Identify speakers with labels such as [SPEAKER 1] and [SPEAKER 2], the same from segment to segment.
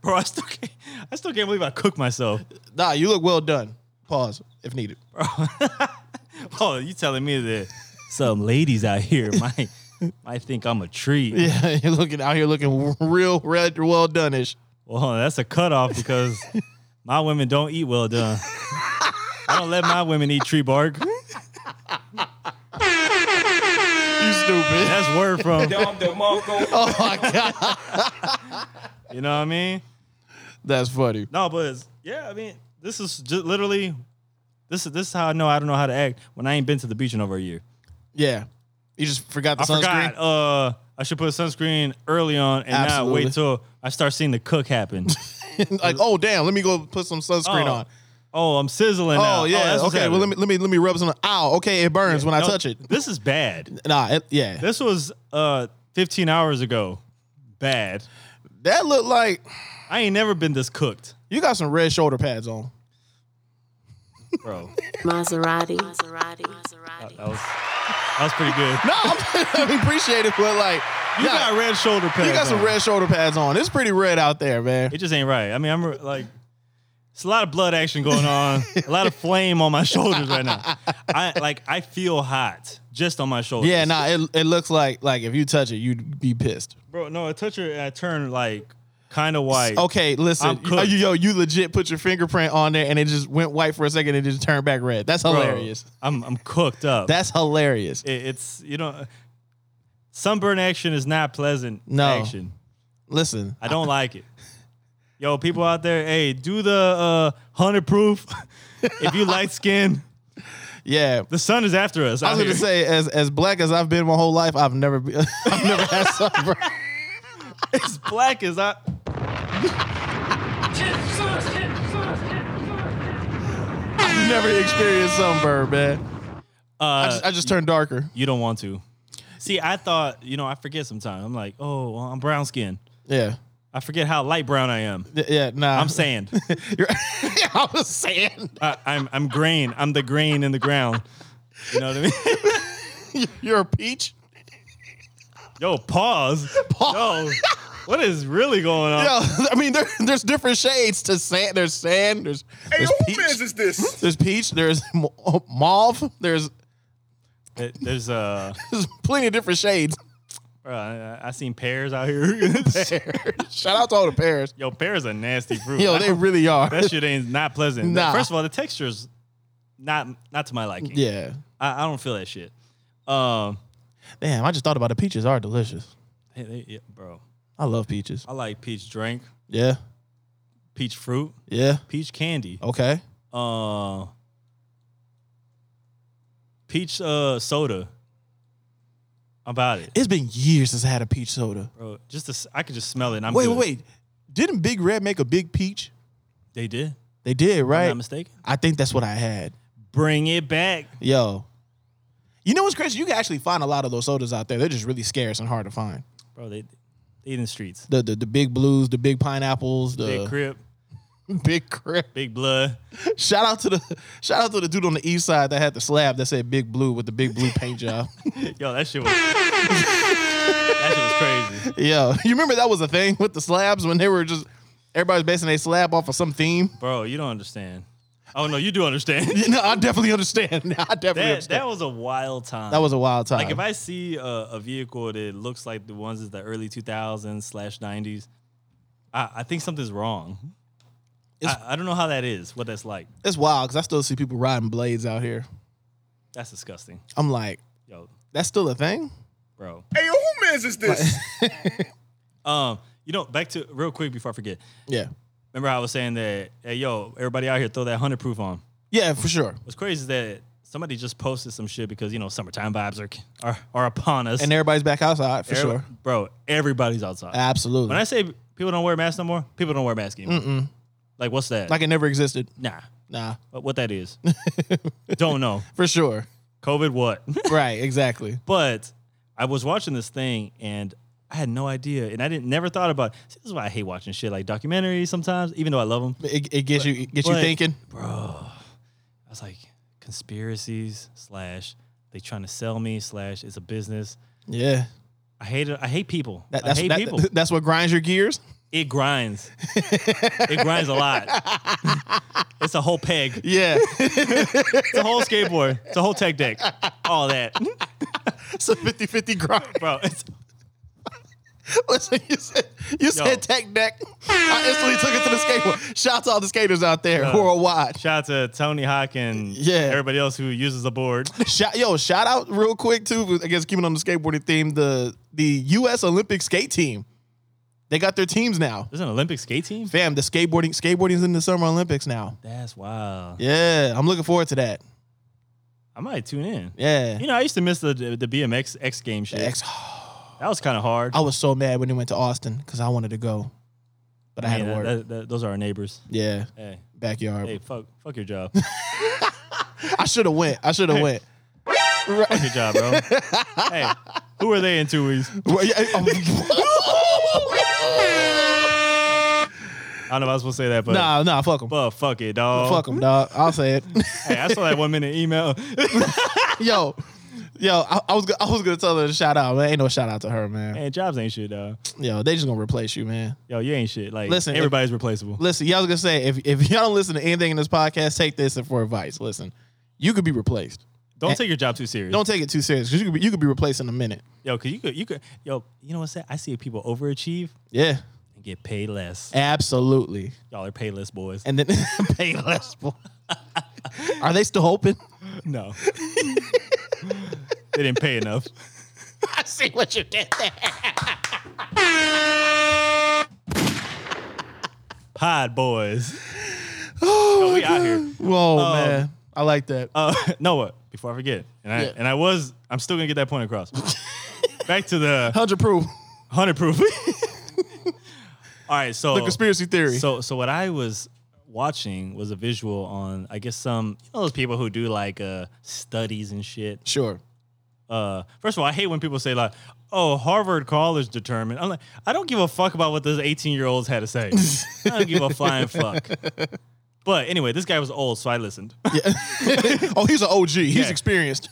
[SPEAKER 1] Bro, I still can't, I still can't believe I cooked myself.
[SPEAKER 2] Nah, you look well done. Pause if needed.
[SPEAKER 1] Oh, you telling me that some ladies out here might might think I'm a treat.
[SPEAKER 2] Yeah, you're looking out here looking real red, well done-ish.
[SPEAKER 1] Well, that's a cutoff because my women don't eat well done. I don't let my women eat tree bark.
[SPEAKER 2] You stupid.
[SPEAKER 1] That's word from
[SPEAKER 3] Dom DeMarco.
[SPEAKER 2] oh my god,
[SPEAKER 1] you know what I mean.
[SPEAKER 2] that's funny.
[SPEAKER 1] No, but it's, yeah, I mean, this is just literally this is this is how I know I don't know how to act when I ain't been to the beach in over a year.
[SPEAKER 2] Yeah, you just forgot the
[SPEAKER 1] I
[SPEAKER 2] sunscreen.
[SPEAKER 1] forgot. Uh, I should put sunscreen early on and
[SPEAKER 2] Absolutely.
[SPEAKER 1] not wait till I start seeing the cook happen.
[SPEAKER 2] like, oh damn, let me go put some sunscreen
[SPEAKER 1] oh,
[SPEAKER 2] on.
[SPEAKER 1] oh, I'm sizzling. now.
[SPEAKER 2] Oh yeah,
[SPEAKER 1] that's what's
[SPEAKER 2] okay. Well, let
[SPEAKER 1] happening.
[SPEAKER 2] me let me let me rub some. Ow, okay, it burns when I
[SPEAKER 1] No,
[SPEAKER 2] touch it.
[SPEAKER 1] This is bad.
[SPEAKER 2] Nah, it, yeah,
[SPEAKER 1] This was uh 15 hours ago. Bad.
[SPEAKER 2] that looked like
[SPEAKER 1] I ain't never been this cooked,
[SPEAKER 2] you got some red shoulder pads on.
[SPEAKER 1] bro.
[SPEAKER 4] Maserati. Maserati. Maserati.
[SPEAKER 1] That was that was pretty good.
[SPEAKER 2] No, I mean, appreciate it, but like
[SPEAKER 1] You
[SPEAKER 2] yeah,
[SPEAKER 1] got red shoulder pads.
[SPEAKER 2] you got some
[SPEAKER 1] on.
[SPEAKER 2] red shoulder pads on. It's pretty red out there, man.
[SPEAKER 1] It just ain't right. I mean, I'm re- like, it's a lot of blood action going on, a lot of flame on my shoulders right now. I like, I feel hot just on my shoulders.
[SPEAKER 2] Yeah, nah, it it looks like like if you touch it, you'd be pissed.
[SPEAKER 1] bro. No, I touch her and I turn like kind of white.
[SPEAKER 2] Okay, listen, oh,
[SPEAKER 1] I'm cooked.
[SPEAKER 2] you, yo, you legit put your fingerprint on there and it just went white for a second and it just turned back red. That's
[SPEAKER 1] Bro,
[SPEAKER 2] hilarious.
[SPEAKER 1] I'm I'm cooked up.
[SPEAKER 2] That's hilarious.
[SPEAKER 1] It- it's you know, sunburn action is not pleasant.
[SPEAKER 2] No.
[SPEAKER 1] action.
[SPEAKER 2] listen,
[SPEAKER 1] I don't like it. Yo, people out there, hey, do the uh, hundred proof. if you light skin,
[SPEAKER 2] yeah.
[SPEAKER 1] the sun is after us.
[SPEAKER 2] I was
[SPEAKER 1] out
[SPEAKER 2] gonna
[SPEAKER 1] here.
[SPEAKER 2] say, as as black as I've been my whole life, I've never been, I've never had sunburn.
[SPEAKER 1] it's black as I.
[SPEAKER 2] I've never experienced sunburn, man. I
[SPEAKER 1] Uh,
[SPEAKER 2] just, I just turned darker.
[SPEAKER 1] You don't want to. See, I thought, you know, I forget sometimes. I'm like, oh, well, I'm brown skin.
[SPEAKER 2] Yeah,
[SPEAKER 1] I forget how light brown I am.
[SPEAKER 2] Y- yeah. Nah,
[SPEAKER 1] I'm sand.
[SPEAKER 2] You're, I was saying
[SPEAKER 1] I, I'm I'm grain. I'm the grain in the ground. You know what I mean?
[SPEAKER 2] you're a peach.
[SPEAKER 1] Yo, pause. Yo, what is really going on?
[SPEAKER 2] Yo, I mean, there, there's different shades to sand. There's sand. There's
[SPEAKER 3] Hey,
[SPEAKER 2] there's
[SPEAKER 3] who man's
[SPEAKER 2] peach.
[SPEAKER 3] is this?
[SPEAKER 2] There's peach. There's ma- mauve. There's
[SPEAKER 1] There- There's uh,
[SPEAKER 2] there's plenty of different shades.
[SPEAKER 1] bro, I, I seen pears out here.
[SPEAKER 2] Shout out to all the pears.
[SPEAKER 1] Yo, pears are nasty fruit.
[SPEAKER 2] Yo, they really are.
[SPEAKER 1] that shit ain't not pleasant.
[SPEAKER 2] Nah.
[SPEAKER 1] First of all, the texture's not not to my liking.
[SPEAKER 2] Yeah.
[SPEAKER 1] I, I don't feel that shit. Um,
[SPEAKER 2] Damn, I just thought about it. Peaches are delicious.
[SPEAKER 1] hey, they- yeah, bro,
[SPEAKER 2] I love peaches.
[SPEAKER 1] I like peach drink,
[SPEAKER 2] Yeah.
[SPEAKER 1] peach fruit,
[SPEAKER 2] Yeah.
[SPEAKER 1] peach candy.
[SPEAKER 2] Okay.
[SPEAKER 1] uh, peach uh, soda. About it,
[SPEAKER 2] It's been years since I had a peach soda.
[SPEAKER 1] bro. Just the, s- I could just smell it. And I'm
[SPEAKER 2] wait,
[SPEAKER 1] good.
[SPEAKER 2] wait, wait. Didn't Big Red make a big peach?
[SPEAKER 1] They did.
[SPEAKER 2] They did,
[SPEAKER 1] Right.
[SPEAKER 2] right?
[SPEAKER 1] Not mistaken.
[SPEAKER 2] I think that's what I had.
[SPEAKER 1] Bring it back.
[SPEAKER 2] Yo. You know what's crazy? You can actually find a lot of those sodas out there. They're just really scarce and hard to find.
[SPEAKER 1] Bro, they they in the streets.
[SPEAKER 2] The the, the big blues, the big pineapples, the
[SPEAKER 1] Big
[SPEAKER 2] big,
[SPEAKER 1] crib,
[SPEAKER 2] crib.
[SPEAKER 1] big blood.
[SPEAKER 2] Shout out to the shout out to the dude on the east side that had the slab that said big blue with the big blue paint job.
[SPEAKER 1] Yo, that shit was that shit was crazy.
[SPEAKER 2] Yeah, you remember that was a thing with the slabs when they were just everybody's basing their slab off of some theme.
[SPEAKER 1] Bro, you don't understand. Oh no, you do understand.
[SPEAKER 2] You know, I definitely understand. I definitely
[SPEAKER 1] that
[SPEAKER 2] understand.
[SPEAKER 1] that was a wild time.
[SPEAKER 2] That was a wild time.
[SPEAKER 1] Like if I see a, a vehicle that looks like the ones in the early 2000s slash 90s, I, I think something's wrong.
[SPEAKER 2] It's-
[SPEAKER 1] I, I don't know how that is, what that's like.
[SPEAKER 2] it's wild because I still see people riding blades out here.
[SPEAKER 1] That's disgusting.
[SPEAKER 2] I'm like,
[SPEAKER 1] Yo,
[SPEAKER 2] that's still a thing.
[SPEAKER 1] bro.
[SPEAKER 3] Hey, who man's is this?
[SPEAKER 1] Um, you know, back to real quick before I forget.
[SPEAKER 2] Yeah,
[SPEAKER 1] Remember I was saying that, hey, yo, everybody out here throw that 100 proof on.
[SPEAKER 2] yeah, for sure.
[SPEAKER 1] What's crazy is that somebody just posted some shit because, you know, summertime vibes are are, are upon us.
[SPEAKER 2] And everybody's back outside for
[SPEAKER 1] Every-
[SPEAKER 2] sure. Uh,
[SPEAKER 1] Bro, everybody's outside.
[SPEAKER 2] Absolutely.
[SPEAKER 1] when I say people don't wear masks no more, people don't wear masks anymore. Like, what's that?
[SPEAKER 2] like it never existed.
[SPEAKER 1] nah.
[SPEAKER 2] Nah,
[SPEAKER 1] What, what that is? don't know.
[SPEAKER 2] for sure.
[SPEAKER 1] COVID what?
[SPEAKER 2] right, exactly.
[SPEAKER 1] but I was watching this thing and I had no idea, and I didn't never thought about. It. See, this is why I hate watching shit like documentaries sometimes, even though I love them.
[SPEAKER 2] It, it gets you it gets you
[SPEAKER 1] but-
[SPEAKER 2] thinking.
[SPEAKER 1] I was like, conspiracies slash they trying to sell me slash it's a business.
[SPEAKER 2] Yeah,
[SPEAKER 1] I I hate it. I hate people.
[SPEAKER 2] That-
[SPEAKER 1] I
[SPEAKER 2] that's,
[SPEAKER 1] hate
[SPEAKER 2] that-
[SPEAKER 1] people.
[SPEAKER 2] that's what grinds your gears.
[SPEAKER 1] it grinds. it grinds a lot. it's a whole peg.
[SPEAKER 2] Yeah.
[SPEAKER 1] It's a whole skateboard. It's a whole tech deck. All that,
[SPEAKER 2] it's a 50 50 grind.
[SPEAKER 1] bro. It's
[SPEAKER 2] Listen, you said, you
[SPEAKER 1] Yo.
[SPEAKER 2] said tech deck. I instantly took it to the skateboard. Shout out to all the skaters out there who are watch.
[SPEAKER 1] Shout out to Tony Hawk and
[SPEAKER 2] Yeah.
[SPEAKER 1] everybody else who uses the board.
[SPEAKER 2] Shout, yo, shout out real quick too. I guess keeping on the skateboarding theme, the the U.S. Olympic skate team. They got their teams now.
[SPEAKER 1] There's an Olympic skate team?
[SPEAKER 2] Fam, the skateboarding skateboarding's in the Summer Olympics now.
[SPEAKER 1] That's wild.
[SPEAKER 2] Yeah, I'm looking forward to that.
[SPEAKER 1] I might tune in.
[SPEAKER 2] Yeah.
[SPEAKER 1] You know, I used to miss the the BMX X game shit.
[SPEAKER 2] Ex-
[SPEAKER 1] That was kind of hard.
[SPEAKER 2] I was so mad when they went to Austin because I wanted to go, but I had
[SPEAKER 1] Man,
[SPEAKER 2] to
[SPEAKER 1] that-
[SPEAKER 2] work.
[SPEAKER 1] that- that- those are our neighbors.
[SPEAKER 2] yeah,
[SPEAKER 1] Hey,
[SPEAKER 2] backyard.
[SPEAKER 1] hey, fuck, fuck your job.
[SPEAKER 2] I should have went. I should have went.
[SPEAKER 1] fuck your job, bro. hey, who are they in two weeks?
[SPEAKER 2] Well, yeah, um,
[SPEAKER 1] I don't know if I was supposed to say that, but
[SPEAKER 2] nah, nah, fuck them.
[SPEAKER 1] but fuck it, dog.
[SPEAKER 2] Fuck them, dog. I'll say it.
[SPEAKER 1] Hey, I saw that one minute email.
[SPEAKER 2] yo, yo, I, I was go- I was gonna tell her to shout out, man. Ain't no shout out to her, man.
[SPEAKER 1] hey, jobs ain't shit, dog.
[SPEAKER 2] Yo, they just gonna replace you, man.
[SPEAKER 1] Yo, you ain't shit. Like,
[SPEAKER 2] Listen,
[SPEAKER 1] listen,
[SPEAKER 2] if-
[SPEAKER 1] everybody's replaceable.
[SPEAKER 2] Listen, y'all was gonna say if if y'all don't listen to anything in this podcast, take this for advice. Listen, you could be replaced.
[SPEAKER 1] Don't take your job too serious.
[SPEAKER 2] Don't take it too serious because you could be, you could be replaced in a minute.
[SPEAKER 1] yo, cause you could, you could, yo, you know what's that? I see people overachieve
[SPEAKER 2] Yeah,
[SPEAKER 1] and get paid less.
[SPEAKER 2] absolutely.
[SPEAKER 1] Y'all are paid less boys.
[SPEAKER 2] And then pay less. boy. Are they still open?
[SPEAKER 1] No. they didn't pay enough.
[SPEAKER 2] I see what you did there.
[SPEAKER 1] Pod boys.
[SPEAKER 2] Oh
[SPEAKER 1] Yo, we out here.
[SPEAKER 2] Whoa,
[SPEAKER 1] Um,
[SPEAKER 2] man, I like that.
[SPEAKER 1] Uh, no, what? Before I forget, and I
[SPEAKER 2] Yeah.
[SPEAKER 1] and I was, I'm still gonna get that point across. Back to the
[SPEAKER 2] Hundred proof.
[SPEAKER 1] hundred proof. All right, so
[SPEAKER 2] The conspiracy theory.
[SPEAKER 1] So so what I was watching was a visual on I guess some you know those people who do like uh studies and shit.
[SPEAKER 2] sure.
[SPEAKER 1] Uh first of all, I hate when people say like, "Oh, Harvard College determined." I'm like, I don't give a fuck about what those 18-year-olds had to say. I don't give a flying fuck. But anyway, this guy was old, so I listened.
[SPEAKER 2] Oh, he's an OG. He's
[SPEAKER 1] Yeah.
[SPEAKER 2] experienced.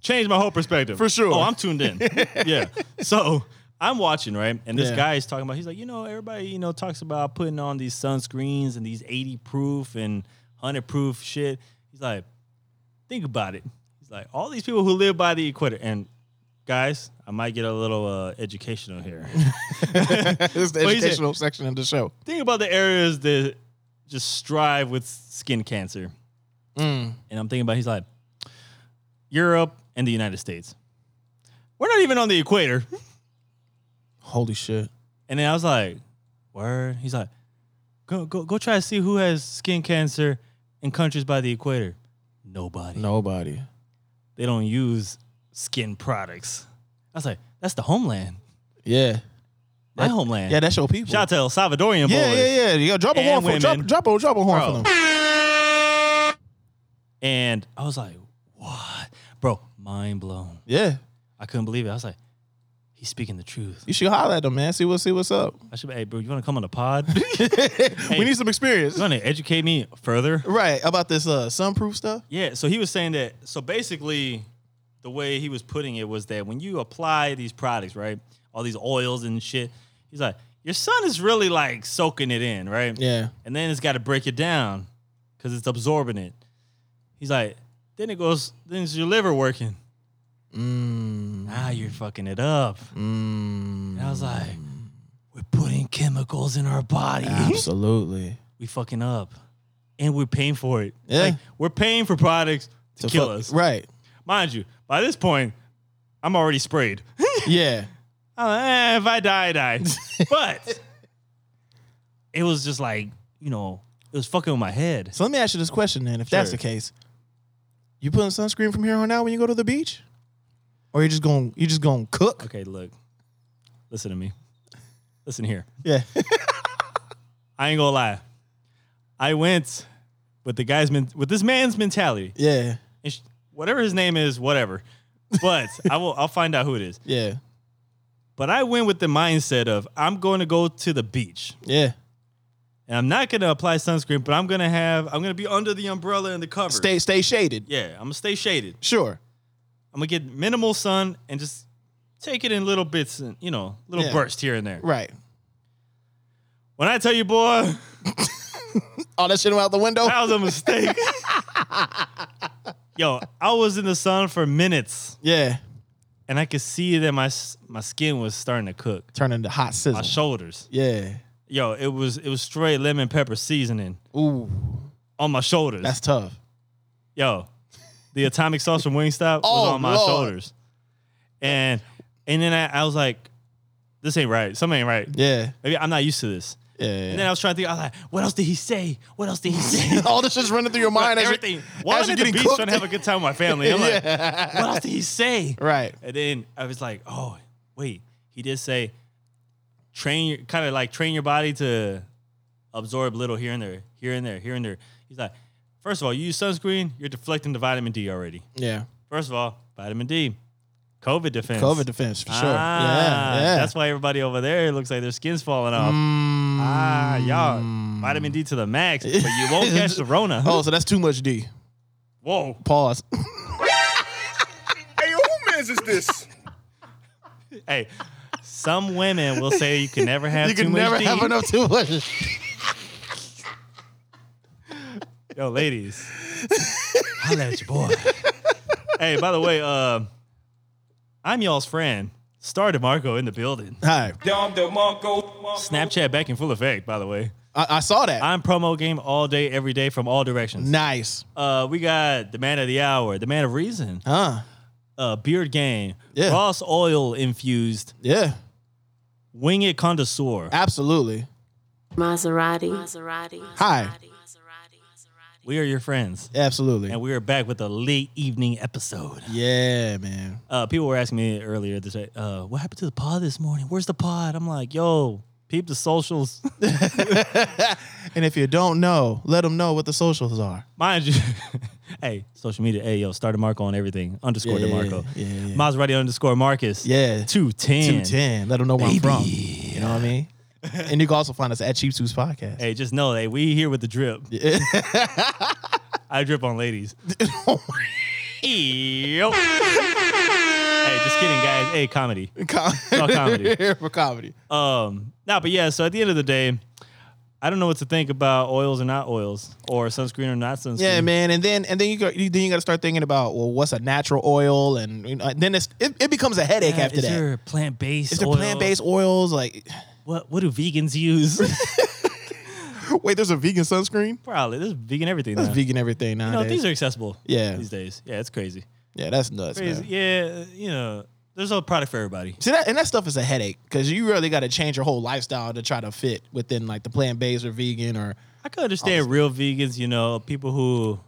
[SPEAKER 1] changed my whole perspective
[SPEAKER 2] For sure.
[SPEAKER 1] Oh, I'm tuned in. yeah. So I'm watching right, and this
[SPEAKER 2] Yeah.
[SPEAKER 1] guy is talking about. He's like, you know, everybody you know talks about putting on these sunscreens and these 80 proof and 100 proof shit. He's like, think about it. He's like, all these people who live by the equator and. Guys, I might get a little uh, educational here.
[SPEAKER 2] This is the
[SPEAKER 1] Well, he's a-
[SPEAKER 2] educational section of the show.
[SPEAKER 1] Think about the areas that just strive with skin cancer. And I'm thinking about, he's like, Europe and the United States. We're not even on the equator.
[SPEAKER 2] Holy shit.
[SPEAKER 1] And then I was like, "Word." He's like, "Go go go try to see who has skin cancer in countries by the equator. Nobody.
[SPEAKER 2] Nobody.
[SPEAKER 1] They don't use skin products." I was like, "That's the homeland.
[SPEAKER 2] Yeah.
[SPEAKER 1] My homeland."
[SPEAKER 2] Yeah, that's your people.
[SPEAKER 1] Shout out to El Salvadoranian
[SPEAKER 2] yeah,
[SPEAKER 1] boys.
[SPEAKER 2] yeah, yeah. Yo, drop a
[SPEAKER 1] And
[SPEAKER 2] horn for drop,
[SPEAKER 1] women.
[SPEAKER 2] drop a drop a horn
[SPEAKER 1] Bro.
[SPEAKER 2] for them.
[SPEAKER 1] And I was like, "What, bro? Mind blown.
[SPEAKER 2] Yeah.
[SPEAKER 1] I couldn't believe it. I was like." He's speaking the truth.
[SPEAKER 2] You should holler at them, man. See what see what's up.
[SPEAKER 1] I should be, hey, bro, you want to come on the pod? you
[SPEAKER 2] We need some experience.
[SPEAKER 1] want to educate me further?
[SPEAKER 2] Right. About this uh sunproof stuff.
[SPEAKER 1] Yeah, so he was saying that. So basically, the way he was putting it was that when you apply these products, right, all these oils and shit, he's like, your sun is really like soaking it in, right?
[SPEAKER 2] Yeah.
[SPEAKER 1] And then it's got to break it down because it's absorbing it. He's like, then it goes, then it's your liver working. Mm. Now you're fucking it up. Mm. And I was like, we're putting chemicals in our body.
[SPEAKER 2] Absolutely.
[SPEAKER 1] we fucking up. And we're paying for it.
[SPEAKER 2] Yeah.
[SPEAKER 1] Like, we're paying for products to,
[SPEAKER 2] To
[SPEAKER 1] kill
[SPEAKER 2] fuck-
[SPEAKER 1] us.
[SPEAKER 2] Right.
[SPEAKER 1] Mind you, by this point, I'm already sprayed.
[SPEAKER 2] Yeah.
[SPEAKER 1] I'm like, eh, if I die, I die. but it was just like, you know, it was fucking with my head.
[SPEAKER 2] So let me ask you this question then, if that's
[SPEAKER 1] Sure.
[SPEAKER 2] the case. You putting sunscreen from here on out when you go to the beach? Or you just gonna you just gonna cook?
[SPEAKER 1] Okay, look. Listen to me. Listen here.
[SPEAKER 2] Yeah.
[SPEAKER 1] I ain't gonna lie. I went with the guy's men- with this man's mentality.
[SPEAKER 2] yeah.
[SPEAKER 1] And sh- whatever his name is, whatever. But I will I'll find out who it is.
[SPEAKER 2] Yeah.
[SPEAKER 1] But I went with the mindset of I'm going to go to the beach.
[SPEAKER 2] Yeah.
[SPEAKER 1] and I'm not gonna apply sunscreen, but I'm gonna have I'm gonna be under the umbrella and the cover.
[SPEAKER 2] Stay stay shaded.
[SPEAKER 1] yeah, I'm gonna stay shaded.
[SPEAKER 2] Sure.
[SPEAKER 1] I'm gonna get minimal sun and just take it in little bits and you know little
[SPEAKER 2] Yeah.
[SPEAKER 1] bursts here and there.
[SPEAKER 2] Right.
[SPEAKER 1] When I tell you, boy,
[SPEAKER 2] All that shit went out the window.
[SPEAKER 1] that was a mistake. Yo, I was in the sun for minutes,
[SPEAKER 2] Yeah.
[SPEAKER 1] and I could see that my s- my skin was starting to cook.
[SPEAKER 2] Turning to hot
[SPEAKER 1] My
[SPEAKER 2] sizzle.
[SPEAKER 1] shoulders,
[SPEAKER 2] yeah.
[SPEAKER 1] yo, it was it was straight lemon pepper seasoning
[SPEAKER 2] Ooh,
[SPEAKER 1] on my shoulders.
[SPEAKER 2] that's tough.
[SPEAKER 1] yo, the atomic sauce from Wingstop was
[SPEAKER 2] Oh,
[SPEAKER 1] on my
[SPEAKER 2] Lord.
[SPEAKER 1] shoulders, and and then I, I was like, this ain't right. Something ain't right.
[SPEAKER 2] Yeah.
[SPEAKER 1] Maybe I'm not used to this.
[SPEAKER 2] Yeah. yeah.
[SPEAKER 1] And then I was trying to think. I was like, what else did he say? What else did he say?
[SPEAKER 2] all this shit's running through your mind. as you're-
[SPEAKER 1] Everything. While
[SPEAKER 2] as
[SPEAKER 1] I'm at
[SPEAKER 2] you're
[SPEAKER 1] the
[SPEAKER 2] getting
[SPEAKER 1] beach
[SPEAKER 2] cooked.
[SPEAKER 1] trying to have a good time with my family, I'm like, what else did he say?
[SPEAKER 2] right.
[SPEAKER 1] And then I was like, oh, wait, he did say train your kind of like train your body to absorb little here and there, here and there, here and there. He's like, first of all, you use sunscreen, you're deflecting the vitamin D already.
[SPEAKER 2] Yeah.
[SPEAKER 1] First of all, vitamin D, COVID defense.
[SPEAKER 2] COVID defense for sure.
[SPEAKER 1] Ah,
[SPEAKER 2] yeah. Yeah.
[SPEAKER 1] That's why everybody over there it looks like their skin's falling off.
[SPEAKER 2] Mm.
[SPEAKER 1] Ah, y'all, vitamin D to the max, but you won't catch the Rona.
[SPEAKER 2] oh, so that's too much D.
[SPEAKER 1] Whoa.
[SPEAKER 2] Pause.
[SPEAKER 3] Hey, yo, who man's is this?
[SPEAKER 1] Hey, some women will say you can never have
[SPEAKER 2] you
[SPEAKER 1] too
[SPEAKER 2] can
[SPEAKER 1] much
[SPEAKER 2] never
[SPEAKER 1] D.
[SPEAKER 2] have enough too much.
[SPEAKER 1] Yo, ladies. Holla at your boy. hey, by the way, uh, I'm y'all's friend, Star DeMarco in the building.
[SPEAKER 2] Hi.
[SPEAKER 3] Dom DeMarco.
[SPEAKER 1] Snapchat back in full effect, by the way.
[SPEAKER 2] I, I saw that.
[SPEAKER 1] I'm promo game all day, every day, from all directions.
[SPEAKER 2] nice.
[SPEAKER 1] Uh, we got the man of the hour, the man of reason,
[SPEAKER 2] Huh.
[SPEAKER 1] uh, beard game,
[SPEAKER 2] Yeah.
[SPEAKER 1] Ross oil infused,
[SPEAKER 2] Yeah.
[SPEAKER 1] winged connoisseur.
[SPEAKER 2] Ah. Absolutely.
[SPEAKER 4] Maserati. Maserati.
[SPEAKER 2] Hi.
[SPEAKER 4] Maserati.
[SPEAKER 1] We are your friends,
[SPEAKER 2] Absolutely.
[SPEAKER 1] and we are back with a late evening episode.
[SPEAKER 2] Yeah, man.
[SPEAKER 1] Uh, people were asking me earlier this, uh, what happened to the pod this morning? Where's the pod? I'm like, yo, peep the socials,
[SPEAKER 2] And if you don't know, let them know what the socials are.
[SPEAKER 1] mind you. hey, social media. Hey, yo, start DeMarco on everything. Underscore
[SPEAKER 2] Yeah,
[SPEAKER 1] DeMarco.
[SPEAKER 2] yeah, yeah.
[SPEAKER 1] Maserati underscore Marcus.
[SPEAKER 2] Yeah.
[SPEAKER 1] two ten.
[SPEAKER 2] 210. Let them know where I'm from.
[SPEAKER 1] Baby.
[SPEAKER 2] You know what I mean? and you can also find us at Cheap Suits Podcast.
[SPEAKER 1] Hey, just know, hey, we here with the drip. I drip on ladies.
[SPEAKER 2] Oh
[SPEAKER 1] Yo. hey, just kidding, guys. Hey, comedy.
[SPEAKER 2] Com-
[SPEAKER 1] all comedy.
[SPEAKER 2] for comedy.
[SPEAKER 1] Um, nah, but yeah. So at the end of the day, I don't know what to think about oils or not oils, or sunscreen or not sunscreen.
[SPEAKER 2] Yeah, man. And then and then you go, you- then you got to start thinking about well, what's a natural oil, and you know, then it's, it it becomes a headache
[SPEAKER 1] Yeah,
[SPEAKER 2] after
[SPEAKER 1] is
[SPEAKER 2] that.
[SPEAKER 1] there plant based?
[SPEAKER 2] is there plant based oils? Like,
[SPEAKER 1] What What do vegans use?
[SPEAKER 2] wait, there's a vegan sunscreen.
[SPEAKER 1] Probably there's vegan everything.
[SPEAKER 2] There's
[SPEAKER 1] now.
[SPEAKER 2] vegan everything nowadays.
[SPEAKER 1] No, things are accessible.
[SPEAKER 2] Yeah.
[SPEAKER 1] these days. Yeah, it's crazy.
[SPEAKER 2] yeah, that's nuts.
[SPEAKER 1] Crazy.
[SPEAKER 2] man.
[SPEAKER 1] Yeah, you know, there's a product for everybody.
[SPEAKER 2] See that, and that stuff is a headache because you really got to change your whole lifestyle to try to fit within like the plant based or vegan or
[SPEAKER 1] I can understand real vegans, you know, people who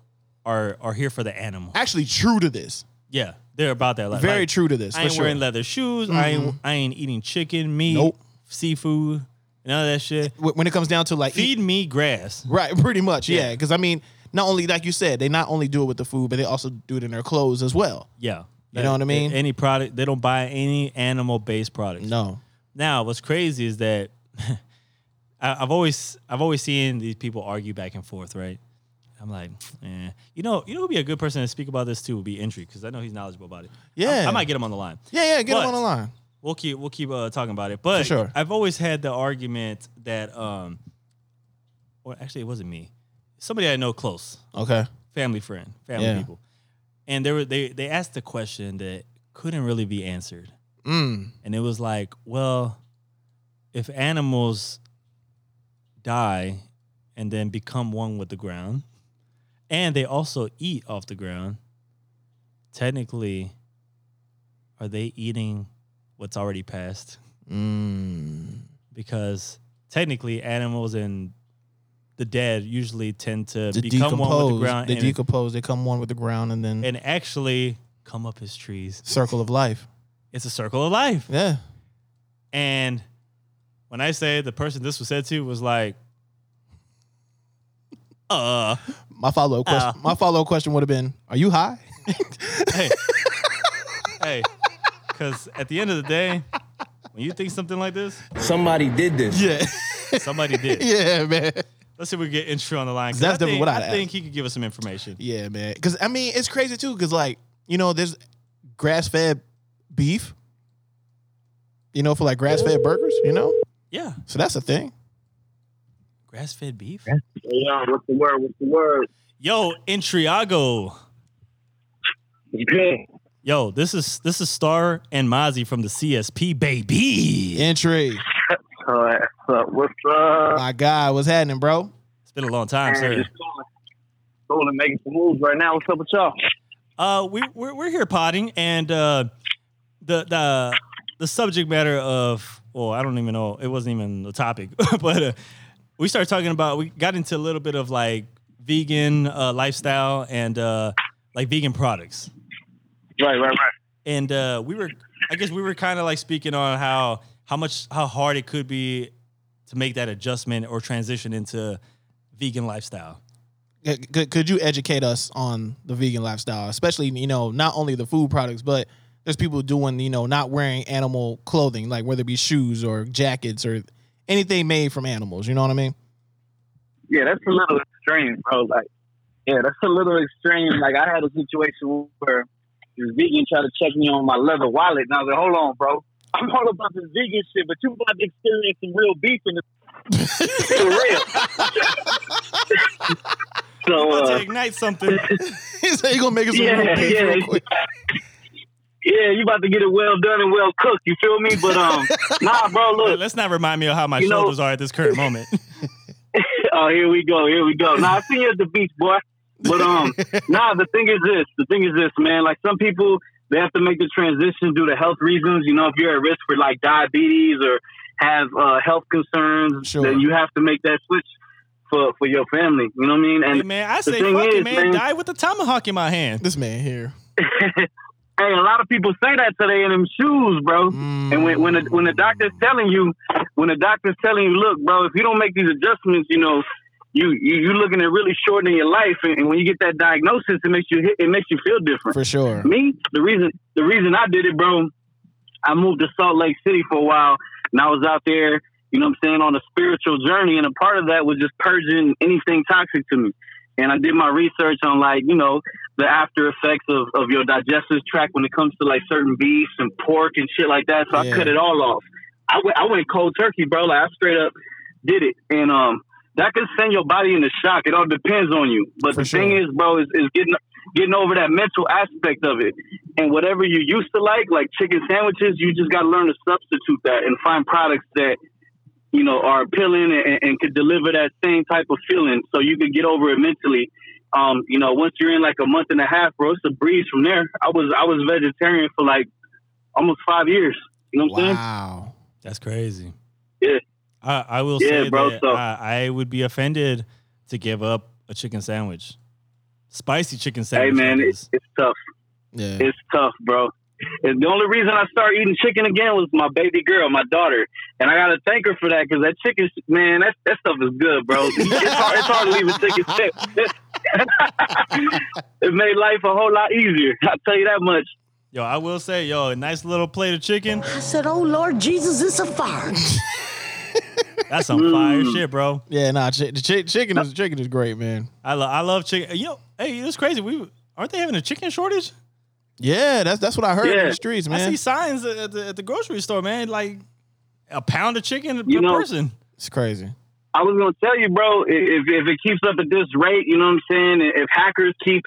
[SPEAKER 1] are are here for the animal.
[SPEAKER 2] actually true to this.
[SPEAKER 1] Yeah, they're about that life.
[SPEAKER 2] Very
[SPEAKER 1] Like,
[SPEAKER 2] true to this.
[SPEAKER 1] I
[SPEAKER 2] for
[SPEAKER 1] ain't
[SPEAKER 2] sure.
[SPEAKER 1] wearing leather shoes. I ain't I ain't eating chicken, meat,
[SPEAKER 2] Mm-hmm. Nope.
[SPEAKER 1] seafood, none of that shit.
[SPEAKER 2] Wh- when it comes down to like eat-
[SPEAKER 1] Feed me grass.
[SPEAKER 2] Right, pretty much, yeah.
[SPEAKER 1] Yeah.
[SPEAKER 2] Because I mean, not only like you said, they not only do it with the food, but they also do it in their clothes as well.
[SPEAKER 1] Yeah.
[SPEAKER 2] You know what I mean?
[SPEAKER 1] Any product, they don't buy any animal based products.
[SPEAKER 2] No,
[SPEAKER 1] Now, what's crazy is that I, I've always I've always seen these people argue back and forth, right? I'm like, eh. you know, you know, who'd be a good person to speak about this too would be Entry because I know he's knowledgeable about it. I-
[SPEAKER 2] Yeah.
[SPEAKER 1] I, might get him on the line.
[SPEAKER 2] yeah, yeah. Get
[SPEAKER 1] But-
[SPEAKER 2] them on the line.
[SPEAKER 1] We'll keep we'll keep uh, talking about it, but
[SPEAKER 2] For sure.
[SPEAKER 1] I've always had the argument that, um, or actually, it wasn't me. Somebody I know close,
[SPEAKER 2] Okay.
[SPEAKER 1] family friend, family
[SPEAKER 2] Yeah.
[SPEAKER 1] people, and they were they they asked a question that couldn't really be answered
[SPEAKER 2] Mm.
[SPEAKER 1] and it was like, well, if animals die and then become one with the ground, and they also eat off the ground, technically, are they eating what's already passed?
[SPEAKER 2] Mm.
[SPEAKER 1] Because technically, animals and the dead usually tend to
[SPEAKER 2] They
[SPEAKER 1] become
[SPEAKER 2] decompose.
[SPEAKER 1] one with the ground
[SPEAKER 2] they
[SPEAKER 1] and,
[SPEAKER 2] decompose. They come one with the ground, and then
[SPEAKER 1] and actually come up as trees.
[SPEAKER 2] circle of life.
[SPEAKER 1] It's a circle of life.
[SPEAKER 2] Yeah.
[SPEAKER 1] And when I say the person this was said to was like, uh,
[SPEAKER 2] My follow up question.
[SPEAKER 1] Uh.
[SPEAKER 2] my follow up question would have been, "Are you high?"
[SPEAKER 1] hey, hey, because at the end of the day, when you think something like this,
[SPEAKER 3] Somebody did this.
[SPEAKER 2] yeah.
[SPEAKER 1] somebody did.
[SPEAKER 2] yeah, man.
[SPEAKER 1] Let's see if we get intro on the line. 'cause
[SPEAKER 2] That's
[SPEAKER 1] I think,
[SPEAKER 2] definitely what I'd
[SPEAKER 1] I think he could give us some information.
[SPEAKER 2] Yeah, man. Because I mean, it's crazy too. Because like you know, there's grass fed beef. you know, for like grass fed burgers, you know?
[SPEAKER 1] Yeah,
[SPEAKER 2] So that's a thing.
[SPEAKER 1] grass fed beef.
[SPEAKER 5] Hey, yo, what's the word? What's the word?
[SPEAKER 1] Yo, Intriago.
[SPEAKER 5] It's good.
[SPEAKER 1] Yo, this is this is Star and Mozzie from the CSP, baby.
[SPEAKER 2] Entry.
[SPEAKER 5] All right, what's up? What's uh, up?
[SPEAKER 2] My God, what's happening, bro?
[SPEAKER 1] It's been a long time,
[SPEAKER 5] Man,
[SPEAKER 1] sir.
[SPEAKER 5] just calling. Calling, making some moves right now. What's up with y'all?
[SPEAKER 1] Uh, we we're, we're here potting, and uh, the the the subject matter of well, I don't even know. It wasn't even the topic, but uh, we started talking about. We got into a little bit of like vegan uh, lifestyle and uh, like vegan products,
[SPEAKER 5] Right, right, right.
[SPEAKER 1] and uh, we were. I guess we were kind of like speaking on how how much how hard it could be to make that adjustment or transition into vegan lifestyle.
[SPEAKER 2] Could, could- could you educate us on the vegan lifestyle, especially, you know, not only the food products, but there's people doing, you know, not wearing animal clothing, like whether it be shoes or jackets or anything made from animals. You know what I mean?
[SPEAKER 5] Yeah, that's a little extreme, bro. Like, yeah, that's a little extreme. Like, I had a situation where this vegan tried to check me on my leather wallet, and I was like, "Hold on, bro. I'm all about this vegan shit, but you about to experience some real beef in this for real." so,
[SPEAKER 1] About
[SPEAKER 5] uh,
[SPEAKER 1] to ignite something.
[SPEAKER 2] He's like, you gonna make us
[SPEAKER 5] Yeah,
[SPEAKER 2] real beef
[SPEAKER 5] yeah.
[SPEAKER 2] real quick.
[SPEAKER 5] yeah, you about to get it well done and well cooked. You feel me? But um, nah, bro. Look,
[SPEAKER 1] Let's not remind me of how my
[SPEAKER 5] You know-
[SPEAKER 1] shoulders are at this current moment.
[SPEAKER 5] oh, here we go, here we go. Now I seen you at the beach, boy. But um, nah. The thing is this. The thing is this, man. Like some people, they have to make the transition due to health reasons. You know, if you're at risk for like diabetes or have uh, health concerns,
[SPEAKER 2] Sure.
[SPEAKER 5] then you have to make that switch for for your family. You know what I mean?
[SPEAKER 1] Hey
[SPEAKER 5] And
[SPEAKER 1] man, I
[SPEAKER 5] the
[SPEAKER 1] say
[SPEAKER 5] thing
[SPEAKER 1] fuck it,
[SPEAKER 5] is,
[SPEAKER 1] man.
[SPEAKER 5] man-
[SPEAKER 1] Die with a tomahawk in my hand.
[SPEAKER 2] This man here.
[SPEAKER 5] hey, a lot of people say that today in them shoes, bro. And when when the, when the doctor's telling you, when the doctor's telling you, look, bro, if you don't make these adjustments, you know, you you you looking at really shortening your life. And, and when you get that diagnosis, it makes you hit- it makes you feel different.
[SPEAKER 2] For sure.
[SPEAKER 5] Me, the reason the reason I did it, bro, I moved to Salt Lake City for a while, and I was out there. You know what I'm saying on a spiritual journey, and a part of that was just purging anything toxic to me. And I did my research on like you know the after effects of, of your digestive tract when it comes to like certain beefs and pork and shit like that. So
[SPEAKER 2] Yeah.
[SPEAKER 5] I cut it all off. I went, I went cold turkey, bro. Like I straight up did it, and um, that can send your body into shock. It all depends on you. But
[SPEAKER 2] For
[SPEAKER 5] the
[SPEAKER 2] sure.
[SPEAKER 5] thing is, bro, is, is getting getting over that mental aspect of it, and whatever you used to like, like chicken sandwiches, you just got to learn to substitute that and find products that you know are appealing and, and could deliver that same type of feeling, so you can get over it mentally. Um, you know, once you're in like a month and a half, bro, it's a breeze from there. I was I was vegetarian for like almost five years. You know what I'm saying?
[SPEAKER 2] Wow.
[SPEAKER 1] That's crazy.
[SPEAKER 5] Yeah.
[SPEAKER 1] I, I will
[SPEAKER 5] Yeah,
[SPEAKER 1] say
[SPEAKER 5] bro,
[SPEAKER 1] that
[SPEAKER 5] so-
[SPEAKER 1] I, I would be offended to give up a chicken sandwich. Spicy chicken sandwich.
[SPEAKER 5] hey man,
[SPEAKER 1] that
[SPEAKER 5] it's,
[SPEAKER 1] is.
[SPEAKER 5] it's tough.
[SPEAKER 2] Yeah.
[SPEAKER 5] It's tough, bro. And the only reason I started eating chicken again was my baby girl, my daughter, and I gotta thank her for that because that chicken, sh- man, that that stuff is good, bro. It's hard, it's hard to leave a chicken stick. it made life a whole lot easier. I'll tell you that much.
[SPEAKER 1] yo, I will say, yo, a nice little plate of chicken.
[SPEAKER 6] I said, Oh Lord Jesus, it's a fire.
[SPEAKER 1] That's some fire shit, bro.
[SPEAKER 2] Yeah, nah, chi- chi- chicken is chicken is great, man.
[SPEAKER 1] I love I love chicken. You know, hey, it's crazy. We aren't they having a chicken shortage?
[SPEAKER 2] Yeah, that's that's what I heard in
[SPEAKER 5] Yeah.
[SPEAKER 2] the streets,
[SPEAKER 1] I
[SPEAKER 2] man.
[SPEAKER 1] see signs at the, at the grocery store, man. Like a pound of chicken per
[SPEAKER 5] You know-
[SPEAKER 1] person.
[SPEAKER 2] It's crazy.
[SPEAKER 5] I was gonna tell you, bro. i- If if it keeps up at this rate, you know what I'm saying. i- If hackers keep,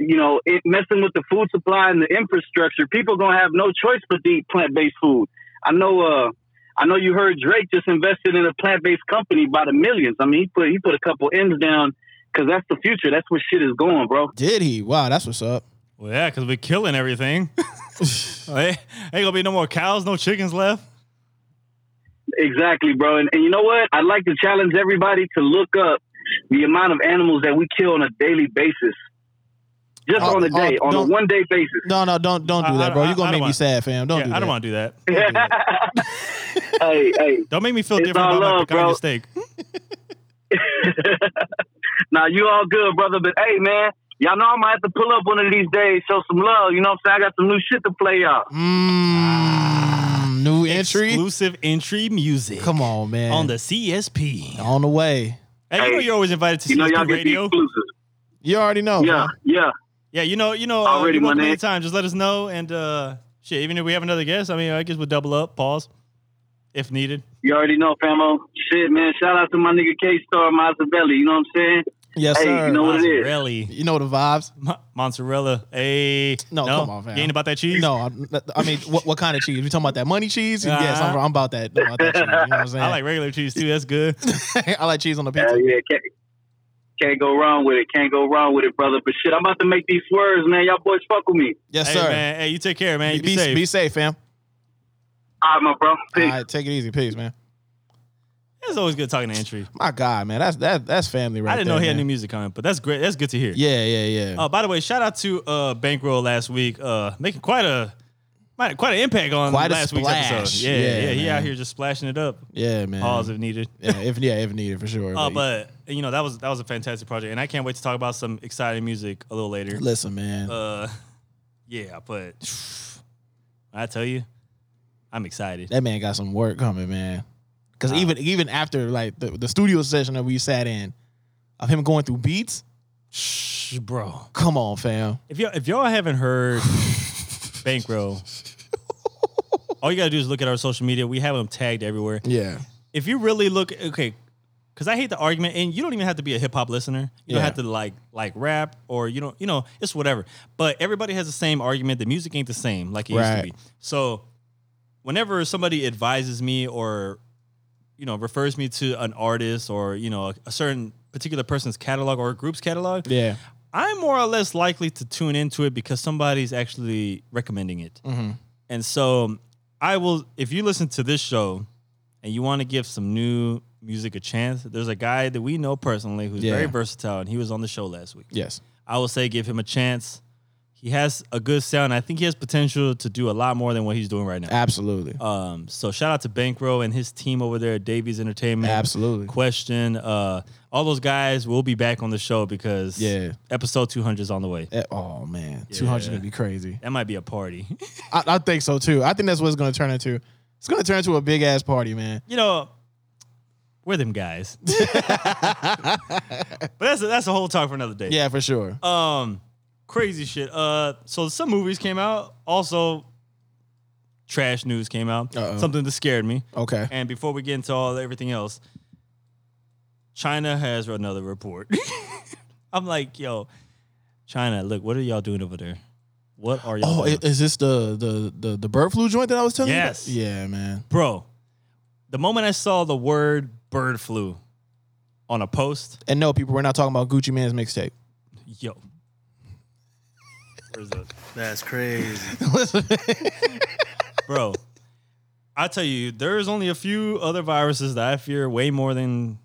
[SPEAKER 5] you know, it messing with the food supply and the infrastructure, people gonna have no choice but to eat plant based food. I know. Uh, I know you heard Drake just invested in a plant based company by the millions. I mean, he put he put a couple M's down because that's the future. That's where shit is going, bro.
[SPEAKER 2] Did he? Wow, that's what's up.
[SPEAKER 1] Well, yeah, because we're killing everything. Oh, hey, ain't gonna be no more cows, no chickens left.
[SPEAKER 5] Exactly, bro. And, and you know what? I'd like to challenge everybody to look up the amount of animals that we kill on a daily basis. Just
[SPEAKER 2] Oh,
[SPEAKER 5] on
[SPEAKER 2] oh,
[SPEAKER 5] a day, on a
[SPEAKER 2] don't-
[SPEAKER 5] one day basis.
[SPEAKER 2] No, no, don't don't do
[SPEAKER 1] I-
[SPEAKER 2] that, bro.
[SPEAKER 1] I-
[SPEAKER 2] You're
[SPEAKER 1] I
[SPEAKER 2] gonna
[SPEAKER 1] don't
[SPEAKER 2] make me
[SPEAKER 1] want-
[SPEAKER 2] sad, fam. Don't
[SPEAKER 1] yeah,
[SPEAKER 2] do that.
[SPEAKER 1] I don't want to do that.
[SPEAKER 5] hey, hey.
[SPEAKER 1] Don't make me feel
[SPEAKER 5] It's
[SPEAKER 1] different
[SPEAKER 5] all
[SPEAKER 1] about my
[SPEAKER 5] love,
[SPEAKER 1] pecan
[SPEAKER 5] bro.
[SPEAKER 1] steak.
[SPEAKER 5] now you all good, brother. But hey, man, y'all know I might have to pull up one of these days, show some love. You know what I'm saying? I got some new shit to play y'all.
[SPEAKER 2] Mm, new entry.
[SPEAKER 1] Exclusive entry music.
[SPEAKER 2] Come on, man.
[SPEAKER 1] On the CSP.
[SPEAKER 2] on the way.
[SPEAKER 1] Hey, you know
[SPEAKER 5] Hey,
[SPEAKER 1] you're always invited to
[SPEAKER 5] You know
[SPEAKER 1] CSP
[SPEAKER 5] y'all get the
[SPEAKER 1] radio.
[SPEAKER 5] exclusive.
[SPEAKER 2] You already know.
[SPEAKER 5] Yeah, yeah.
[SPEAKER 1] Yeah, you know, you know, uh,
[SPEAKER 5] Already,
[SPEAKER 1] you're welcome
[SPEAKER 5] my man.
[SPEAKER 1] anytime. Just let us know and uh shit, even if we have another guest, I mean I guess we'll double up, pause. if needed.
[SPEAKER 5] You already know, famo. Shit, man. Shout out to my nigga K Star Mazzabelli. You know what I'm saying?
[SPEAKER 2] Yes,
[SPEAKER 5] Hey,
[SPEAKER 2] sir.
[SPEAKER 5] you know what it is?
[SPEAKER 1] Mozzarella.
[SPEAKER 2] You know the vibes.
[SPEAKER 1] Mo- mozzarella. Hey.
[SPEAKER 2] No, come on, fam.
[SPEAKER 1] You ain't about that cheese?
[SPEAKER 2] No, I'm- I mean, what, what kind of cheese? We talking about that money cheese? Yes, I'm,
[SPEAKER 1] Uh-huh.
[SPEAKER 2] I'm about that. About that cheese, you know what I'm saying?
[SPEAKER 1] I like regular cheese too. That's good.
[SPEAKER 2] I like cheese on the pizza.
[SPEAKER 5] Hell yeah, can't, can't go wrong with it. Can't go wrong with it, brother. But shit, I'm about to make these words, man. Y'all boys fuck with me.
[SPEAKER 2] Yes,
[SPEAKER 1] hey,
[SPEAKER 2] sir.
[SPEAKER 1] man. Hey, you take care, man.
[SPEAKER 2] Be,
[SPEAKER 1] You be, safe.
[SPEAKER 2] be safe, fam.
[SPEAKER 5] All right, my bro. Peace.
[SPEAKER 2] All right, take it easy, peace, man.
[SPEAKER 1] It's always good talking to entry.
[SPEAKER 2] My God, man, that's that that's family right
[SPEAKER 1] I didn't
[SPEAKER 2] there,
[SPEAKER 1] know he had
[SPEAKER 2] man.
[SPEAKER 1] new music on, but that's great. That's good to hear.
[SPEAKER 2] Yeah, yeah, yeah.
[SPEAKER 1] Uh, by the way, shout out to uh, Bankroll last week, uh, making quite a might- quite an impact on
[SPEAKER 2] Quite a
[SPEAKER 1] last
[SPEAKER 2] splash.
[SPEAKER 1] week's episode. Yeah,
[SPEAKER 2] Yeah,
[SPEAKER 1] yeah, he
[SPEAKER 2] man.
[SPEAKER 1] out here just splashing it up.
[SPEAKER 2] yeah, man.
[SPEAKER 1] Pause if needed.
[SPEAKER 2] Yeah, if yeah, if needed for sure.
[SPEAKER 1] Uh, but you know that was that was a fantastic project, and I can't wait to talk about some exciting music a little later.
[SPEAKER 2] listen, man.
[SPEAKER 1] Uh, yeah, but I tell you, I'm excited.
[SPEAKER 2] that man got some work coming, man. Because even even after like the, the studio session that we sat in, of him going through beats,
[SPEAKER 1] Shh, bro.
[SPEAKER 2] come on, fam.
[SPEAKER 1] If y'all if y'all haven't heard Bankroll, all you gotta do is look at our social media. We have them tagged everywhere.
[SPEAKER 2] Yeah,
[SPEAKER 1] if you really look okay because i hate the argument and you don't even have to be a hip-hop listener you don't
[SPEAKER 2] Yeah.
[SPEAKER 1] have to like like rap or you don't you know it's whatever but everybody has the same argument the music ain't the same like it
[SPEAKER 2] Right.
[SPEAKER 1] used to be so whenever somebody advises me or you know refers me to an artist or you know a, a certain particular person's catalog or a group's catalog
[SPEAKER 2] yeah,
[SPEAKER 1] i'm more or less likely to tune into it because somebody's actually recommending it
[SPEAKER 2] hmm
[SPEAKER 1] and so um, I will, if you listen to this show and you want to give some new music a chance, there's a guy that we know personally who's
[SPEAKER 2] Yeah.
[SPEAKER 1] very versatile and he was on the show last week.
[SPEAKER 2] yes,
[SPEAKER 1] I will say give him a chance. He has a good sound. I think he has potential to do a lot more than what he's doing right now.
[SPEAKER 2] absolutely,
[SPEAKER 1] Um, so shout out to Bankrow and his team over there at Davies Entertainment.
[SPEAKER 2] absolutely.
[SPEAKER 1] Question. Uh, all those guys will be back on the show because
[SPEAKER 2] Yeah.
[SPEAKER 1] episode 200 is on the way.
[SPEAKER 2] Eh, Oh man, two hundred would be crazy.
[SPEAKER 1] That might be a party.
[SPEAKER 2] I, I think so too. I think that's what it's going to turn into. It's going to turn into a big ass party, man.
[SPEAKER 1] you know, we're them guys. but that's a, that's a whole talk for another day.
[SPEAKER 2] Yeah, for sure.
[SPEAKER 1] Um, crazy shit. Uh, so some movies came out. Also, trash news came out.
[SPEAKER 2] Uh-oh.
[SPEAKER 1] Something that scared me.
[SPEAKER 2] okay.
[SPEAKER 1] And before we get into all everything else, China has another report. I'm like, yo, China, look, what are y'all doing over there? What are y'all?
[SPEAKER 2] Oh,
[SPEAKER 1] doing?
[SPEAKER 2] i- is this the the the the bird flu joint that I was telling
[SPEAKER 1] Yes.
[SPEAKER 2] you? Yes. Yeah, man.
[SPEAKER 1] bro. The moment I saw the word bird flu on a post,
[SPEAKER 2] And no, people, we're not talking about Gucci Man's mixtape.
[SPEAKER 1] Yo. Where's that?
[SPEAKER 7] That's crazy.
[SPEAKER 1] Bro, I tell you, there's only a few other viruses that I fear way more than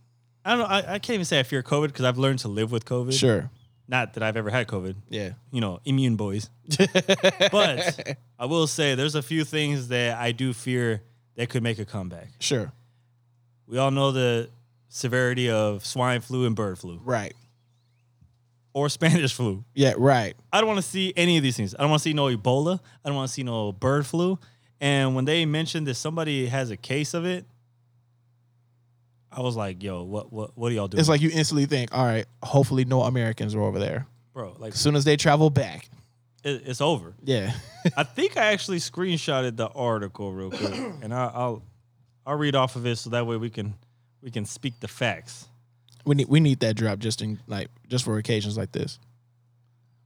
[SPEAKER 1] I don't know. I, I can't even say I fear COVID because I've learned to live with COVID.
[SPEAKER 2] Sure.
[SPEAKER 1] Not that I've ever had COVID,
[SPEAKER 2] Yeah.
[SPEAKER 1] you know, immune boys. but I will say there's a few things that I do fear that could make a comeback.
[SPEAKER 2] Sure.
[SPEAKER 1] We all know the severity of swine flu and bird flu
[SPEAKER 2] Right.
[SPEAKER 1] or Spanish flu.
[SPEAKER 2] Yeah. Right.
[SPEAKER 1] I don't want to see any of these things. I don't want to see no Ebola. I don't want to see no bird flu. And when they mentioned that somebody has a case of it, I was like, "Yo, what, what, what are y'all doing?"
[SPEAKER 2] It's like you instantly think, all right, hopefully no Americans are over there.
[SPEAKER 1] bro, like
[SPEAKER 2] As soon as they travel back.
[SPEAKER 1] it, it's over.
[SPEAKER 2] Yeah.
[SPEAKER 1] I think I actually screenshotted the article real quick, and I, I'll, I'll read off of it so that way we can, we can speak the facts.
[SPEAKER 2] we need we need that drop just in like just for occasions like this.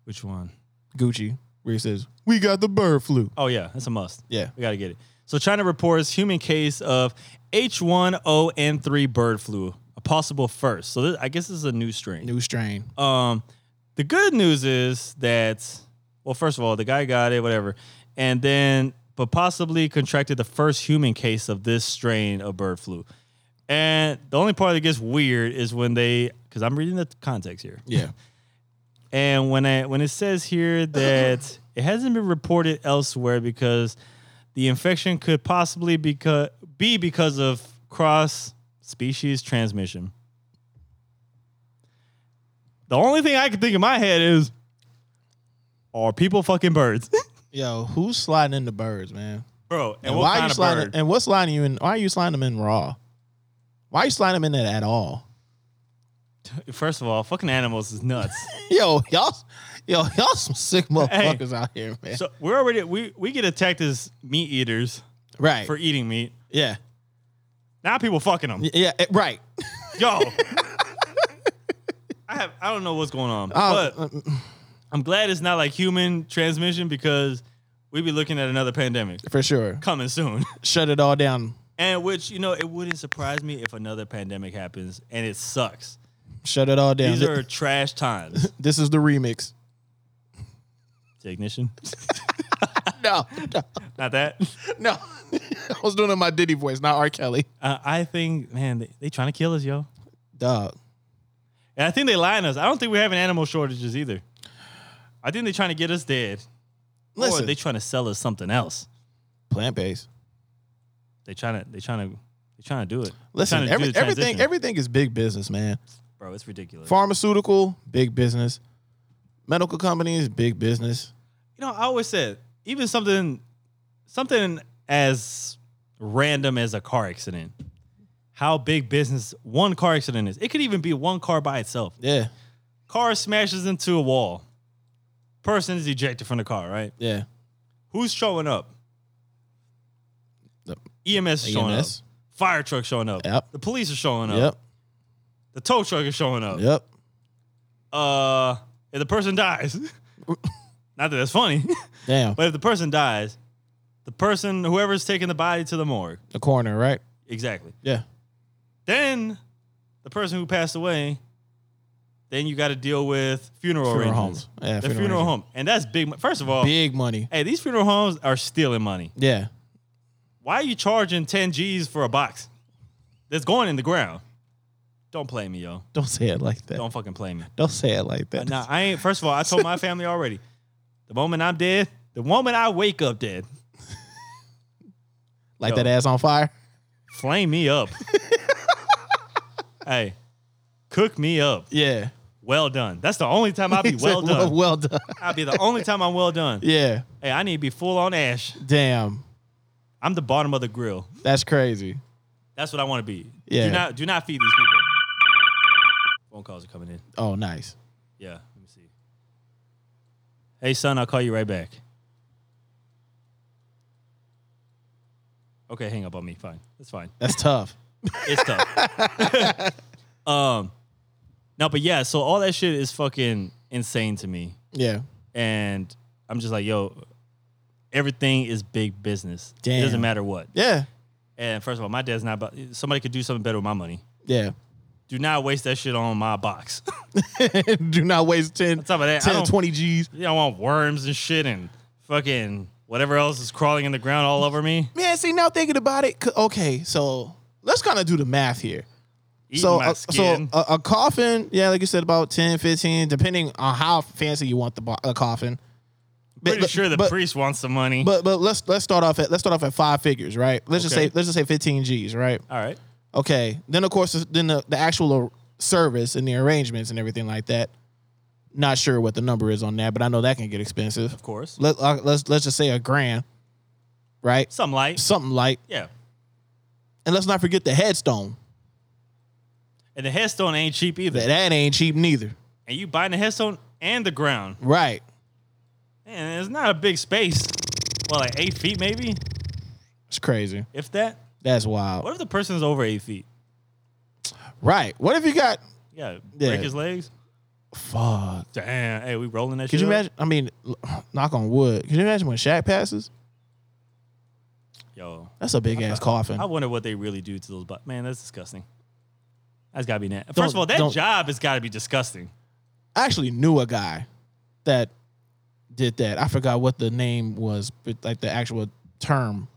[SPEAKER 1] Which one?
[SPEAKER 2] Gucci, where he says, We got the bird flu.
[SPEAKER 1] Oh yeah, that's a must.
[SPEAKER 2] Yeah.
[SPEAKER 1] We got to get it. So China reports human case of H1N3 bird flu, a possible first. So this, I guess this is a new strain.
[SPEAKER 2] New strain.
[SPEAKER 1] Um, the good news is that, well, first of all, the guy got it, whatever, and then but possibly contracted the first human case of this strain of bird flu. And the only part that gets weird is when they, because I'm reading the context here.
[SPEAKER 2] Yeah.
[SPEAKER 1] And when I when it says here that it hasn't been reported elsewhere because the infection could possibly beca- be because of cross species transmission. The only thing I can think in my head is are people fucking birds?
[SPEAKER 2] Yo, who's sliding into birds, man?
[SPEAKER 1] Bro, and,
[SPEAKER 2] And
[SPEAKER 1] what
[SPEAKER 2] why are
[SPEAKER 1] kind
[SPEAKER 2] you
[SPEAKER 1] of
[SPEAKER 2] sliding?
[SPEAKER 1] bird?
[SPEAKER 2] And what's sliding you in? Why are you sliding them in raw? Why are you sliding them in it at all?
[SPEAKER 1] First of all, fucking animals is nuts.
[SPEAKER 2] Yo, y'all, yo, y'all some sick motherfuckers out here, man.
[SPEAKER 1] so we're already we we get attacked as meat eaters
[SPEAKER 2] right?
[SPEAKER 1] for eating meat.
[SPEAKER 2] yeah,
[SPEAKER 1] Now people fucking them.
[SPEAKER 2] Yeah, eh, right.
[SPEAKER 1] Yo. I have I don't know what's going on.
[SPEAKER 2] Oh,
[SPEAKER 1] but I'm glad it's not like human transmission because we'd be looking at another pandemic
[SPEAKER 2] For sure.
[SPEAKER 1] coming soon.
[SPEAKER 2] Shut it all down.
[SPEAKER 1] and which, you know, it wouldn't surprise me if another pandemic happens and it sucks.
[SPEAKER 2] Shut it all down.
[SPEAKER 1] These
[SPEAKER 2] Th-
[SPEAKER 1] are trash times.
[SPEAKER 2] this is the remix.
[SPEAKER 1] Technician.
[SPEAKER 2] No,
[SPEAKER 1] Not that.
[SPEAKER 2] no. I was doing it in my Diddy voice, not R. Kelly.
[SPEAKER 1] Uh, I think, man, they, they trying to kill us, yo.
[SPEAKER 2] Dog.
[SPEAKER 1] And I think they lying to us. I don't think we're having animal shortages either. I think they're trying to get us dead. or
[SPEAKER 2] Listen,
[SPEAKER 1] they trying to sell us something else.
[SPEAKER 2] plant based.
[SPEAKER 1] They trying to they trying to they trying to do it. They
[SPEAKER 2] Listen,
[SPEAKER 1] tryna do
[SPEAKER 2] every,
[SPEAKER 1] the
[SPEAKER 2] everything
[SPEAKER 1] transition.
[SPEAKER 2] everything is big business, man.
[SPEAKER 1] bro, it's ridiculous.
[SPEAKER 2] Pharmaceutical, big business. Medical companies, big business.
[SPEAKER 1] you know, I always said even something something as random as a car accident. How big business one car accident is. It could even be one car by itself.
[SPEAKER 2] Yeah,
[SPEAKER 1] Car smashes into a wall. Person is ejected from the car, right?
[SPEAKER 2] yeah.
[SPEAKER 1] Who's showing up?
[SPEAKER 2] The-
[SPEAKER 1] EMS is showing up.
[SPEAKER 2] EMS.
[SPEAKER 1] Fire truck showing up.
[SPEAKER 2] E Yep.
[SPEAKER 1] The police are showing up.
[SPEAKER 2] Yep,
[SPEAKER 1] The tow truck is showing up.
[SPEAKER 2] yep.
[SPEAKER 1] Uh, if the person dies, not that that's funny,
[SPEAKER 2] Damn,
[SPEAKER 1] but if the person dies, the person whoever's taking the body to the morgue,
[SPEAKER 2] the corner, right?
[SPEAKER 1] exactly.
[SPEAKER 2] Yeah,
[SPEAKER 1] Then the person who passed away, then you got to deal with funeral,
[SPEAKER 2] Funeral
[SPEAKER 1] arrangements.
[SPEAKER 2] homes. Yeah,
[SPEAKER 1] the
[SPEAKER 2] funeral
[SPEAKER 1] funeral, home, and that's big. mo- First of all,
[SPEAKER 2] big money.
[SPEAKER 1] hey, these funeral homes are stealing money.
[SPEAKER 2] Yeah,
[SPEAKER 1] Why are you charging ten G's for a box that's going in the ground? Don't play me, yo.
[SPEAKER 2] don't say it like that. Don't,
[SPEAKER 1] Don't fucking play me.
[SPEAKER 2] say it like that.
[SPEAKER 1] Nah, I ain't. First of all, I told my family already. The moment I'm dead, the moment I wake up dead,
[SPEAKER 2] like
[SPEAKER 1] yo.
[SPEAKER 2] that ass on fire.
[SPEAKER 1] flame me up. hey, cook me up.
[SPEAKER 2] Yeah,
[SPEAKER 1] Well done. That's the only time I'll be
[SPEAKER 2] He said,
[SPEAKER 1] well done.
[SPEAKER 2] Well done.
[SPEAKER 1] I'll be the only time I'm well done.
[SPEAKER 2] yeah.
[SPEAKER 1] Hey, I need to be full on ash.
[SPEAKER 2] Damn,
[SPEAKER 1] I'm the bottom of the grill.
[SPEAKER 2] that's crazy.
[SPEAKER 1] That's what I want to be.
[SPEAKER 2] Yeah.
[SPEAKER 1] Do not do not feed these people. Phone calls are coming in.
[SPEAKER 2] Oh, nice.
[SPEAKER 1] Yeah. Let me see. Hey son, I'll call you right back. Okay, hang up on me. Fine. That's fine.
[SPEAKER 2] That's tough.
[SPEAKER 1] It's tough. um no, but yeah, so all that shit is fucking insane to me.
[SPEAKER 2] Yeah,
[SPEAKER 1] And I'm just like, yo, everything is big business. It
[SPEAKER 2] Damn.
[SPEAKER 1] doesn't matter what.
[SPEAKER 2] yeah,
[SPEAKER 1] And first of all, my dad's not about somebody could do something better with my money.
[SPEAKER 2] yeah.
[SPEAKER 1] Do not waste that shit on my box.
[SPEAKER 2] Do not waste 10,
[SPEAKER 1] top of that, I
[SPEAKER 2] 10
[SPEAKER 1] don't-
[SPEAKER 2] 20 G's.
[SPEAKER 1] you don't want worms and shit and fucking whatever else is crawling in the ground all over me.
[SPEAKER 2] Man, see, now thinking about it, c- okay, so let's kind of do the math here.
[SPEAKER 1] Eating
[SPEAKER 2] so,
[SPEAKER 1] my
[SPEAKER 2] a, so uh,
[SPEAKER 1] skin.
[SPEAKER 2] a, a coffin, yeah, like you said, about 10, 15, depending on how fancy you want the bo- a coffin. But-
[SPEAKER 1] Pretty
[SPEAKER 2] but-
[SPEAKER 1] sure the
[SPEAKER 2] but,
[SPEAKER 1] priest wants some money.
[SPEAKER 2] But but let's let's start off at let's start off at five figures, right? Let's just
[SPEAKER 1] Okay.
[SPEAKER 2] say let's just say 15 G's, right?
[SPEAKER 1] all right.
[SPEAKER 2] Okay. Then of course then the, the actual uh, service and the arrangements and everything like that. Not sure what the number is on that, but I know that can get expensive.
[SPEAKER 1] Of course.
[SPEAKER 2] Let uh, let's let's just say a grand, right?
[SPEAKER 1] Some light.
[SPEAKER 2] Something like,
[SPEAKER 1] Yeah.
[SPEAKER 2] and let's not forget the headstone.
[SPEAKER 1] And the headstone ain't cheap either.
[SPEAKER 2] That that ain't cheap neither,
[SPEAKER 1] And you buying the headstone and the ground.
[SPEAKER 2] right?
[SPEAKER 1] And it's not a big space. Well, like eight feet maybe,
[SPEAKER 2] It's crazy.
[SPEAKER 1] if that.
[SPEAKER 2] That's wild,
[SPEAKER 1] What if the person's over eight feet?
[SPEAKER 2] right? What if you got
[SPEAKER 1] Yeah.
[SPEAKER 2] Yeah.
[SPEAKER 1] Break his legs.
[SPEAKER 2] fuck?
[SPEAKER 1] Damn. Hey, we rolling that
[SPEAKER 2] Could
[SPEAKER 1] shit.
[SPEAKER 2] you
[SPEAKER 1] up?
[SPEAKER 2] imagine? I mean, l- knock on wood. Could you imagine when Shaq passes?
[SPEAKER 1] Yo.
[SPEAKER 2] That's a big ass coffin.
[SPEAKER 1] I wonder what they really do to those. But man, that's disgusting. That's gotta be net. 1st
[SPEAKER 2] Don't-
[SPEAKER 1] of all, that
[SPEAKER 2] don't-
[SPEAKER 1] job has gotta be disgusting.
[SPEAKER 2] I actually knew a guy that did that. I forgot what the name was, but like the actual term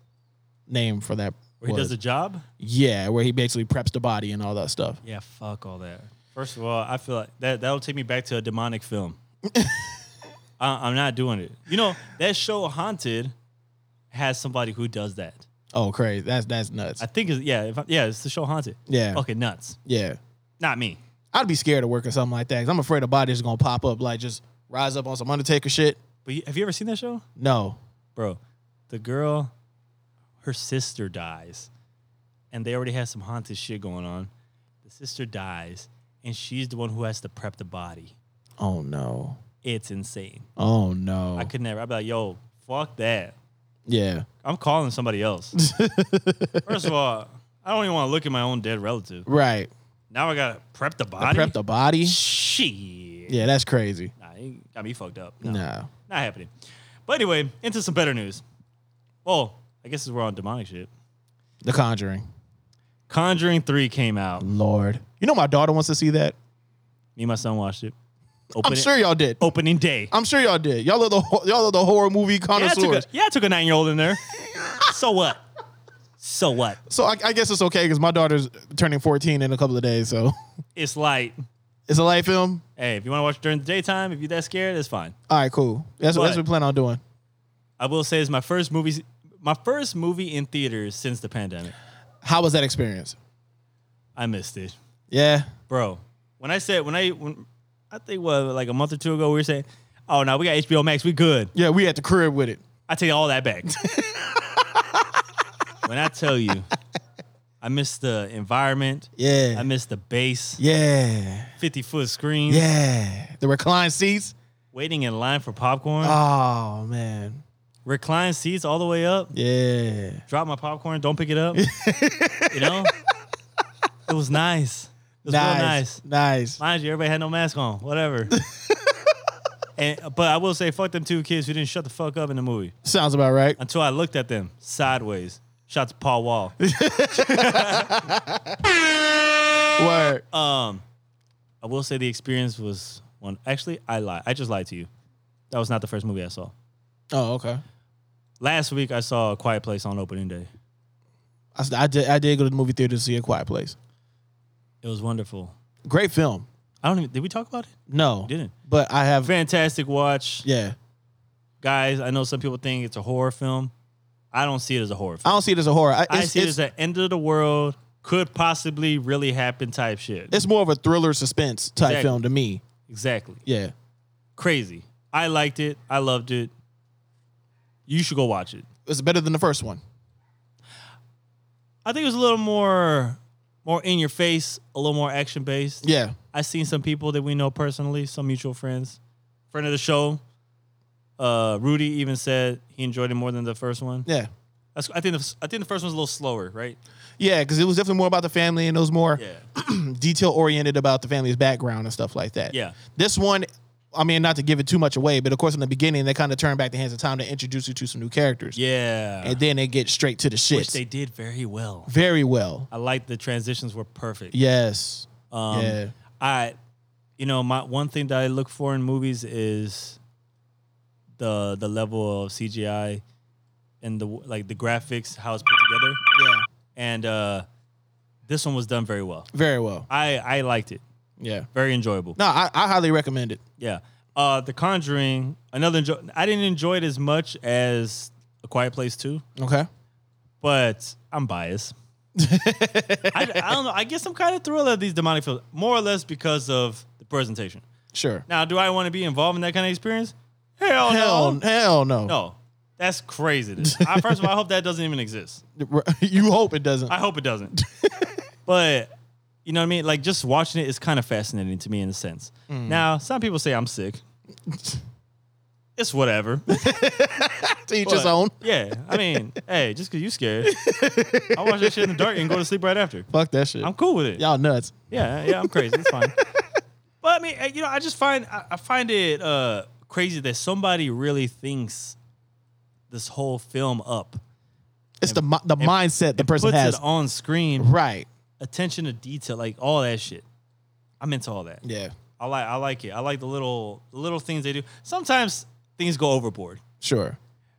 [SPEAKER 2] name for that.
[SPEAKER 1] Where he
[SPEAKER 2] was.
[SPEAKER 1] does the job.
[SPEAKER 2] yeah, where he basically preps the body and all that stuff.
[SPEAKER 1] Yeah, fuck all that. First of all, I feel like that that'll take me back to a demonic film. I, I'm not doing it. You know that show Haunted has somebody who does that.
[SPEAKER 2] Oh, crazy! That's that's nuts.
[SPEAKER 1] I think is yeah, if I, yeah, it's the show Haunted.
[SPEAKER 2] Yeah.
[SPEAKER 1] fucking nuts.
[SPEAKER 2] yeah,
[SPEAKER 1] Not me.
[SPEAKER 2] I'd be scared of working something like that. Cause I'm afraid a body's gonna pop up, like just rise up on some Undertaker shit.
[SPEAKER 1] But you, have you ever seen that show,
[SPEAKER 2] No,
[SPEAKER 1] bro? The girl, her sister dies, and they already had some haunted shit going on. The sister dies, and she's the one who has to prep the body.
[SPEAKER 2] oh no,
[SPEAKER 1] It's insane.
[SPEAKER 2] oh no,
[SPEAKER 1] I could never. I'd be like, yo, fuck that.
[SPEAKER 2] yeah,
[SPEAKER 1] I'm calling somebody else. First of all, I I don't even want to look at my own dead relative.
[SPEAKER 2] Right.
[SPEAKER 1] Now I gotta prep the body.
[SPEAKER 2] Prep the body.
[SPEAKER 1] Shit.
[SPEAKER 2] Yeah, that's crazy.
[SPEAKER 1] Nah, he got me fucked up.
[SPEAKER 2] No.
[SPEAKER 1] No, not happening. But anyway, into some better news. Well, I guess we're on demonic shit.
[SPEAKER 2] The Conjuring.
[SPEAKER 1] Conjuring Three came out. Me
[SPEAKER 2] Lord. You know my daughter wants to see that.
[SPEAKER 1] and my son watched it.
[SPEAKER 2] I'm
[SPEAKER 1] Open
[SPEAKER 2] sure y'all did.
[SPEAKER 1] opening day.
[SPEAKER 2] I'm sure y'all did. Y'all are the ho- y'all are the horror movie
[SPEAKER 1] yeah, I took a,
[SPEAKER 2] connoisseurs.
[SPEAKER 1] yeah, I took a nine year old in there. so what? So what?
[SPEAKER 2] so I, I guess it's okay because my daughter's turning 14 in a couple of days. So
[SPEAKER 1] It's like,
[SPEAKER 2] it's a light film.
[SPEAKER 1] hey, if you want to watch it during the daytime, if you're that scared, that's fine.
[SPEAKER 2] All right, cool. That's what, that's
[SPEAKER 1] But-
[SPEAKER 2] what we plan on doing.
[SPEAKER 1] I will say it's my first movie, my first movie in theaters since the pandemic.
[SPEAKER 2] How was that experience?
[SPEAKER 1] I missed it,
[SPEAKER 2] Yeah.
[SPEAKER 1] bro. When I said when I when I think what like a month or two ago we were saying, oh no, we got HBO Max, we good.
[SPEAKER 2] Yeah, we at the crib with it.
[SPEAKER 1] I take all that back. when I tell you, I miss the environment.
[SPEAKER 2] Yeah.
[SPEAKER 1] I miss the bass,
[SPEAKER 2] yeah.
[SPEAKER 1] fifty foot screen,
[SPEAKER 2] Yeah. The reclined seats.
[SPEAKER 1] waiting in line for popcorn,
[SPEAKER 2] Oh man.
[SPEAKER 1] reclined seats all the way up.
[SPEAKER 2] Yeah.
[SPEAKER 1] Drop my popcorn, don't pick it up. you know, it was nice. It was real nice.
[SPEAKER 2] Nice.
[SPEAKER 1] Mind you, everybody had no mask on. Whatever. and but I will say, fuck them two kids who didn't shut the fuck up in the movie
[SPEAKER 2] Sounds about right.
[SPEAKER 1] until I looked at them sideways. Shout to Paul Wall. Uh,
[SPEAKER 2] Word.
[SPEAKER 1] Um, I will say the experience was one. Actually, I lied. I just lied to you. That was not the first movie I saw.
[SPEAKER 2] oh, okay.
[SPEAKER 1] Last week I saw A Quiet Place on opening day.
[SPEAKER 2] I, s- I did. I did go to the movie theater to see A Quiet Place.
[SPEAKER 1] It was wonderful.
[SPEAKER 2] Great film.
[SPEAKER 1] I don't even. Did we talk about it?
[SPEAKER 2] No,
[SPEAKER 1] Didn't.
[SPEAKER 2] But I have.
[SPEAKER 1] Fantastic watch,
[SPEAKER 2] Yeah,
[SPEAKER 1] guys. I know some people think it's a horror film. I don't see it as a horror
[SPEAKER 2] I
[SPEAKER 1] film.
[SPEAKER 2] don't see it as a horror. I, it's,
[SPEAKER 1] I see it
[SPEAKER 2] it's,
[SPEAKER 1] as an end of the world could possibly really happen type shit.
[SPEAKER 2] it's more of a thriller suspense type
[SPEAKER 1] Exactly.
[SPEAKER 2] film to me.
[SPEAKER 1] Exactly.
[SPEAKER 2] Yeah.
[SPEAKER 1] Crazy. I liked it. I loved it. You should go watch it.
[SPEAKER 2] It's better than the first one.
[SPEAKER 1] I think it was a little more more in your face, a little more action based.
[SPEAKER 2] Yeah.
[SPEAKER 1] I seen some people that we know personally, some mutual friends. Friend of the show, uh, Rudy even said he enjoyed it more than the first one.
[SPEAKER 2] Yeah.
[SPEAKER 1] That's, I think the, I think the first one's a little slower, right?
[SPEAKER 2] Yeah, because it was definitely more about the family and it was more
[SPEAKER 1] Yeah.
[SPEAKER 2] detail oriented about the family's background and stuff like that.
[SPEAKER 1] Yeah.
[SPEAKER 2] This one, I mean, not to give it too much away, but of course, in the beginning, they kind of turn back the hands of time to introduce you to some new characters.
[SPEAKER 1] Yeah.
[SPEAKER 2] And then they get straight to the
[SPEAKER 1] Which
[SPEAKER 2] shit.
[SPEAKER 1] they did very well.
[SPEAKER 2] Very well.
[SPEAKER 1] I like the transitions were perfect.
[SPEAKER 2] Yes.
[SPEAKER 1] Um,
[SPEAKER 2] yeah.
[SPEAKER 1] I, you know, my one thing that I look for in movies is the the level of CGI and the like the graphics, how it's put together,
[SPEAKER 2] Yeah.
[SPEAKER 1] and uh, this one was done very well.
[SPEAKER 2] Very well.
[SPEAKER 1] I I liked it,
[SPEAKER 2] Yeah.
[SPEAKER 1] very enjoyable.
[SPEAKER 2] No, I, I highly recommend it.
[SPEAKER 1] Yeah, uh, The Conjuring, another. Enjoy- I didn't enjoy it as much as A Quiet Place Two,
[SPEAKER 2] Okay.
[SPEAKER 1] but I'm biased. I, I don't know. I guess I'm kind of thrilled at these demonic films, more or less because of the presentation.
[SPEAKER 2] Sure.
[SPEAKER 1] Now, do I want to be involved in that kind of experience? Hell,
[SPEAKER 2] hell,
[SPEAKER 1] no.
[SPEAKER 2] hell no.
[SPEAKER 1] No. That's craziness. I, first of all, I hope that doesn't even exist.
[SPEAKER 2] You hope it doesn't.
[SPEAKER 1] I hope it doesn't. but you know what I mean? Like just watching it is kind of fascinating to me in a sense. Now, some people say I'm sick. it's whatever.
[SPEAKER 2] to each
[SPEAKER 1] But,
[SPEAKER 2] his own.
[SPEAKER 1] Yeah. I mean, hey, just cause you scared. I watch that shit in the dark and go to sleep right after.
[SPEAKER 2] Fuck that shit.
[SPEAKER 1] I'm cool with it.
[SPEAKER 2] Y'all nuts.
[SPEAKER 1] Yeah, yeah, I'm crazy. It's fine. but I mean, eh, you know, I just find I, I find it uh, crazy that somebody really thinks this whole film up,
[SPEAKER 2] It's the mi- the mindset the person
[SPEAKER 1] puts
[SPEAKER 2] has.
[SPEAKER 1] it on screen,
[SPEAKER 2] Right.
[SPEAKER 1] attention to detail, like all that shit. I'm into all that.
[SPEAKER 2] Yeah.
[SPEAKER 1] I like I like it. I like the little little things they do. Sometimes things go overboard,
[SPEAKER 2] Sure.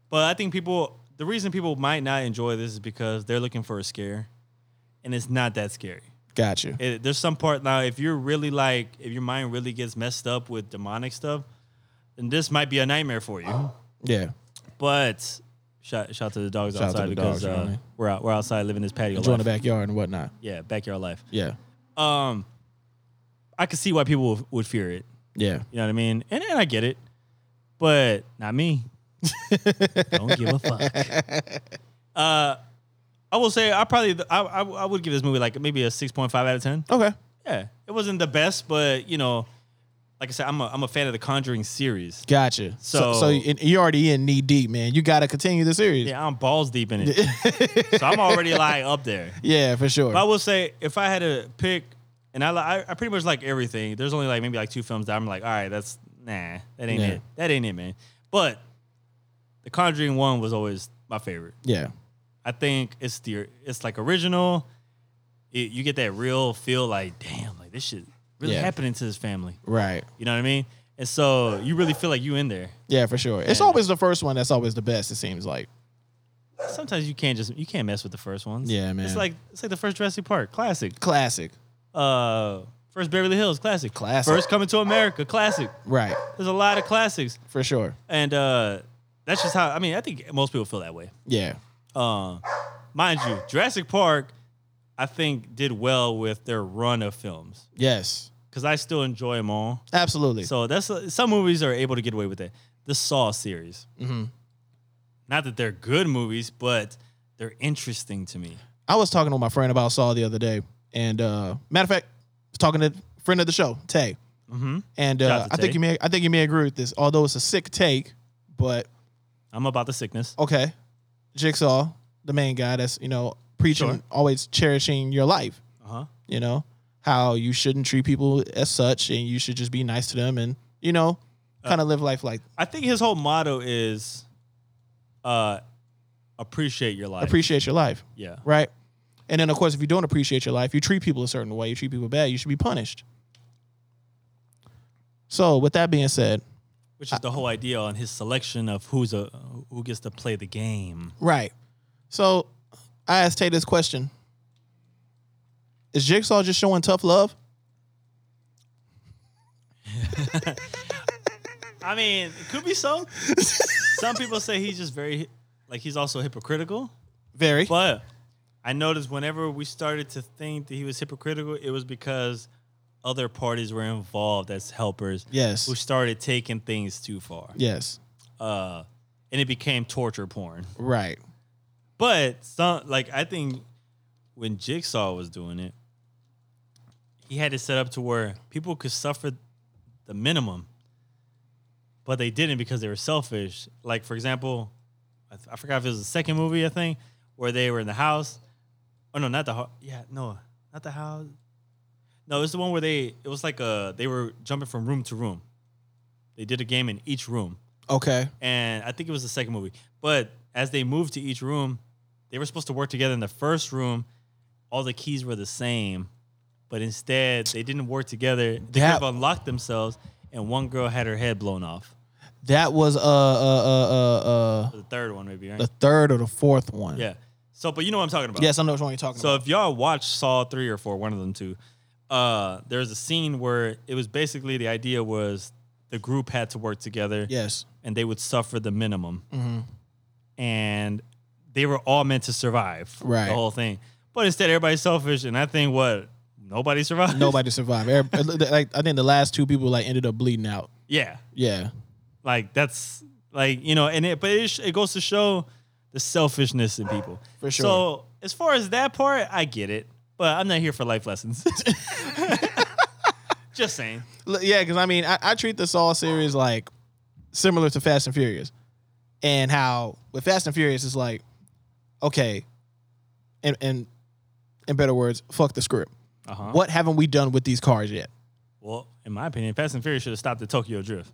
[SPEAKER 1] but I think people the reason people might not enjoy this is because they're looking for a scare, and it's not that scary.
[SPEAKER 2] Got you.
[SPEAKER 1] it, there's some part now if you're really like if your mind really gets messed up with demonic stuff then this might be a nightmare for
[SPEAKER 2] Oh.
[SPEAKER 1] you
[SPEAKER 2] Yeah.
[SPEAKER 1] but shout, shout to the dogs
[SPEAKER 2] Shout out to
[SPEAKER 1] outside
[SPEAKER 2] the
[SPEAKER 1] because
[SPEAKER 2] dogs, you know what I
[SPEAKER 1] uh,
[SPEAKER 2] mean?
[SPEAKER 1] we're out we're outside living this patio
[SPEAKER 2] Enjoying
[SPEAKER 1] life.
[SPEAKER 2] the backyard and whatnot.
[SPEAKER 1] yeah backyard life
[SPEAKER 2] Yeah.
[SPEAKER 1] um i could see why people would, would fear it
[SPEAKER 2] Yeah.
[SPEAKER 1] you know what i mean and, and i get it but not me don't give a fuck uh i will say i probably I, I i would give this movie like maybe a 6.5 out of 10
[SPEAKER 2] Okay.
[SPEAKER 1] Yeah, it wasn't the best, but you know, like I said, I'm a, I'm a fan of the Conjuring series.
[SPEAKER 2] Gotcha. So, so,
[SPEAKER 1] So-
[SPEAKER 2] you- you're already in knee deep, man. You got to continue the series.
[SPEAKER 1] Yeah, I'm balls deep in it, so I'm already like up there.
[SPEAKER 2] Yeah, for sure.
[SPEAKER 1] But I will say, if I had to pick, and I, li- I I pretty much like everything. There's only like maybe like two films that I'm like, all right, that's nah, that ain't
[SPEAKER 2] Yeah.
[SPEAKER 1] it, that ain't it, man. But the Conjuring one was always my favorite.
[SPEAKER 2] yeah,
[SPEAKER 1] I think it's the it's like original. It, you get that real feel, like damn, like this shit really
[SPEAKER 2] Yeah.
[SPEAKER 1] happening to this family.
[SPEAKER 2] right.
[SPEAKER 1] You know what I mean? And so you really feel like you in there.
[SPEAKER 2] Yeah, for sure. It's
[SPEAKER 1] Yeah.
[SPEAKER 2] always the first one that's always the best. It seems like.
[SPEAKER 1] Sometimes you can't just you can't mess with the first ones.
[SPEAKER 2] Yeah, man.
[SPEAKER 1] It's like it's like the first Jurassic Park classic.
[SPEAKER 2] Classic.
[SPEAKER 1] Uh, first Beverly Hills classic.
[SPEAKER 2] Classic.
[SPEAKER 1] First Coming to America classic.
[SPEAKER 2] Right.
[SPEAKER 1] There's a lot of classics,
[SPEAKER 2] For sure.
[SPEAKER 1] and uh, that's just how I mean. I think most people feel that way.
[SPEAKER 2] Yeah.
[SPEAKER 1] Uh, mind you, Jurassic Park, I think did well with their run of films.
[SPEAKER 2] Yes.
[SPEAKER 1] because I still enjoy them all.
[SPEAKER 2] Absolutely.
[SPEAKER 1] So that's some movies are able to get away with it. The Saw series, not that they're good movies, but they're interesting to me.
[SPEAKER 2] I was talking with my friend about Saw the other day, and uh, matter of fact, I was talking to a friend of the show, Tay, mm-hmm. and
[SPEAKER 1] Shout
[SPEAKER 2] uh,
[SPEAKER 1] out to
[SPEAKER 2] I think
[SPEAKER 1] Tay.
[SPEAKER 2] you may, I think you may agree with this, although it's a sick take, but
[SPEAKER 1] I'm about the sickness.
[SPEAKER 2] okay, Jigsaw, the main guy that's you know preaching,
[SPEAKER 1] Sure.
[SPEAKER 2] always cherishing your life,
[SPEAKER 1] Uh huh.
[SPEAKER 2] you know how you shouldn't treat people as such, and you should just be nice to them, and you know,
[SPEAKER 1] Uh,
[SPEAKER 2] kind of live life like
[SPEAKER 1] I think his whole motto is, uh, appreciate your life.
[SPEAKER 2] appreciate your life,
[SPEAKER 1] yeah.
[SPEAKER 2] right? And then of course, if you don't appreciate your life, you treat people a certain way, you treat people bad, you should be punished. So with that being said,
[SPEAKER 1] Which is the whole idea on his selection of who's a who gets to play the game.
[SPEAKER 2] Right. So I asked Tay this question. Is Jigsaw just showing tough love?
[SPEAKER 1] I mean, it could be so. Some people say he's just very like he's also hypocritical.
[SPEAKER 2] Very.
[SPEAKER 1] But I noticed whenever we started to think that he was hypocritical, it was because other parties were involved as helpers who
[SPEAKER 2] yes.
[SPEAKER 1] started taking things too far.
[SPEAKER 2] Yes.
[SPEAKER 1] Uh, and it became torture porn.
[SPEAKER 2] Right.
[SPEAKER 1] But some like I think when Jigsaw was doing it, he had it set up to where people could suffer the minimum, but they didn't because they were selfish. Like for example, I, th- I forgot if it was the second movie I think where they were in the house. Oh no, not the house. Yeah, no, not the house. No, it's the one where they it was like uh they were jumping from room to room. They did a game in each room
[SPEAKER 2] Okay.
[SPEAKER 1] and I think it was the second movie. But as they moved to each room, they were supposed to work together in the first room. All the keys were the same, but instead they didn't work together. They could
[SPEAKER 2] That-
[SPEAKER 1] have unlocked themselves, and one girl had her head blown off.
[SPEAKER 2] That was uh uh uh uh
[SPEAKER 1] The third one, maybe, right?
[SPEAKER 2] the third or the fourth one.
[SPEAKER 1] yeah. So, but you know what I'm talking about.
[SPEAKER 2] Yes, I know which one you're talking
[SPEAKER 1] So
[SPEAKER 2] about.
[SPEAKER 1] if y'all watch Saw three or four, one of them two, uh, there's a scene where it was basically the idea was the group had to work together.
[SPEAKER 2] Yes.
[SPEAKER 1] and they would suffer the minimum. And they were all meant to survive
[SPEAKER 2] Mm-hmm. Right.
[SPEAKER 1] the whole thing. But instead, everybody's selfish. And I think what? Nobody survived?
[SPEAKER 2] Nobody survived. Every- like I think the last two people like ended up bleeding out.
[SPEAKER 1] Yeah.
[SPEAKER 2] Yeah.
[SPEAKER 1] Like that's like, you know, and it, but it, sh- it goes to show the selfishness in people.
[SPEAKER 2] For sure.
[SPEAKER 1] So as far as that part, I get it. But I'm not here for life lessons. Just saying.
[SPEAKER 2] L- Yeah, because I mean, I, I treat the Saw series like similar to Fast and Furious, and how with Fast and Furious it's like, okay, and and in better words, fuck the script.
[SPEAKER 1] Uh-huh.
[SPEAKER 2] What haven't we done with these cars yet?
[SPEAKER 1] Well, in my opinion, Fast and Furious should have stopped at Tokyo Drift.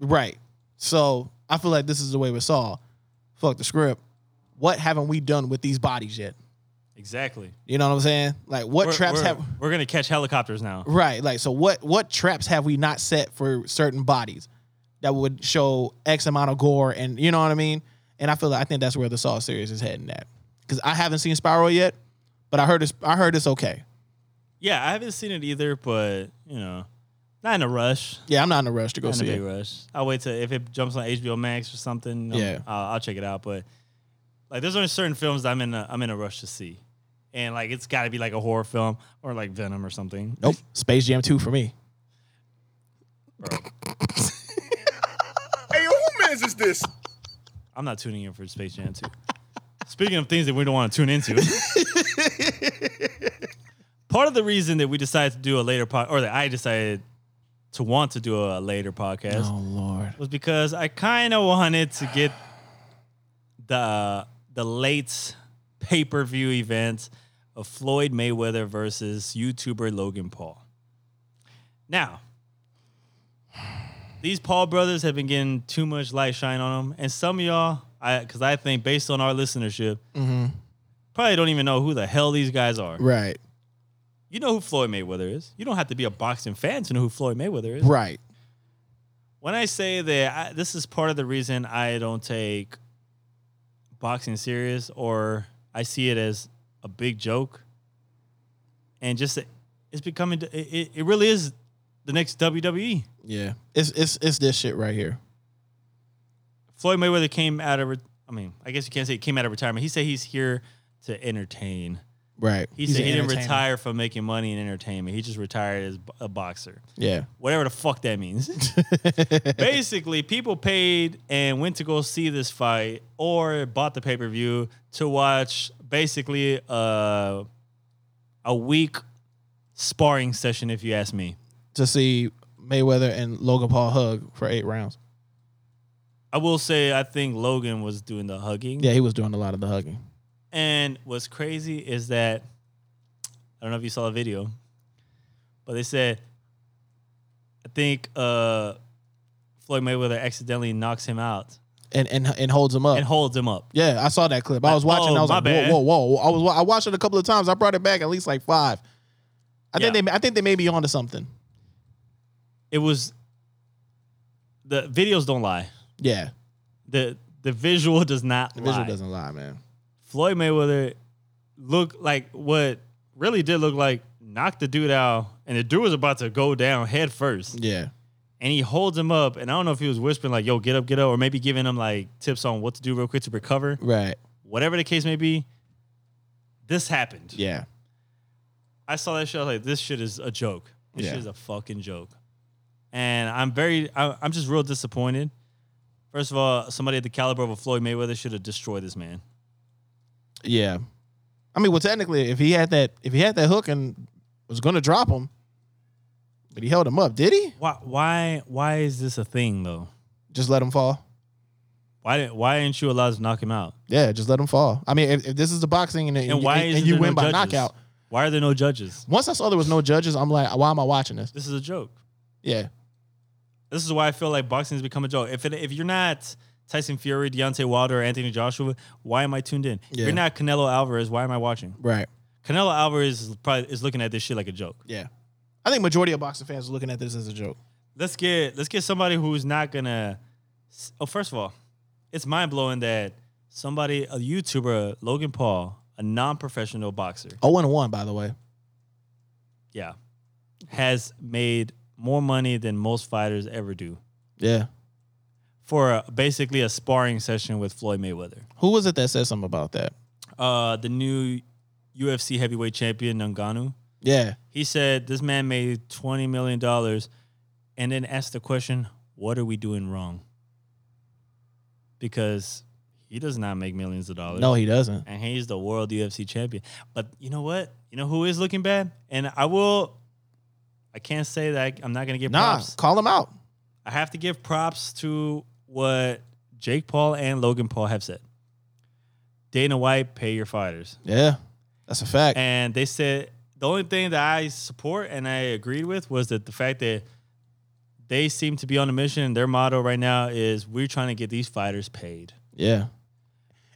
[SPEAKER 2] Right. So I feel like this is the way with Saw. Fuck the script. What haven't we done with these bodies yet?
[SPEAKER 1] Exactly.
[SPEAKER 2] You know what I'm saying? Like what
[SPEAKER 1] We're-
[SPEAKER 2] traps
[SPEAKER 1] we're-
[SPEAKER 2] have
[SPEAKER 1] we're going to catch helicopters now.
[SPEAKER 2] Right. Like, so what what traps have we not set for certain bodies that would show X amount of gore and you know what I mean? And I feel like I think that's where the Saw series is heading at. Because I haven't seen Spiral yet, but I heard it's I heard it's okay.
[SPEAKER 1] Yeah, I haven't seen it either, but you know, not in a rush.
[SPEAKER 2] Yeah, I'm not in a rush to go
[SPEAKER 1] Not in a
[SPEAKER 2] see
[SPEAKER 1] big
[SPEAKER 2] it.
[SPEAKER 1] rush. I'll wait till if it jumps on HBO Max or something. um,
[SPEAKER 2] Yeah.
[SPEAKER 1] I'll, I'll check it out. But like, there's only certain films that I'm in. A, I'm in a rush to see, and like, it's got to be like a horror film or like Venom or something.
[SPEAKER 2] Nope. Space Jam 2 for me.
[SPEAKER 3] Hey, yo, who man's is this?
[SPEAKER 1] I'm not tuning in for Space Jam 2. Speaking of things that we don't want to tune into, part of the reason that we decided to do a later pod, or that I decided to want to do a later podcast
[SPEAKER 2] Oh Lord.
[SPEAKER 1] was because I kind of wanted to get the the late pay per view event of Floyd Mayweather versus YouTuber Logan Paul. Now, these Paul brothers have been getting too much light shine on them, and some of y'all, I because I think based on our listenership, probably don't even know who the hell these guys are.
[SPEAKER 2] Right.
[SPEAKER 1] You know who Floyd Mayweather is. You don't have to be a boxing fan to know who Floyd Mayweather is
[SPEAKER 2] Right.
[SPEAKER 1] when I say that, I, this is part of the reason I don't take boxing serious, or I see it as a big joke, and just it's becoming. It, it, it really is the next E. WWE.
[SPEAKER 2] Yeah. It's it's it's this shit right here.
[SPEAKER 1] Floyd Mayweather came out of. re- I mean, I guess you can't say he came out of retirement. He said he's here to entertain.
[SPEAKER 2] Right.
[SPEAKER 1] He said
[SPEAKER 2] an
[SPEAKER 1] he didn't
[SPEAKER 2] entertainer.
[SPEAKER 1] retire from making money in entertainment. He just retired as b- a boxer.
[SPEAKER 2] Yeah.
[SPEAKER 1] whatever the fuck that means. Basically, people paid and went to go see this fight or bought the pay per view to watch basically uh, a week sparring session, if you ask me.
[SPEAKER 2] To see Mayweather and Logan Paul hug for eight rounds.
[SPEAKER 1] I will say, I think Logan was doing the hugging.
[SPEAKER 2] Yeah, he was doing a lot of the hugging.
[SPEAKER 1] And what's crazy is that I don't know if you saw the video, but they said I think uh, Floyd Mayweather accidentally knocks him out
[SPEAKER 2] And and and holds him up.
[SPEAKER 1] and holds him up.
[SPEAKER 2] yeah, I saw that clip. I was watching.
[SPEAKER 1] oh,
[SPEAKER 2] I was
[SPEAKER 1] my
[SPEAKER 2] like,
[SPEAKER 1] bad.
[SPEAKER 2] whoa, whoa, whoa. I was. I watched it a couple of times. I brought it back at least like five. I
[SPEAKER 1] Yeah.
[SPEAKER 2] think they. I think they may be onto something.
[SPEAKER 1] it was the videos don't lie.
[SPEAKER 2] Yeah,
[SPEAKER 1] The the visual does not
[SPEAKER 2] the
[SPEAKER 1] lie.
[SPEAKER 2] visual doesn't lie, man.
[SPEAKER 1] Floyd Mayweather looked like what really did look like knocked the dude out and the dude was about to go down head first.
[SPEAKER 2] Yeah,
[SPEAKER 1] And he holds him up and I don't know if he was whispering like, yo, get up, get up, or maybe giving him like tips on what to do real quick to recover.
[SPEAKER 2] right.
[SPEAKER 1] Whatever the case may be, this happened.
[SPEAKER 2] Yeah,
[SPEAKER 1] I saw that shit. I was like, this shit is a joke. This
[SPEAKER 2] Yeah.
[SPEAKER 1] shit is a fucking joke. And I'm very, I, I'm just real disappointed. First of all, somebody at the caliber of a Floyd Mayweather should have destroyed this man.
[SPEAKER 2] yeah. I mean, well, technically, if he had that, if he had that hook and was going to drop him, but he held him up. Did he?
[SPEAKER 1] Why, why, why is this a thing though?
[SPEAKER 2] Just let him fall.
[SPEAKER 1] Why didn't, why didn't you allow us to knock him out?
[SPEAKER 2] Yeah, just let him fall. I mean, if, if this is the boxing and,
[SPEAKER 1] And why is
[SPEAKER 2] and you
[SPEAKER 1] there
[SPEAKER 2] win
[SPEAKER 1] no
[SPEAKER 2] by
[SPEAKER 1] judges?
[SPEAKER 2] knockout,
[SPEAKER 1] Why are there no judges?
[SPEAKER 2] once I saw there was no judges, I'm like, why am I watching this?
[SPEAKER 1] This is a joke.
[SPEAKER 2] Yeah,
[SPEAKER 1] This is why I feel like boxing has become a joke. If it, if you're not Tyson Fury, Deontay Wilder, or Anthony Joshua, why am I tuned in? If
[SPEAKER 2] Yeah.
[SPEAKER 1] you're not Canelo Alvarez, why am I watching?
[SPEAKER 2] right.
[SPEAKER 1] Canelo Alvarez is probably is looking at this shit like a joke.
[SPEAKER 2] Yeah, I think majority of boxing fans are looking at this as a joke.
[SPEAKER 1] let's get let's get somebody who's not gonna. Oh, first of all, it's mind blowing that somebody, a YouTuber, Logan Paul, a non-professional boxer,
[SPEAKER 2] Oh, and one, by the way.
[SPEAKER 1] yeah, has made more money than most fighters ever do
[SPEAKER 2] Yeah.
[SPEAKER 1] for a, basically a sparring session with Floyd Mayweather,
[SPEAKER 2] Who was it that said something about that?
[SPEAKER 1] uh, the new UFC heavyweight champion Ngannou.
[SPEAKER 2] Yeah.
[SPEAKER 1] He said this man made twenty million dollars, and then asked the question, "What are we doing wrong?" Because he does not make millions of dollars,
[SPEAKER 2] No, he doesn't.
[SPEAKER 1] Oh, and he's the world UFC champion. But you know what? You know who is looking bad, and I will. I can't say that I, am not going to give
[SPEAKER 2] Nah,
[SPEAKER 1] props.
[SPEAKER 2] call him out.
[SPEAKER 1] I have to give props to what Jake Paul and Logan Paul have said. Dana White, pay your fighters.
[SPEAKER 2] Yeah, that's a fact.
[SPEAKER 1] And they said the only thing that I support and I agreed with was that the fact that they seem to be on a mission. Their motto right now is we're trying to get these fighters paid.
[SPEAKER 2] yeah.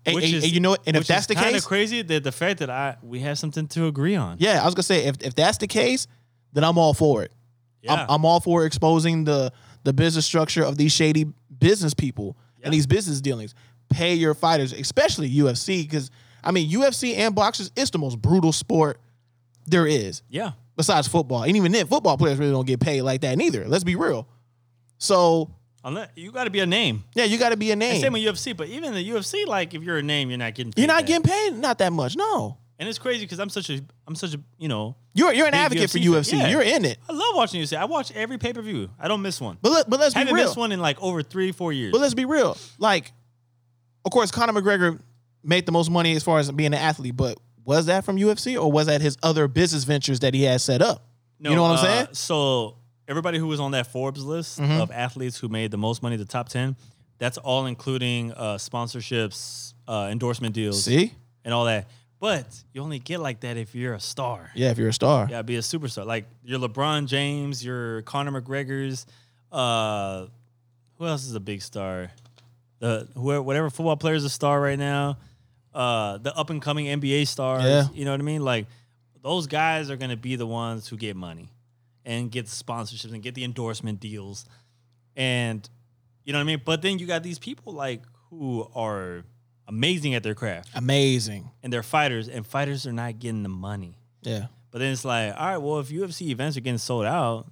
[SPEAKER 2] And,
[SPEAKER 1] Which
[SPEAKER 2] and-
[SPEAKER 1] is-
[SPEAKER 2] and you know, what? and if
[SPEAKER 1] which
[SPEAKER 2] that's
[SPEAKER 1] is
[SPEAKER 2] the
[SPEAKER 1] kinda
[SPEAKER 2] case,
[SPEAKER 1] crazy that the fact that I we have something to agree on.
[SPEAKER 2] yeah, I was gonna say if, if that's the case, then I'm all for it.
[SPEAKER 1] Yeah.
[SPEAKER 2] I'm, I'm all for exposing the the business structure of these shady business people
[SPEAKER 1] Yeah.
[SPEAKER 2] and these business dealings. Pay your fighters, especially UFC, because I mean UFC and boxers, it's the most brutal sport there is.
[SPEAKER 1] yeah.
[SPEAKER 2] besides football. And even then, football players really don't get paid like that neither. Let's be real. So
[SPEAKER 1] Unless, you got to be a name.
[SPEAKER 2] yeah, you got to be a
[SPEAKER 1] And
[SPEAKER 2] name.
[SPEAKER 1] same with UFC, but even the UFC, like if you're a name, you're not getting. Paid
[SPEAKER 2] You're not
[SPEAKER 1] that.
[SPEAKER 2] getting paid not that much. No,
[SPEAKER 1] And it's crazy because I'm such a I'm such a you know
[SPEAKER 2] you're you're an
[SPEAKER 1] Big
[SPEAKER 2] advocate
[SPEAKER 1] UFC
[SPEAKER 2] for UFC.
[SPEAKER 1] fan. Yeah.
[SPEAKER 2] You're in it.
[SPEAKER 1] I love watching UFC. I watch every pay per view. I don't miss one.
[SPEAKER 2] But let, but let's be
[SPEAKER 1] haven't
[SPEAKER 2] real.
[SPEAKER 1] missed one in like over three four years.
[SPEAKER 2] But let's be real. Like, of course, Conor McGregor made the most money as far as being an athlete, but was that from UFC or was that his other business ventures that he had set up? you know what I'm
[SPEAKER 1] uh,
[SPEAKER 2] saying? Mm-hmm.
[SPEAKER 1] So everybody who was on that Forbes list of athletes who made the most money, the top ten, that's all including uh, sponsorships, uh, endorsement deals,
[SPEAKER 2] See?
[SPEAKER 1] and all that. But you only get like that if you're a star.
[SPEAKER 2] Yeah, if you're a star.
[SPEAKER 1] Yeah, be a superstar. Like your LeBron James, your Conor McGregor's. Uh, who else is a big star? The whoever, whatever football player is a star right now. Uh, the up and coming NBA stars.
[SPEAKER 2] Yeah.
[SPEAKER 1] You know what I mean? Like those guys are gonna be the ones who get money and get sponsorships and get the endorsement deals, and you know what I mean. But then you got these people like who are amazing at their craft
[SPEAKER 2] Amazing.
[SPEAKER 1] and they're fighters, and fighters are not getting the money.
[SPEAKER 2] Yeah.
[SPEAKER 1] But then it's like, all right, well, if UFC events are getting sold out,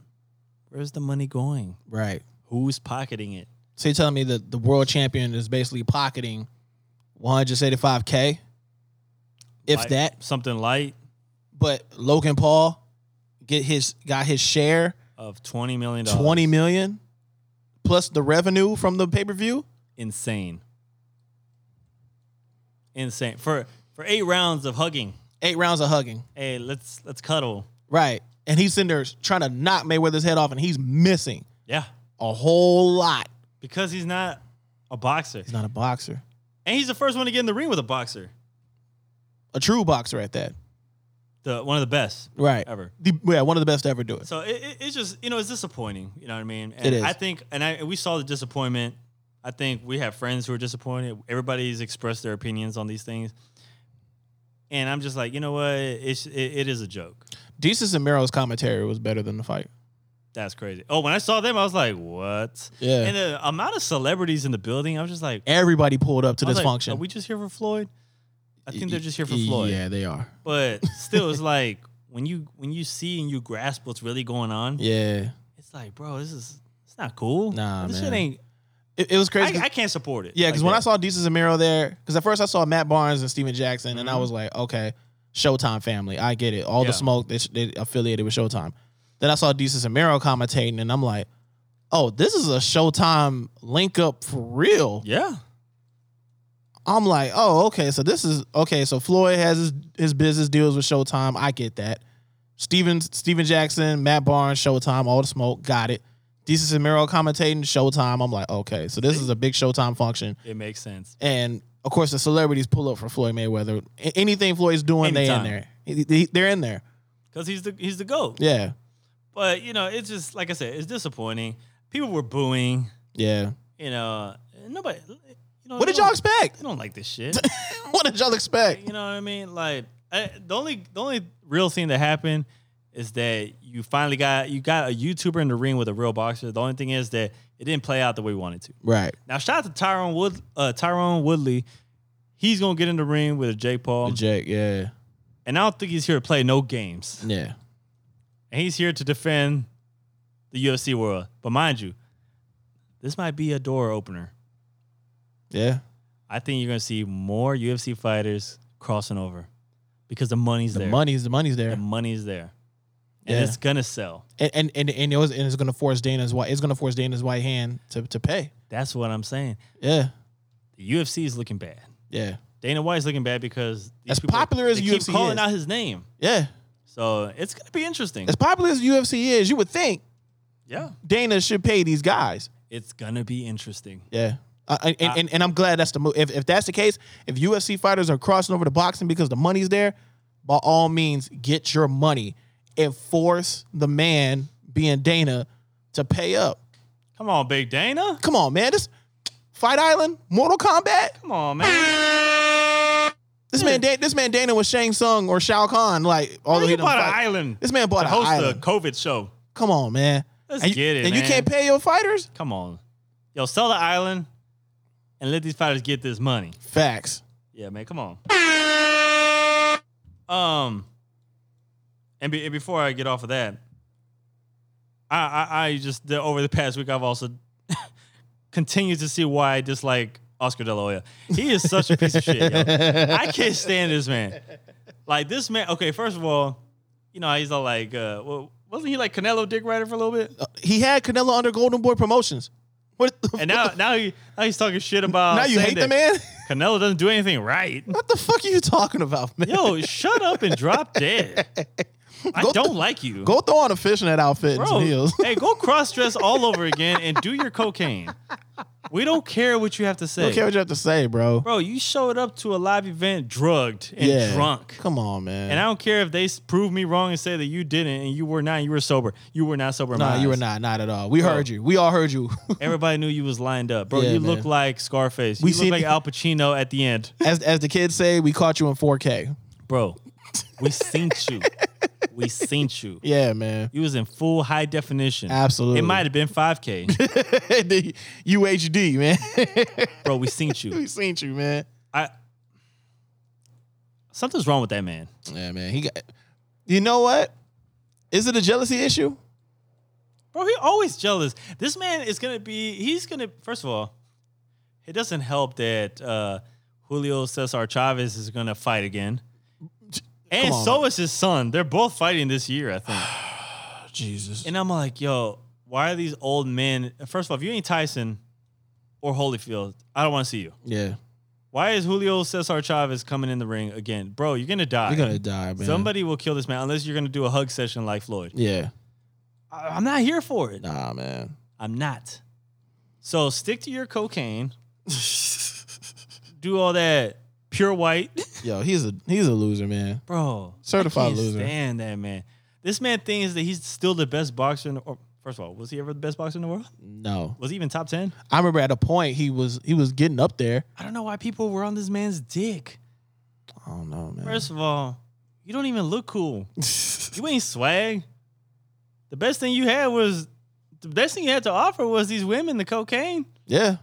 [SPEAKER 1] where's the money going?
[SPEAKER 2] Right.
[SPEAKER 1] Who's pocketing it?
[SPEAKER 2] So you're telling me that the world champion is basically pocketing 175K? If
[SPEAKER 1] Like,
[SPEAKER 2] that.
[SPEAKER 1] something light
[SPEAKER 2] But Logan Paul get his got his share
[SPEAKER 1] of twenty million dollars,
[SPEAKER 2] 20 million plus the revenue from the pay-per-view?
[SPEAKER 1] insane, insane for for eight rounds of hugging.
[SPEAKER 2] Eight rounds of hugging.
[SPEAKER 1] Hey, let's let's cuddle.
[SPEAKER 2] Right. And he's sitting there trying to knock Mayweather's head off and he's missing
[SPEAKER 1] Yeah,
[SPEAKER 2] a whole lot.
[SPEAKER 1] because he's not a boxer,
[SPEAKER 2] He's not a boxer.
[SPEAKER 1] and he's the first one to get in the ring with a boxer,
[SPEAKER 2] A true boxer at that.
[SPEAKER 1] the one of the best
[SPEAKER 2] Right.
[SPEAKER 1] ever.
[SPEAKER 2] The, yeah, one of the best to ever do it.
[SPEAKER 1] So it, it, it's just you know it's disappointing. You know what I mean? And
[SPEAKER 2] It is.
[SPEAKER 1] I think, and I and we saw the disappointment. I think we have friends who are disappointed. Everybody's expressed their opinions on these things, and I'm just like, you know what? It's it, it is a joke.
[SPEAKER 2] Jesus and Mero's commentary was better than the fight.
[SPEAKER 1] That's crazy. Oh, when I saw them, I was like, what?
[SPEAKER 2] Yeah.
[SPEAKER 1] And the amount of celebrities in the building, I was just like, I
[SPEAKER 2] Everybody pulled up to
[SPEAKER 1] was
[SPEAKER 2] this
[SPEAKER 1] like,
[SPEAKER 2] function.
[SPEAKER 1] Are we just here for Floyd? I think they're just here for Floyd.
[SPEAKER 2] Yeah, they are.
[SPEAKER 1] But still, it's like when you when you see and you grasp what's really going on,
[SPEAKER 2] Yeah.
[SPEAKER 1] it's like, bro, this is it's not cool.
[SPEAKER 2] Nah,
[SPEAKER 1] this
[SPEAKER 2] man.
[SPEAKER 1] shit ain't.
[SPEAKER 2] It, it was crazy. 'cause-
[SPEAKER 1] I, I can't support it.
[SPEAKER 2] yeah,
[SPEAKER 1] like
[SPEAKER 2] because when I
[SPEAKER 1] that.
[SPEAKER 2] saw Jesus and Mero there, because at first I saw Matt Barnes and Steven Jackson, and I
[SPEAKER 1] Mhm.
[SPEAKER 2] was like, okay, Showtime family. I get it. All
[SPEAKER 1] Yeah.
[SPEAKER 2] the smoke, they, they affiliated with Showtime. Then I saw Jesus and Mero commentating, and I'm like, oh, this is a Showtime link up for real.
[SPEAKER 1] yeah,
[SPEAKER 2] I'm like, oh, okay. So this is okay. So Floyd has his, his business deals with Showtime. I get that. Steven Steven Jackson, Matt Barnes, Showtime, all the smoke, got it. DC Samiro commentating Showtime. I'm like, okay. So this is a big Showtime function,
[SPEAKER 1] it makes sense.
[SPEAKER 2] and of course the celebrities pull up for Floyd Mayweather. A- anything Floyd's doing, they
[SPEAKER 1] Anytime.
[SPEAKER 2] in there. They- they- They're in there.
[SPEAKER 1] Cause he's the he's the goat.
[SPEAKER 2] Yeah,
[SPEAKER 1] But you know, it's just like I said, it's disappointing. People were booing.
[SPEAKER 2] yeah.
[SPEAKER 1] You know, nobody. You know,
[SPEAKER 2] What
[SPEAKER 1] they
[SPEAKER 2] did y'all
[SPEAKER 1] don't-
[SPEAKER 2] expect?
[SPEAKER 1] They don't like this shit.
[SPEAKER 2] what did y'all expect?
[SPEAKER 1] you know what I mean? Like I, the only the only real thing that happened is that you finally got you got a YouTuber in the ring with a real boxer. The only thing is that it didn't play out the way we wanted to.
[SPEAKER 2] Right.
[SPEAKER 1] Now shout out to Tyrone Wood uh, Tyrone Woodley. He's gonna get in the ring with a Jake Paul,
[SPEAKER 2] Jake. Yeah.
[SPEAKER 1] and I don't think he's here to play no games.
[SPEAKER 2] Yeah.
[SPEAKER 1] and he's here to defend the UFC world. But mind you, this might be a door opener.
[SPEAKER 2] Yeah.
[SPEAKER 1] I think you're going to see more UFC fighters crossing over because the money's
[SPEAKER 2] The
[SPEAKER 1] there.
[SPEAKER 2] money's the money's
[SPEAKER 1] The
[SPEAKER 2] there.
[SPEAKER 1] money's there. And
[SPEAKER 2] Yeah.
[SPEAKER 1] it's going to sell.
[SPEAKER 2] and and and, and, it was, and it's gonna force Dana's white. It's gonna force Dana's white hand to to pay.
[SPEAKER 1] That's what I'm saying.
[SPEAKER 2] Yeah,
[SPEAKER 1] The UFC is looking bad.
[SPEAKER 2] yeah,
[SPEAKER 1] Dana White's looking bad because these
[SPEAKER 2] As
[SPEAKER 1] people-
[SPEAKER 2] popular as
[SPEAKER 1] they
[SPEAKER 2] UFC
[SPEAKER 1] keep calling
[SPEAKER 2] is.
[SPEAKER 1] out his name.
[SPEAKER 2] yeah.
[SPEAKER 1] So it's going to be interesting.
[SPEAKER 2] As popular as UFC is, you would think
[SPEAKER 1] yeah.
[SPEAKER 2] Dana should pay these guys.
[SPEAKER 1] It's going to be interesting.
[SPEAKER 2] Yeah. I, I- and, and, and I'm glad that's the move. If, if that's the case, if UFC fighters are crossing over to boxing because the money's there, by all means, get your money and force the man being Dana to pay up.
[SPEAKER 1] Come on, Big Dana.
[SPEAKER 2] Come on, man. This Fight Island, Mortal Kombat.
[SPEAKER 1] Come on, man.
[SPEAKER 2] This man, Dan, this man Dana was Shang Tsung or Shao Kahn. Like, although
[SPEAKER 1] He
[SPEAKER 2] he done
[SPEAKER 1] bought an
[SPEAKER 2] fight.
[SPEAKER 1] island.
[SPEAKER 2] This man bought
[SPEAKER 1] to
[SPEAKER 2] an
[SPEAKER 1] host
[SPEAKER 2] island.
[SPEAKER 1] a COVID show.
[SPEAKER 2] Come on, man.
[SPEAKER 1] Let's
[SPEAKER 2] and you,
[SPEAKER 1] get it,
[SPEAKER 2] And you
[SPEAKER 1] man.
[SPEAKER 2] can't pay your fighters.
[SPEAKER 1] Come on. Yo, sell the island and let these fighters get this money.
[SPEAKER 2] Facts.
[SPEAKER 1] Yeah, man, come on. Um and, be, and before I get off of that, I, I I just the, over the past week I've also continued to see why I dislike Oscar De La Hoya. He is such a piece of shit. Yo. I can't stand this man. Like this man. Okay, first of all, you know he's all like, uh, well, wasn't he like Canelo Dick Rider for a little bit?
[SPEAKER 2] He had Canelo under Golden Boy Promotions. What? The,
[SPEAKER 1] And now, uh, now he now he's talking shit about.
[SPEAKER 2] now you
[SPEAKER 1] saying
[SPEAKER 2] hate
[SPEAKER 1] that
[SPEAKER 2] the man?
[SPEAKER 1] Canelo doesn't do anything right.
[SPEAKER 2] what the fuck are you talking about, man?
[SPEAKER 1] Yo, shut up and drop dead. I
[SPEAKER 2] Go-
[SPEAKER 1] don't like you.
[SPEAKER 2] Go throw on a fishnet outfit and
[SPEAKER 1] Bro,
[SPEAKER 2] some heels.
[SPEAKER 1] hey, go cross dress all over again and do your cocaine. We don't care what you have to say.
[SPEAKER 2] don't care what you have to say, bro.
[SPEAKER 1] Bro, you showed up to a live event drugged and
[SPEAKER 2] yeah,
[SPEAKER 1] drunk.
[SPEAKER 2] Come on, man.
[SPEAKER 1] And I don't care if they s- prove me wrong and say that you didn't and you were not, you were sober. You were not sober. in
[SPEAKER 2] nah,
[SPEAKER 1] my
[SPEAKER 2] you were
[SPEAKER 1] eyes.
[SPEAKER 2] not. Not at all. We heard you. We all heard you.
[SPEAKER 1] Everybody knew you was lined up. Bro,
[SPEAKER 2] Yeah,
[SPEAKER 1] you look
[SPEAKER 2] man.
[SPEAKER 1] like Scarface. You
[SPEAKER 2] We
[SPEAKER 1] look
[SPEAKER 2] seen-
[SPEAKER 1] like Al Pacino at the end.
[SPEAKER 2] as as the kids say, we caught you in 4K.
[SPEAKER 1] Bro, we seen you. We seen you.
[SPEAKER 2] Yeah, man.
[SPEAKER 1] You was in full high definition.
[SPEAKER 2] Absolutely.
[SPEAKER 1] It might have been 5K.
[SPEAKER 2] the UHD, man.
[SPEAKER 1] Bro, we seen you.
[SPEAKER 2] we seen you, man.
[SPEAKER 1] I something's wrong with that man.
[SPEAKER 2] Yeah, man. He got. You know what? Is it a jealousy issue?
[SPEAKER 1] Bro, he always jealous. This man is gonna be he's gonna first of all, it doesn't help that uh Julio Cesar Chavez is gonna fight again. And
[SPEAKER 2] Come on,
[SPEAKER 1] so is his son. They're both fighting this year, I think.
[SPEAKER 2] Jesus.
[SPEAKER 1] And I'm like, yo, why are these old men? First of all, if you ain't Tyson or Holyfield, I don't want to see you.
[SPEAKER 2] Yeah,
[SPEAKER 1] Why is Julio Cesar Chavez coming in the ring again? Bro, you're gonna die.
[SPEAKER 2] you're gonna die, man.
[SPEAKER 1] Somebody will kill this man unless you're gonna do a hug session like Floyd.
[SPEAKER 2] Yeah.
[SPEAKER 1] I- I'm not here for it.
[SPEAKER 2] Nah, man.
[SPEAKER 1] I'm not. So stick to your cocaine. do all that pure white,
[SPEAKER 2] Yo, he's a he's a loser, man.
[SPEAKER 1] bro. I
[SPEAKER 2] Certified
[SPEAKER 1] can't
[SPEAKER 2] loser.
[SPEAKER 1] Stand that man. This man thinks that he's still the best boxer. In the, or first of all, was he ever the best boxer in the world?
[SPEAKER 2] No,
[SPEAKER 1] Was he even top ten?
[SPEAKER 2] I remember at a point he was he was getting up there.
[SPEAKER 1] I don't know why people were on this man's dick.
[SPEAKER 2] I don't know, man.
[SPEAKER 1] First of all, you don't even look cool. you ain't swag. The best thing you had was the best thing you had to offer was these women, the cocaine.
[SPEAKER 2] yeah,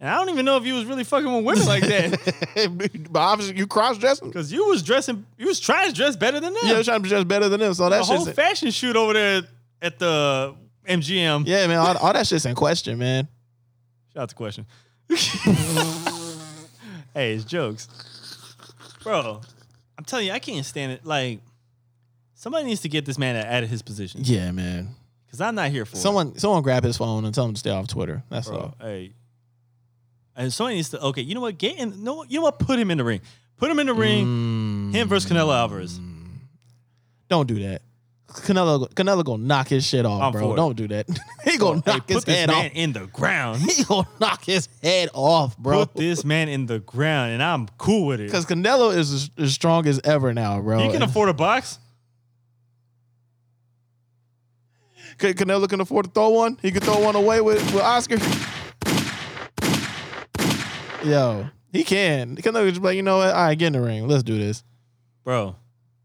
[SPEAKER 1] And I don't even know if you was really fucking with women like that.
[SPEAKER 2] but obviously you cross dressing.
[SPEAKER 1] Cause you was dressing, you was trying to dress better than them.
[SPEAKER 2] Yeah, trying to dress better than him. So
[SPEAKER 1] the
[SPEAKER 2] that
[SPEAKER 1] whole
[SPEAKER 2] shit's
[SPEAKER 1] fashion shoot over there at the MGM.
[SPEAKER 2] yeah, man. All, all that shit's in question, man.
[SPEAKER 1] Shout out to question. hey, it's jokes, bro. I'm telling you, I can't stand it. Like somebody needs to get this man out of his position.
[SPEAKER 2] Yeah, man.
[SPEAKER 1] Cause I'm not here for it.
[SPEAKER 2] Someone someone grab his phone and tell him to stay off Twitter. That's
[SPEAKER 1] bro.
[SPEAKER 2] all.
[SPEAKER 1] Hey, and somebody needs to. Okay, you know what? Get in. No, you know what? Put him in the ring. Put him in the ring. Him versus Canelo Alvarez.
[SPEAKER 2] Don't do that. Canelo Canelo gonna knock his shit off,
[SPEAKER 1] I'm for
[SPEAKER 2] bro.
[SPEAKER 1] it.
[SPEAKER 2] Don't do that. he gonna
[SPEAKER 1] Hey,
[SPEAKER 2] knock
[SPEAKER 1] put
[SPEAKER 2] his
[SPEAKER 1] this
[SPEAKER 2] head
[SPEAKER 1] man
[SPEAKER 2] off.
[SPEAKER 1] in the ground.
[SPEAKER 2] He gonna knock his head off, bro.
[SPEAKER 1] Put this man in the ground, and I'm cool with it.
[SPEAKER 2] Because Canelo is as, as strong as ever now, bro.
[SPEAKER 1] He can afford a box.
[SPEAKER 2] Can- Canelo can afford to throw one. He could throw one away with, with Oscar. Yo, he can. Canelo just be like, you know what? All right, get in the ring. Let's do this.
[SPEAKER 1] Bro,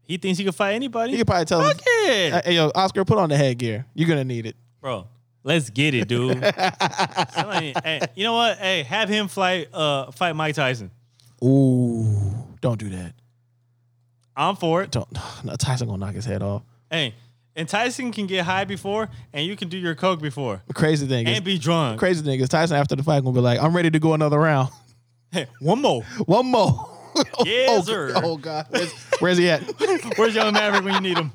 [SPEAKER 1] he thinks he can fight anybody?
[SPEAKER 2] He could probably tell him,
[SPEAKER 1] Fuck it.
[SPEAKER 2] hey, yo, Oscar, put on the headgear. You're gonna need it.
[SPEAKER 1] Bro, let's get it, dude. Somebody- hey, you know what? Hey, have him fight uh fight Mike Tyson.
[SPEAKER 2] Ooh, don't do that.
[SPEAKER 1] I'm for it.
[SPEAKER 2] Don't. No, Tyson gonna knock his head off.
[SPEAKER 1] Hey, and Tyson can get high before and you can do your coke before.
[SPEAKER 2] The crazy thing is,
[SPEAKER 1] And be drunk.
[SPEAKER 2] crazy thing is, Tyson after the fight gonna be like, I'm ready to go another round.
[SPEAKER 1] One more.
[SPEAKER 2] One more. Oh,
[SPEAKER 1] Yes,
[SPEAKER 2] oh,
[SPEAKER 1] sir.
[SPEAKER 2] Oh God, where's, where's he at?
[SPEAKER 1] Where's Young Maverick when you need him?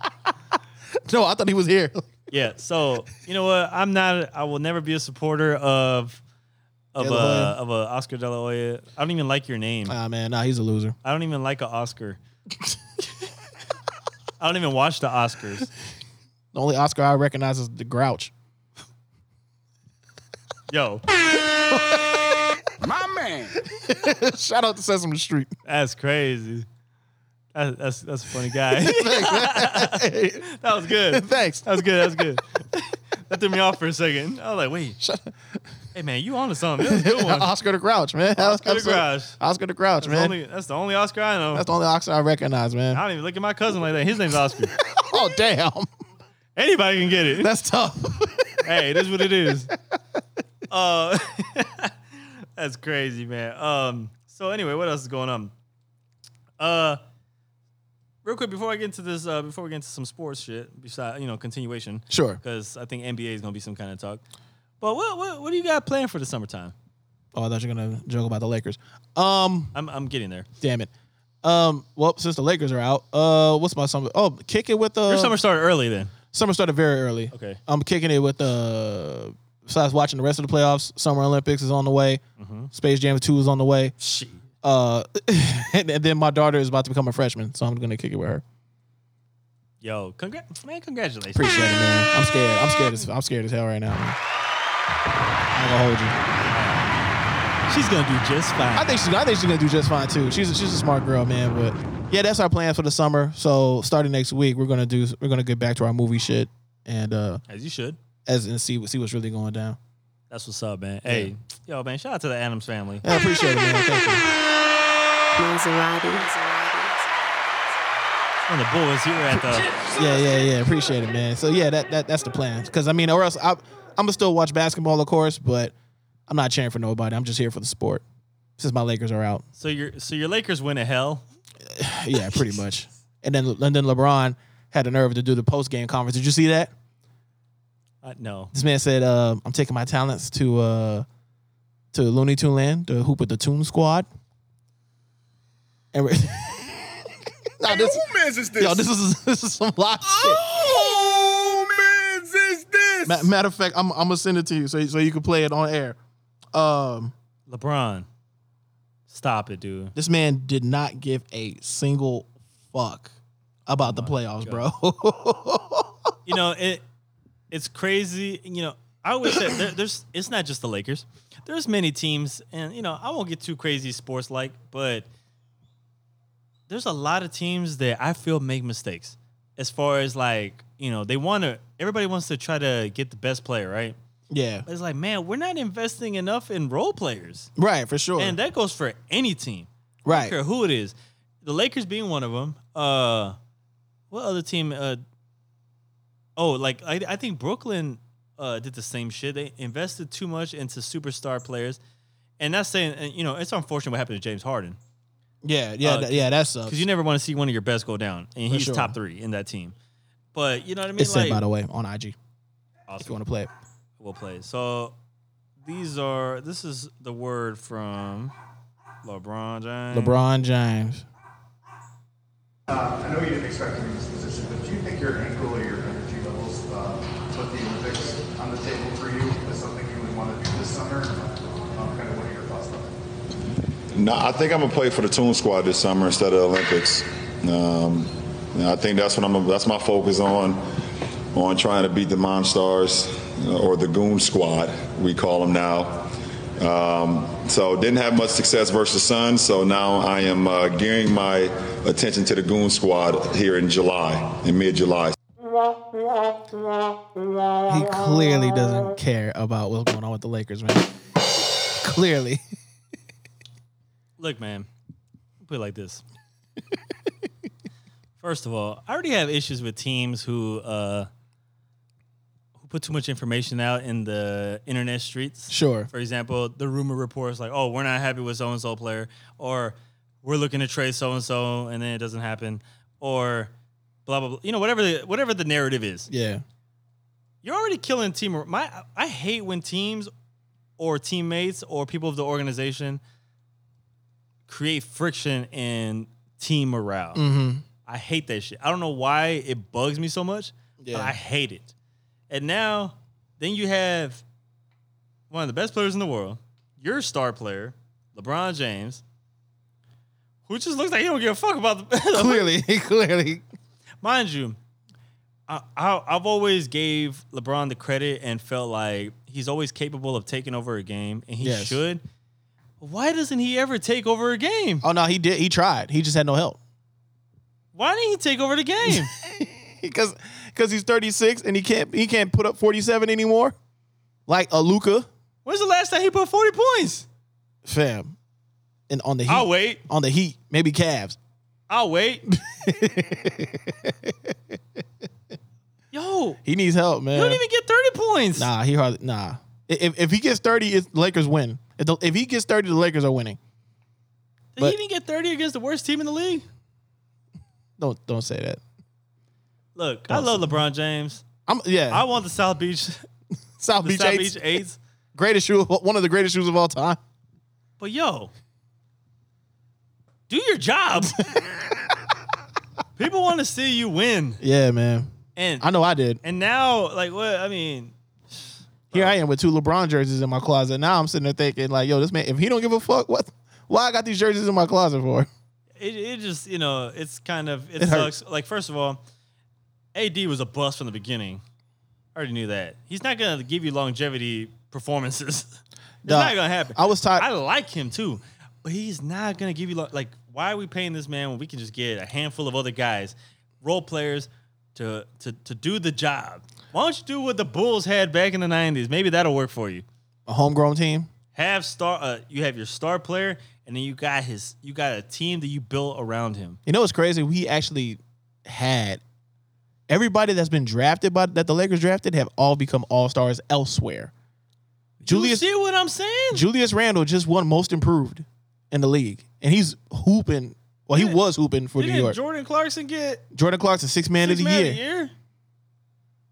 [SPEAKER 2] no, I thought he was here.
[SPEAKER 1] Yeah. So you know what? I'm not. I will never be a supporter of of
[SPEAKER 2] De
[SPEAKER 1] a
[SPEAKER 2] La Hoya.
[SPEAKER 1] of a Oscar De La Hoya. I don't even like your name.
[SPEAKER 2] Ah man, nah, he's a loser.
[SPEAKER 1] I don't even like an Oscar. I don't even watch the Oscars.
[SPEAKER 2] The only Oscar I recognize is the Grouch.
[SPEAKER 1] Yo,
[SPEAKER 3] My man.
[SPEAKER 2] Shout out to Sesame Street.
[SPEAKER 1] that's crazy. That's that's, that's a funny guy. that was good. That
[SPEAKER 2] Thanks.
[SPEAKER 1] was good. That was good. That threw me off for a second. I was like, wait. Hey man, you on to something? That was a good one.
[SPEAKER 2] Oscar the Grouch, man.
[SPEAKER 1] Oscar the
[SPEAKER 2] Absolute-
[SPEAKER 1] Grouch.
[SPEAKER 2] Oscar the Grouch,
[SPEAKER 1] That's, the
[SPEAKER 2] man.
[SPEAKER 1] only, that's the only Oscar I know.
[SPEAKER 2] That's the only Oscar I recognize, man.
[SPEAKER 1] I don't even look at my cousin like that. His name's Oscar.
[SPEAKER 2] oh damn,
[SPEAKER 1] Anybody can get it.
[SPEAKER 2] that's tough.
[SPEAKER 1] hey, that's what it is. Uh, that's crazy, man. Um, so anyway, what else is going on? Uh, real quick before I get into this, uh, before we get into some sports shit, besides you know continuation,
[SPEAKER 2] sure.
[SPEAKER 1] because I think NBA is gonna be some kind of talk. But what what what do you got planned for the summertime?
[SPEAKER 2] Oh, I thought you were gonna joke about the Lakers. Um,
[SPEAKER 1] I'm I'm getting there.
[SPEAKER 2] damn it. Um, well, since the Lakers are out, uh, what's my summer? Oh, kick it with uh,
[SPEAKER 1] Your summer started early then.
[SPEAKER 2] summer started very early.
[SPEAKER 1] Okay.
[SPEAKER 2] I'm kicking it with uh, besides watching the rest of the playoffs. Summer Olympics is on the way. Space Jam Two is on the way.
[SPEAKER 1] Shit.
[SPEAKER 2] Uh, and, and then my daughter is about to become a freshman, so I'm gonna kick it with her.
[SPEAKER 1] Yo, congrats, man! Congratulations.
[SPEAKER 2] Appreciate it, man. I'm scared. I'm scared as I'm scared as hell right now. Man. I'm gonna hold you.
[SPEAKER 1] She's gonna do just fine.
[SPEAKER 2] I think she's I think she's gonna do just fine too. She's a, she's a smart girl, man. But yeah, that's our plan for the summer. So starting next week, we're gonna do we're gonna get back to our movie shit and uh
[SPEAKER 1] As you should.
[SPEAKER 2] as and see see what's really going down.
[SPEAKER 1] That's what's up, man. Hey, yo, man! Shout out to the Adams family.
[SPEAKER 2] Yeah, I appreciate it, man. Thank you.
[SPEAKER 4] Maserati.
[SPEAKER 1] And the boys here at the.
[SPEAKER 2] Yeah, yeah, yeah. Appreciate it, man. So yeah, that, that that's the plan. Because I mean, or else I, I'm gonna still watch basketball, of course, but I'm not cheering for nobody. I'm just here for the sport. Since my Lakers are out,
[SPEAKER 1] So your so your Lakers win to hell.
[SPEAKER 2] yeah, pretty much. And then and then LeBron had the nerve to do the post game conference. Did you see that?
[SPEAKER 1] Uh, no,
[SPEAKER 2] This man said, uh, "I'm taking my talents to uh, to Looney Tune Land, to hoop with the Toon Squad." And we're- nah, this,
[SPEAKER 3] Who man's is this?
[SPEAKER 2] yo, this is this is some live shit.
[SPEAKER 3] Who man's is this?
[SPEAKER 2] Ma- Matter of fact, I'm, I'm gonna send it to you so so you can play it on air. Um,
[SPEAKER 1] LeBron, stop it, dude.
[SPEAKER 2] this man did not give a single fuck about the
[SPEAKER 1] Oh
[SPEAKER 2] playoffs, bro.
[SPEAKER 1] you know it it's crazy you know i always said there, there's it's not just the lakers there's many teams and you know i won't get too crazy sports like but there's a lot of teams that i feel make mistakes as far as like you know they want to everybody wants to try to get the best player right
[SPEAKER 2] yeah,
[SPEAKER 1] but it's like man we're not investing enough in role players
[SPEAKER 2] right for sure.
[SPEAKER 1] and that goes for any team
[SPEAKER 2] right,
[SPEAKER 1] don't care who it is. The Lakers being one of them. Uh, what other team? Uh, oh, like I, I think Brooklyn uh, did the same shit. They invested too much into superstar players, and that's saying and, you know it's unfortunate what happened to James Harden
[SPEAKER 2] yeah, yeah,
[SPEAKER 1] Uh,
[SPEAKER 2] that- yeah. That sucks.
[SPEAKER 1] because you never want to see one of your best go down, and he's
[SPEAKER 2] sure.
[SPEAKER 1] top three in that team. But you know what I mean?
[SPEAKER 2] it's
[SPEAKER 1] like,
[SPEAKER 2] sent by the way on IG if you
[SPEAKER 1] awesome.
[SPEAKER 2] want to play it.
[SPEAKER 1] We'll play. So these are this is the word from LeBron James.
[SPEAKER 2] LeBron James.
[SPEAKER 7] I know you didn't expect to be in this position, but do you think your ankle or your energy levels uh, put the Olympics on the table for you as something you would want to do this summer? Um, kind of what are your thoughts on that?
[SPEAKER 8] No, I think I'm gonna play for the Toon Squad this summer instead of Olympics. Um, and I think that's what I'm. That's my focus on, on trying to beat the Monstars uh, or the Goon Squad, we call them now. Um, so didn't have much success versus Suns, so now I am uh, gearing my attention to the Goon Squad here in July, in mid-July.
[SPEAKER 2] He clearly doesn't care about what's going on with the Lakers, man. clearly,
[SPEAKER 1] Look, man, put it like this. First of all, I already have issues with teams who uh, who put too much information out in the internet streets.
[SPEAKER 2] Sure.
[SPEAKER 1] For example, the rumor reports like, "Oh, we're not happy with so and so player," or "We're looking to trade so and so," and then it doesn't happen, or blah blah blah. You know, whatever the whatever the narrative is,
[SPEAKER 2] yeah,
[SPEAKER 1] you're already killing team. My I hate when teams or teammates or people of the organization create friction in team morale. I hate that shit. I don't know why it bugs me so much,
[SPEAKER 2] Yeah.
[SPEAKER 1] but I hate it. And now, then you have one of the best players in the world, your star player, LeBron James, who just looks like he don't give a fuck about the
[SPEAKER 2] clearly, clearly.
[SPEAKER 1] mind you, I, I I've always gave LeBron the credit and felt like he's always capable of taking over a game, and he
[SPEAKER 2] Yes.
[SPEAKER 1] should. Why doesn't he ever take over a game?
[SPEAKER 2] Oh no, he did. He tried. He just had no help.
[SPEAKER 1] Why didn't he take over the game?
[SPEAKER 2] because because he's 36 and he can't he can't put up 47 anymore like a Luca
[SPEAKER 1] When's the last time he put forty points?
[SPEAKER 2] fam and on the heat
[SPEAKER 1] I'll wait.
[SPEAKER 2] on the heat maybe Cavs
[SPEAKER 1] I'll wait. Yo,
[SPEAKER 2] he needs help man
[SPEAKER 1] you don't even get thirty points.
[SPEAKER 2] nah he hardly nah I- if, if he gets 30 it's Lakers win if, the, if he gets 30 the Lakers are winning
[SPEAKER 1] Did
[SPEAKER 2] but-
[SPEAKER 1] he even get thirty against the worst team in the league?
[SPEAKER 2] don't don't say that
[SPEAKER 1] Look, I love LeBron James.
[SPEAKER 2] I'm yeah
[SPEAKER 1] I want the South Beach,
[SPEAKER 2] South
[SPEAKER 1] the
[SPEAKER 2] Beach
[SPEAKER 1] South
[SPEAKER 2] eights,
[SPEAKER 1] Beach Eights.
[SPEAKER 2] greatest shoe of all- one of the greatest shoes of all time
[SPEAKER 1] But yo, do your job. People want to see you win,
[SPEAKER 2] yeah man
[SPEAKER 1] and
[SPEAKER 2] I know I did
[SPEAKER 1] and now like what I mean,
[SPEAKER 2] here I am with two LeBron jerseys in my closet now I'm sitting there thinking like yo this man if he don't give a fuck what why I got these jerseys in my closet for
[SPEAKER 1] it, it just you know it's kind of it,
[SPEAKER 2] It
[SPEAKER 1] sucks.
[SPEAKER 2] hurts.
[SPEAKER 1] Like first of all, AD was a bust from the beginning. I already knew that. He's not gonna give you longevity performances. it's
[SPEAKER 2] Dog,
[SPEAKER 1] not gonna happen.
[SPEAKER 2] I was tired-
[SPEAKER 1] I like him too, but he's not gonna give you lo- like. Why are we paying this man when we can just get a handful of other guys, role players, to to to do the job? Why don't you do what the Bulls had back in the '90s? Maybe that'll work for you.
[SPEAKER 2] A homegrown team.
[SPEAKER 1] Have star. Uh, you have your star player, and then you got his. You got a team that you built around him.
[SPEAKER 2] You know what's crazy? We actually had everybody that's been drafted by that the Lakers drafted have all become all stars elsewhere. Julius
[SPEAKER 1] you see what I'm saying?
[SPEAKER 2] Julius Randle just won most improved in the league. And he's hooping. Well, he was hooping for New
[SPEAKER 1] Didn't
[SPEAKER 2] York.
[SPEAKER 1] Jordan Clarkson get
[SPEAKER 2] Jordan Clarkson, six man of
[SPEAKER 1] six
[SPEAKER 2] the
[SPEAKER 1] man
[SPEAKER 2] year.
[SPEAKER 1] of the year?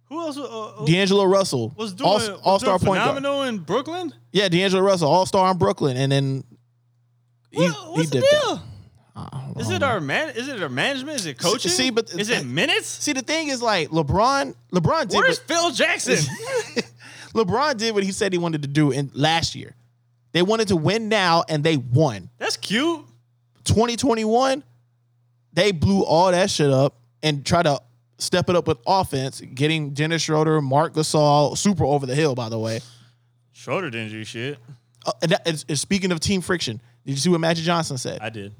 [SPEAKER 1] Who else was, uh,
[SPEAKER 2] D'Angelo Russell,
[SPEAKER 1] was doing
[SPEAKER 2] all,
[SPEAKER 1] was
[SPEAKER 2] all-star
[SPEAKER 1] doing
[SPEAKER 2] point guard.
[SPEAKER 1] phenomenal in Brooklyn?
[SPEAKER 2] Yeah, D'Angelo Russell, all star in Brooklyn, and then he,
[SPEAKER 1] What- what's the
[SPEAKER 2] dipped out.
[SPEAKER 1] deal? Is
[SPEAKER 2] um,
[SPEAKER 1] it our man? Is it our management? Is it coaching?
[SPEAKER 2] Oh, see, but-
[SPEAKER 1] is it minutes?
[SPEAKER 2] See, the thing is, like LeBron, LeBron did
[SPEAKER 1] Where's
[SPEAKER 2] what-
[SPEAKER 1] Phil Jackson?
[SPEAKER 2] LeBron did what he said he wanted to do in last year. They wanted to win now, and they won.
[SPEAKER 1] That's cute.
[SPEAKER 2] 2021, they blew all that shit up and tried to step it up with offense, getting Dennis Schroeder, Mark Gasol, super over the hill, by the way.
[SPEAKER 1] Schroeder didn't do shit.
[SPEAKER 2] Uh, and that is, is speaking of team friction, did you see what Magic Johnson said?
[SPEAKER 1] I did,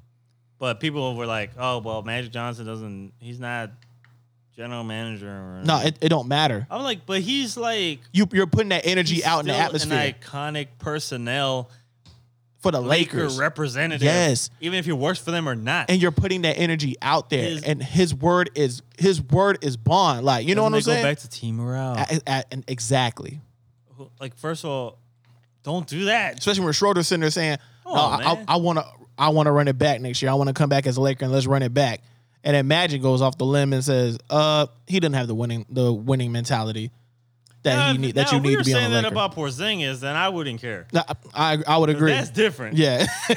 [SPEAKER 1] but people were like, "Oh, well, Magic Johnson doesn't. He's not general manager." Or
[SPEAKER 2] no, it, it don't matter.
[SPEAKER 1] I'm like, but he's like
[SPEAKER 2] You, you're putting that energy
[SPEAKER 1] he's
[SPEAKER 2] out in the
[SPEAKER 1] still
[SPEAKER 2] atmosphere
[SPEAKER 1] An iconic personnel.
[SPEAKER 2] for the
[SPEAKER 1] Laker
[SPEAKER 2] Lakers.
[SPEAKER 1] representative.
[SPEAKER 2] Yes.
[SPEAKER 1] Even if he works for them or not.
[SPEAKER 2] and you're putting that energy out there,
[SPEAKER 1] His-
[SPEAKER 2] and his word is his word is bond. Like you know what I'm
[SPEAKER 1] Doesn't it
[SPEAKER 2] saying?
[SPEAKER 1] Go back to team morale.
[SPEAKER 2] A- a- a- and exactly.
[SPEAKER 1] Who- like, first of all, don't do that.
[SPEAKER 2] especially when Schroeder's sitting there saying,
[SPEAKER 1] Come
[SPEAKER 2] "No,
[SPEAKER 1] on,
[SPEAKER 2] I- I-
[SPEAKER 1] man.
[SPEAKER 2] I want to, I want to run it back next year. I want to come back as a Laker and let's run it back." And then Magic goes off the limb and says, "Uh, he doesn't have the winning, the winning mentality that
[SPEAKER 1] Now,
[SPEAKER 2] he
[SPEAKER 1] if-
[SPEAKER 2] need, that
[SPEAKER 1] now,
[SPEAKER 2] you
[SPEAKER 1] if
[SPEAKER 2] need
[SPEAKER 1] we
[SPEAKER 2] to
[SPEAKER 1] were
[SPEAKER 2] be on
[SPEAKER 1] saying
[SPEAKER 2] the
[SPEAKER 1] that
[SPEAKER 2] Laker."
[SPEAKER 1] about Porzingis, then I wouldn't care.
[SPEAKER 2] No, I, I would agree.
[SPEAKER 1] That's different.
[SPEAKER 2] Yeah,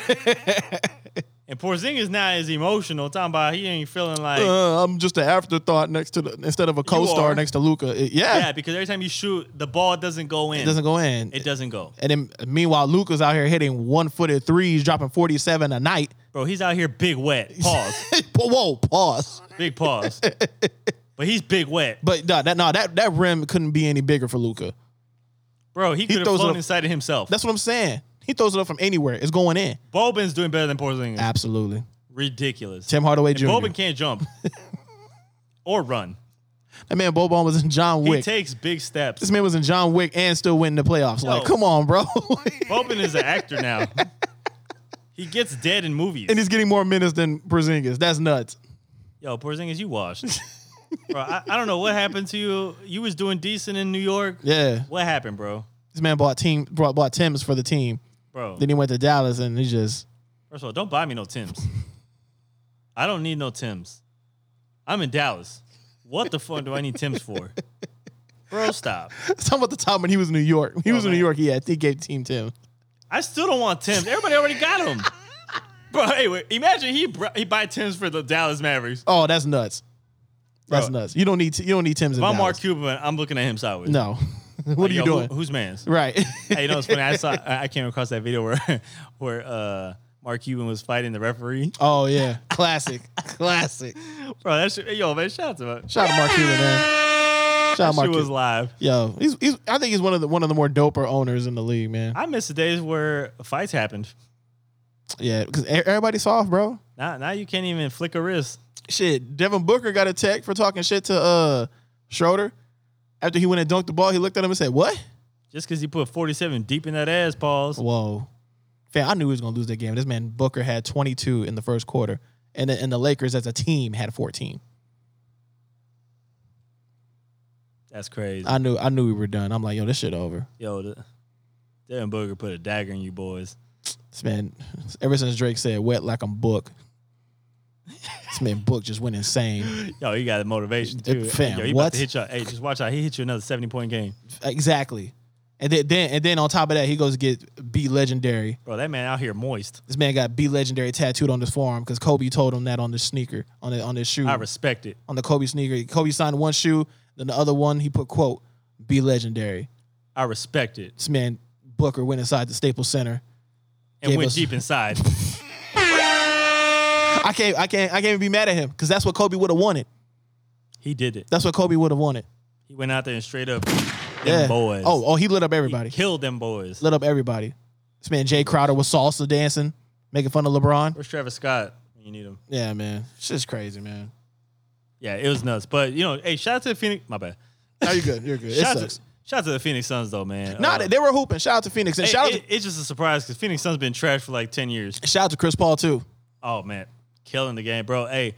[SPEAKER 1] And Porzingis now is emotional. Talking about he ain't feeling like
[SPEAKER 2] Uh, I'm just an afterthought next to the instead of a
[SPEAKER 1] are.
[SPEAKER 2] co-star next to Luca. Yeah,
[SPEAKER 1] yeah, because every time you shoot, the ball doesn't go in.
[SPEAKER 2] it doesn't go in.
[SPEAKER 1] It doesn't go.
[SPEAKER 2] and then meanwhile, Luca's out here hitting one-footed threes, dropping 47 a night.
[SPEAKER 1] Bro, he's out here big wet. Pause.
[SPEAKER 2] Whoa, pause.
[SPEAKER 1] big pause. But he's big wet.
[SPEAKER 2] But no, that no, that that rim couldn't be any bigger for Luca.
[SPEAKER 1] Bro, he, could have
[SPEAKER 2] throws it
[SPEAKER 1] flown
[SPEAKER 2] up-
[SPEAKER 1] inside of himself.
[SPEAKER 2] That's what I'm saying. He throws it up from anywhere. It's going in.
[SPEAKER 1] Bobin's doing better than Porzingis.
[SPEAKER 2] Absolutely.
[SPEAKER 1] Ridiculous.
[SPEAKER 2] Ah. Tim Hardaway
[SPEAKER 1] And
[SPEAKER 2] Jr.
[SPEAKER 1] Bobin can't jump or run.
[SPEAKER 2] That man Boban was in John
[SPEAKER 1] He
[SPEAKER 2] Wick.
[SPEAKER 1] takes big steps.
[SPEAKER 2] this man was in John Wick and still winning the playoffs. Like,
[SPEAKER 1] Yo.
[SPEAKER 2] come on, bro.
[SPEAKER 1] Bobin is an actor now. He gets dead in movies.
[SPEAKER 2] and he's getting more minutes than Porzingis. That's nuts.
[SPEAKER 1] Yo, Porzingis, you washed. bro, I, I don't know what happened to you. You was doing decent in New York.
[SPEAKER 2] Yeah.
[SPEAKER 1] What happened, bro?
[SPEAKER 2] This man bought team brought bought Tim's for the team.
[SPEAKER 1] Bro,
[SPEAKER 2] Then he went to Dallas and he just
[SPEAKER 1] first of all, don't buy me no Tim's. I don't need no Tim's. I'm in Dallas. What the fuck do I need Tim's for? Bro, stop.
[SPEAKER 2] talking about the time when he was in New York. When he was in
[SPEAKER 1] Oh, man.
[SPEAKER 2] New York, he had he gave team Tim.
[SPEAKER 1] I still don't want Tim's. Everybody already got them. Bro, hey, wait, imagine he br- he buy Tim's for the Dallas Mavericks.
[SPEAKER 2] Oh, that's nuts. That's
[SPEAKER 1] Bro.
[SPEAKER 2] nuts. You don't need t- you don't need Tim's in
[SPEAKER 1] If I'm
[SPEAKER 2] Dallas.
[SPEAKER 1] Mark Cuban, I'm looking at him sideways.
[SPEAKER 2] No. what
[SPEAKER 1] Like,
[SPEAKER 2] are you
[SPEAKER 1] yo,
[SPEAKER 2] doing?
[SPEAKER 1] Who, who's man's?
[SPEAKER 2] right.
[SPEAKER 1] hey, you know it's funny. I saw I I came across that video where where uh, Mark Cuban was fighting the referee.
[SPEAKER 2] oh yeah. Classic. Classic.
[SPEAKER 1] Bro, that shit, yo man, shout out to him.
[SPEAKER 2] Shout out to Mark Cuban, man. Shout out
[SPEAKER 1] That
[SPEAKER 2] Mark
[SPEAKER 1] shit was
[SPEAKER 2] Cuban.
[SPEAKER 1] live.
[SPEAKER 2] Yo, he's, he's I think he's one of the one of the more doper owners in the league, man.
[SPEAKER 1] I miss the days where fights happened.
[SPEAKER 2] Yeah, because everybody's soft, bro.
[SPEAKER 1] Now now you can't even flick a wrist.
[SPEAKER 2] Shit, Devin Booker got attacked for talking shit to uh Schroeder. After he went and dunked the ball, he looked at him and said, "What?
[SPEAKER 1] Just because he put 47 deep in that ass, pause.
[SPEAKER 2] Whoa, fam! I knew he was gonna lose that game. This man Booker had 22 in the first quarter, and the, and the Lakers as a team had 14.
[SPEAKER 1] That's crazy.
[SPEAKER 2] I knew I knew we were done. I'm like, yo, this shit over.
[SPEAKER 1] Yo, the, Devin Booker put a dagger in you boys.
[SPEAKER 2] This man, ever since Drake said, "Wet like I'm Book," this man Book just went insane.
[SPEAKER 1] Yo, you got the motivation too.
[SPEAKER 2] Fam,
[SPEAKER 1] yo, he
[SPEAKER 2] what?
[SPEAKER 1] about to hit you. Hey, just watch out. He hit you another 70 point game.
[SPEAKER 2] Exactly. And then, then and then on top of that, he goes to get B legendary.
[SPEAKER 1] Bro, that man out here moist.
[SPEAKER 2] This man got B legendary tattooed on his forearm because Kobe told him that on the sneaker, on the on his shoe,
[SPEAKER 1] I respect it.
[SPEAKER 2] on the Kobe sneaker. Kobe signed one shoe, then the other one he put quote B legendary.
[SPEAKER 1] I respect it.
[SPEAKER 2] This man Booker went inside the Staples Center.
[SPEAKER 1] And
[SPEAKER 2] Gave
[SPEAKER 1] went
[SPEAKER 2] us-
[SPEAKER 1] deep inside.
[SPEAKER 2] I can't I can't I can't even be mad at him because that's what Kobe would have wanted.
[SPEAKER 1] He did it.
[SPEAKER 2] That's what Kobe would have wanted.
[SPEAKER 1] He went out there and straight up them
[SPEAKER 2] Yeah.
[SPEAKER 1] boys.
[SPEAKER 2] Oh, oh, he lit up everybody.
[SPEAKER 1] he killed them boys.
[SPEAKER 2] lit up everybody. This man Jay Crowder was salsa dancing, making fun of LeBron.
[SPEAKER 1] Where's Travis Scott when you need him?
[SPEAKER 2] Yeah, man. It's just crazy, man.
[SPEAKER 1] Yeah, it was nuts. But you know, hey, shout out to the Phoenix. My bad.
[SPEAKER 2] No, you're good. You're good. It
[SPEAKER 1] Shout out,
[SPEAKER 2] sucks.
[SPEAKER 1] to, shout out to the Phoenix Suns though, man.
[SPEAKER 2] Nah,
[SPEAKER 1] Uh,
[SPEAKER 2] they, they were hooping. Shout out to Phoenix and
[SPEAKER 1] it-
[SPEAKER 2] shout out
[SPEAKER 1] it- it's just a surprise because Phoenix Suns been trash for like ten years.
[SPEAKER 2] to, shout out to Chris Paul too.
[SPEAKER 1] Oh man, killing the game, bro. Hey,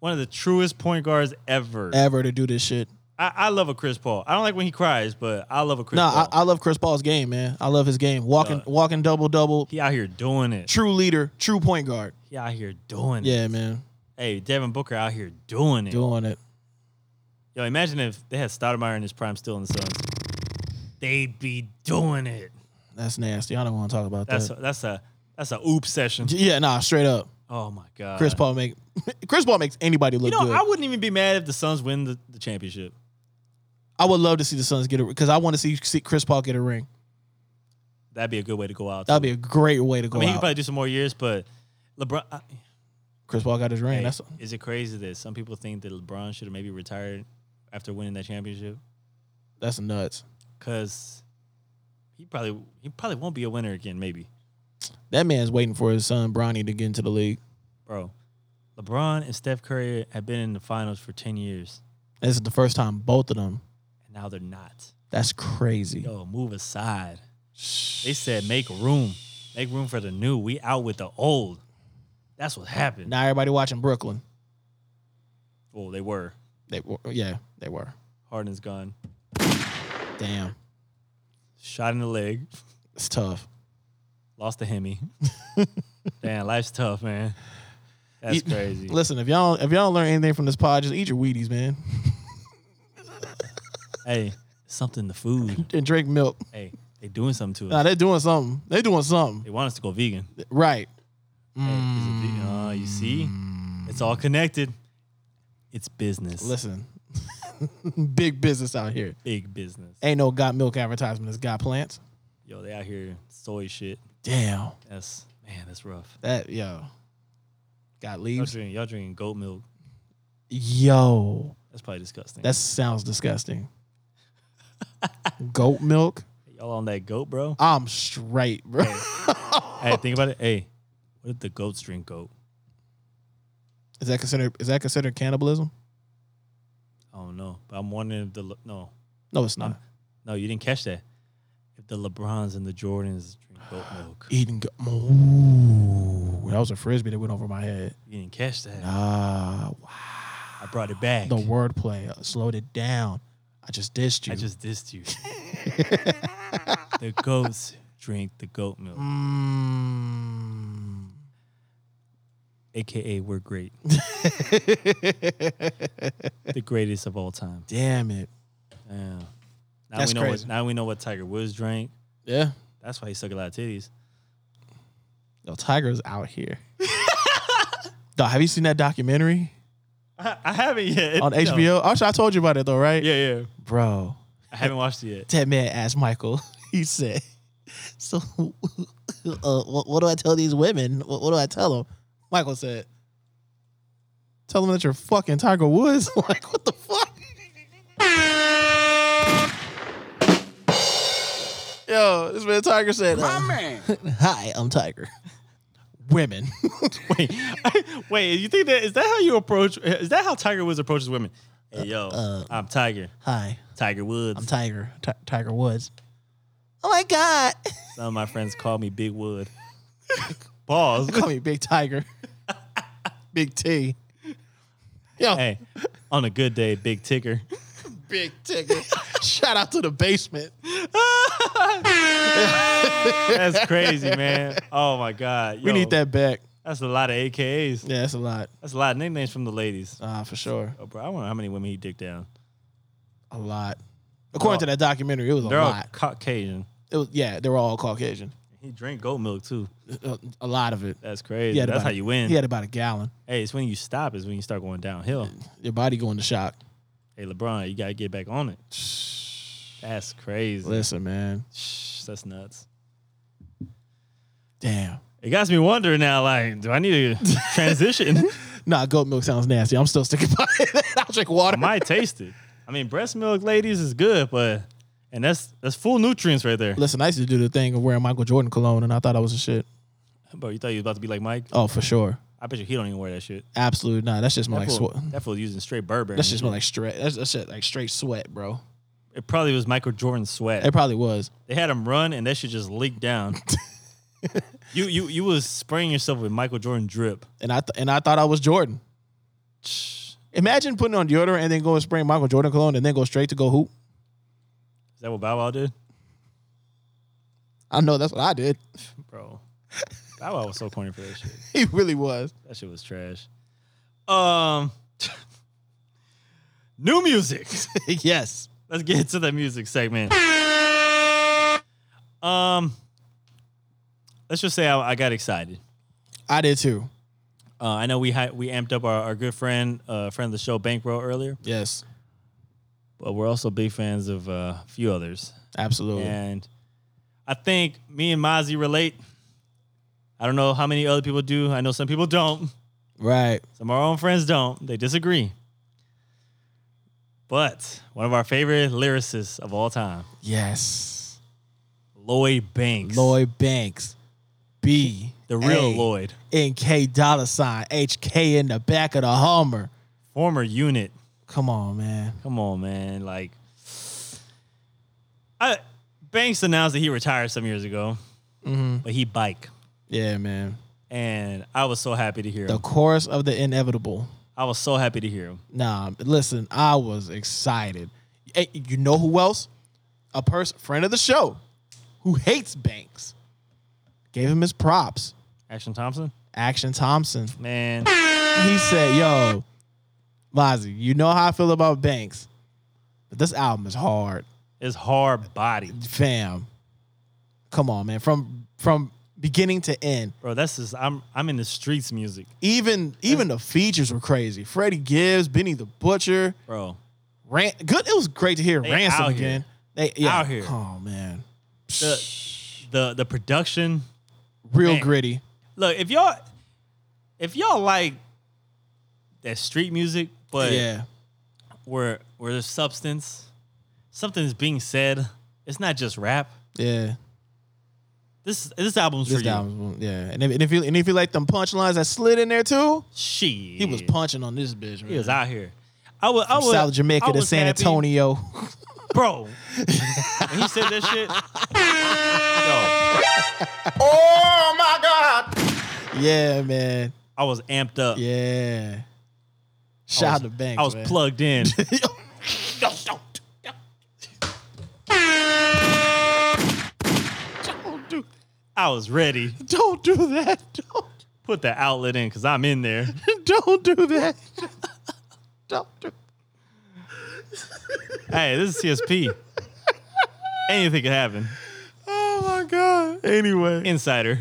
[SPEAKER 1] one of the truest point guards ever.
[SPEAKER 2] Ever to do this shit.
[SPEAKER 1] I, I love a Chris Paul. I don't like when he cries, but I love a Chris
[SPEAKER 2] No,
[SPEAKER 1] Paul.
[SPEAKER 2] I, I love Chris Paul's game, man. I love his game. Walking, walking double double.
[SPEAKER 1] he out here doing it.
[SPEAKER 2] True leader, true point guard.
[SPEAKER 1] He out here doing it.
[SPEAKER 2] Yeah, man,
[SPEAKER 1] Hey, Devin Booker out here doing it.
[SPEAKER 2] doing it.
[SPEAKER 1] Yo, imagine if they had Stoudemire in his prime still in the Suns. They'd be doing it.
[SPEAKER 2] That's nasty. I don't want to talk about
[SPEAKER 1] That's
[SPEAKER 2] that.
[SPEAKER 1] a, that's a that's a oop session.
[SPEAKER 2] yeah, nah, straight up.
[SPEAKER 1] Oh my god.
[SPEAKER 2] Chris Paul make Chris Paul makes anybody
[SPEAKER 1] You
[SPEAKER 2] look
[SPEAKER 1] know,
[SPEAKER 2] good.
[SPEAKER 1] I wouldn't even be mad if the Suns win the, the championship.
[SPEAKER 2] I would love to see the Suns get a because I want to see, see Chris Paul get a ring.
[SPEAKER 1] That'd be a good way to go out.
[SPEAKER 2] That'd
[SPEAKER 1] too.
[SPEAKER 2] be a great way to go
[SPEAKER 1] I mean, he could
[SPEAKER 2] out.
[SPEAKER 1] probably do some more years, but LeBron. I,
[SPEAKER 2] Chris Paul got his ring.
[SPEAKER 1] hey,
[SPEAKER 2] That's
[SPEAKER 1] is it crazy that some people think that LeBron should have maybe retired after winning that championship?
[SPEAKER 2] that's nuts.
[SPEAKER 1] Because he probably he probably won't be a winner again. Maybe,
[SPEAKER 2] That man's waiting for his son Bronny to get into the league.
[SPEAKER 1] bro. LeBron and Steph Curry have been in the finals for ten years,
[SPEAKER 2] This is the first time both of them.
[SPEAKER 1] and now they're not.
[SPEAKER 2] That's crazy.
[SPEAKER 1] Yo, move aside. They said make room, make room for the new. We out with the old. That's what happened.
[SPEAKER 2] Now everybody watching Brooklyn.
[SPEAKER 1] Well, they were.
[SPEAKER 2] They were, yeah, they were.
[SPEAKER 1] Harden's gone.
[SPEAKER 2] Damn,
[SPEAKER 1] Shot in the leg.
[SPEAKER 2] it's tough.
[SPEAKER 1] Lost the Hemi. Damn, life's tough, man. That's
[SPEAKER 2] Eat-
[SPEAKER 1] crazy.
[SPEAKER 2] E, Listen, if y'all if y'all don't learn anything from this pod, just eat your Wheaties, man,
[SPEAKER 1] hey, something to food.
[SPEAKER 2] and drink milk.
[SPEAKER 1] Hey, they doing something to
[SPEAKER 2] Nah,
[SPEAKER 1] us.
[SPEAKER 2] they're doing something. They're doing something.
[SPEAKER 1] They want us to go vegan. Hey, is
[SPEAKER 2] Right. Mm.
[SPEAKER 1] it vegan? Oh, you see, Mm. it's all connected. It's business.
[SPEAKER 2] Listen, big business out here.
[SPEAKER 1] Big business.
[SPEAKER 2] Ain't no got milk advertisement. It's got plants.
[SPEAKER 1] Yo, they out here soy shit.
[SPEAKER 2] Damn.
[SPEAKER 1] That's man, that's rough.
[SPEAKER 2] That yo. Got
[SPEAKER 1] Y'all
[SPEAKER 2] leaves.
[SPEAKER 1] drinking, y'all drinking goat milk.
[SPEAKER 2] Yo.
[SPEAKER 1] That's probably disgusting.
[SPEAKER 2] That sounds disgusting. Goat milk?
[SPEAKER 1] y'all on that goat, bro.
[SPEAKER 2] I'm straight, bro.
[SPEAKER 1] hey, think about it. Hey, what if the goats drink goat?
[SPEAKER 2] Is that considered is that considered cannibalism?
[SPEAKER 1] I don't know, but I'm wondering if the Le- no,
[SPEAKER 2] No, it's not.
[SPEAKER 1] no, you didn't catch that. If the LeBrons and the Jordans drink goat milk,
[SPEAKER 2] Eating goat. Ooh, that was a frisbee that went over my head.
[SPEAKER 1] you didn't catch that.
[SPEAKER 2] Ah, wow.
[SPEAKER 1] I brought it back.
[SPEAKER 2] The wordplay uh, slowed it down. I just dissed you.
[SPEAKER 1] I just dissed you. the goats drink the goat milk,
[SPEAKER 2] Mm.
[SPEAKER 1] aka we're great, the greatest of all time.
[SPEAKER 2] Damn it.
[SPEAKER 1] Yeah. Now
[SPEAKER 2] That's
[SPEAKER 1] we know
[SPEAKER 2] crazy.
[SPEAKER 1] what. Now we know what Tiger Woods drank.
[SPEAKER 2] Yeah.
[SPEAKER 1] That's why he sucked a lot of titties.
[SPEAKER 2] Yo, Tiger's out here. Dog, have you seen that documentary
[SPEAKER 1] I, I haven't yet
[SPEAKER 2] on
[SPEAKER 1] No.
[SPEAKER 2] HBO? Actually, I told you about it though, right?
[SPEAKER 1] Yeah, yeah.
[SPEAKER 2] Bro,
[SPEAKER 1] I haven't watched it yet.
[SPEAKER 2] that man asked Michael. He said, "So, uh, what, what do I tell these women? What, what do I tell them?" Michael said, "Tell them that you're fucking Tiger Woods." like, what the fuck? Yo, this man Tiger said, uh,
[SPEAKER 6] man.
[SPEAKER 2] "Hi, I'm Tiger." Women.
[SPEAKER 1] Wait, wait. You think that is that how you approach? Is that how Tiger Woods approaches women? Hey, yo, I'm Tiger.
[SPEAKER 2] Hi,
[SPEAKER 1] Tiger Woods.
[SPEAKER 2] Uh, I'm Tiger. Ti- Tiger Woods. Oh my god!
[SPEAKER 1] Some of my friends call me Big Wood. Pause.
[SPEAKER 2] Call me Big Tiger. Big T. Yo,
[SPEAKER 1] hey, on a good day, Big Ticker.
[SPEAKER 2] big ticket. Shout out to the basement.
[SPEAKER 1] That's crazy, man. Oh my God.
[SPEAKER 2] We
[SPEAKER 1] Yo,
[SPEAKER 2] need that back.
[SPEAKER 1] That's a lot of AKAs.
[SPEAKER 2] Yeah, that's a lot.
[SPEAKER 1] That's a lot of nicknames from the ladies.
[SPEAKER 2] Uh, for sure.
[SPEAKER 1] Oh, bro, I wonder how many women he dicked down.
[SPEAKER 2] A lot. According to that documentary, it was a
[SPEAKER 1] They're all
[SPEAKER 2] lot.
[SPEAKER 1] Caucasian.
[SPEAKER 2] It was yeah, they were all Caucasian.
[SPEAKER 1] He drank goat milk too.
[SPEAKER 2] A, a lot of it.
[SPEAKER 1] That's crazy.
[SPEAKER 2] He had
[SPEAKER 1] That's
[SPEAKER 2] about-
[SPEAKER 1] how you win.
[SPEAKER 2] He had about a gallon.
[SPEAKER 1] hey, it's when you stop. It's when you start going downhill.
[SPEAKER 2] Your body going to shock.
[SPEAKER 1] Hey, LeBron, you gotta get back on it. That's crazy.
[SPEAKER 2] Listen, man.
[SPEAKER 1] That's nuts.
[SPEAKER 2] Damn.
[SPEAKER 1] It got me wondering now. Like, do I need to transition?
[SPEAKER 2] Nah, goat milk sounds nasty. I'm still sticking by it. I'll drink water.
[SPEAKER 1] I might taste it. I mean, breast milk, ladies, is good, but and that's that's full nutrients right there.
[SPEAKER 2] Listen, I used to do the thing of wearing Michael Jordan cologne, and I thought I was a shit.
[SPEAKER 1] Bro, you thought you was about to be like Mike?
[SPEAKER 2] Oh, for sure.
[SPEAKER 1] I bet you he don't even wear that shit.
[SPEAKER 2] Absolutely not. That's just my
[SPEAKER 1] That
[SPEAKER 2] like
[SPEAKER 1] fool,
[SPEAKER 2] sweat.
[SPEAKER 1] that fool using straight Burberry.
[SPEAKER 2] That's just my like straight. That's, that's it, like straight sweat, bro.
[SPEAKER 1] It probably was Michael Jordan sweat.
[SPEAKER 2] It probably was.
[SPEAKER 1] They had him run, and that shit just leaked down. you you you was spraying yourself with Michael Jordan drip.
[SPEAKER 2] And I th- and I thought I was Jordan. Imagine putting on deodorant and then go and spraying Michael Jordan cologne and then go straight to go hoop.
[SPEAKER 1] Is that what Bow Wow did,
[SPEAKER 2] I know that's what I did.
[SPEAKER 1] bro? Bow Wow was so corny for that shit.
[SPEAKER 2] He really was.
[SPEAKER 1] That shit was trash. Um, new music.
[SPEAKER 2] yes.
[SPEAKER 1] Let's get to the music segment. Um, let's just say I, I got excited.
[SPEAKER 2] I did too.
[SPEAKER 1] Uh, I know we hi- we amped up our, our good friend, uh, friend of the show, Bankroll earlier,
[SPEAKER 2] Yes.
[SPEAKER 1] but we're also big fans of uh, a few others.
[SPEAKER 2] Absolutely.
[SPEAKER 1] And I think me and Mozzie relate. I don't know how many other people do. I know some people don't.
[SPEAKER 2] Right.
[SPEAKER 1] Some of our own friends don't. They disagree. But one of our favorite lyricists of all time,
[SPEAKER 2] Yes.
[SPEAKER 1] Lloyd Banks.
[SPEAKER 2] Lloyd Banks. B.
[SPEAKER 1] The real
[SPEAKER 2] A,
[SPEAKER 1] Lloyd.
[SPEAKER 2] And K dollar sign. HK in the back of the Hummer.
[SPEAKER 1] Former unit.
[SPEAKER 2] Come on, man.
[SPEAKER 1] Come on, man. Like, I, Banks announced that he retired some years ago, but he bike.
[SPEAKER 2] Yeah, man.
[SPEAKER 1] And I was so happy to hear
[SPEAKER 2] The
[SPEAKER 1] him.
[SPEAKER 2] chorus of the inevitable.
[SPEAKER 1] I was so happy to hear him.
[SPEAKER 2] Nah, listen, I was excited. Hey, you know who else? A person, friend of the show, who hates Banks, gave him his props.
[SPEAKER 1] Action Thompson,
[SPEAKER 2] Action Thompson.
[SPEAKER 1] man.
[SPEAKER 2] He said, "Yo, Mozzie, you know how I feel about Banks, but this album is hard,
[SPEAKER 1] It's hard body,
[SPEAKER 2] fam. Come on, man. From from beginning to end,
[SPEAKER 1] bro. That's just I'm I'm in the streets music,
[SPEAKER 2] even even the features were crazy. Freddie Gibbs, Benny the Butcher,
[SPEAKER 1] bro.
[SPEAKER 2] Ran- good. It was great to hear
[SPEAKER 1] They
[SPEAKER 2] Ransom
[SPEAKER 1] out here.
[SPEAKER 2] again. They yeah.
[SPEAKER 1] Out here.
[SPEAKER 2] Oh man,
[SPEAKER 1] The the the production.
[SPEAKER 2] real
[SPEAKER 1] Man.
[SPEAKER 2] gritty.
[SPEAKER 1] Look, if y'all if y'all like that street music, but
[SPEAKER 2] yeah,
[SPEAKER 1] where where there's substance, something's being said. It's not just rap.
[SPEAKER 2] yeah.
[SPEAKER 1] This this album's
[SPEAKER 2] This
[SPEAKER 1] for you.
[SPEAKER 2] album, yeah. And if, and if you and if you like them punchlines that slid in there too,
[SPEAKER 1] She
[SPEAKER 2] he was punching on this bitch. Man.
[SPEAKER 1] he was out here. I would I would
[SPEAKER 2] South Jamaica
[SPEAKER 1] I
[SPEAKER 2] to
[SPEAKER 1] was
[SPEAKER 2] San
[SPEAKER 1] happy-
[SPEAKER 2] Antonio.
[SPEAKER 1] bro. when he said that shit, yo,
[SPEAKER 3] Oh my God!
[SPEAKER 2] yeah, man.
[SPEAKER 1] I was amped up.
[SPEAKER 2] Yeah. Shout out to Banks.
[SPEAKER 1] I was
[SPEAKER 2] man.
[SPEAKER 1] plugged in. I was ready.
[SPEAKER 2] Don't do that. Don't
[SPEAKER 1] Put the outlet in because I'm in there.
[SPEAKER 2] don't do that. Don't do.
[SPEAKER 1] hey, this is CSP. Anything can happen.
[SPEAKER 2] Oh my god. Anyway,
[SPEAKER 1] Insider.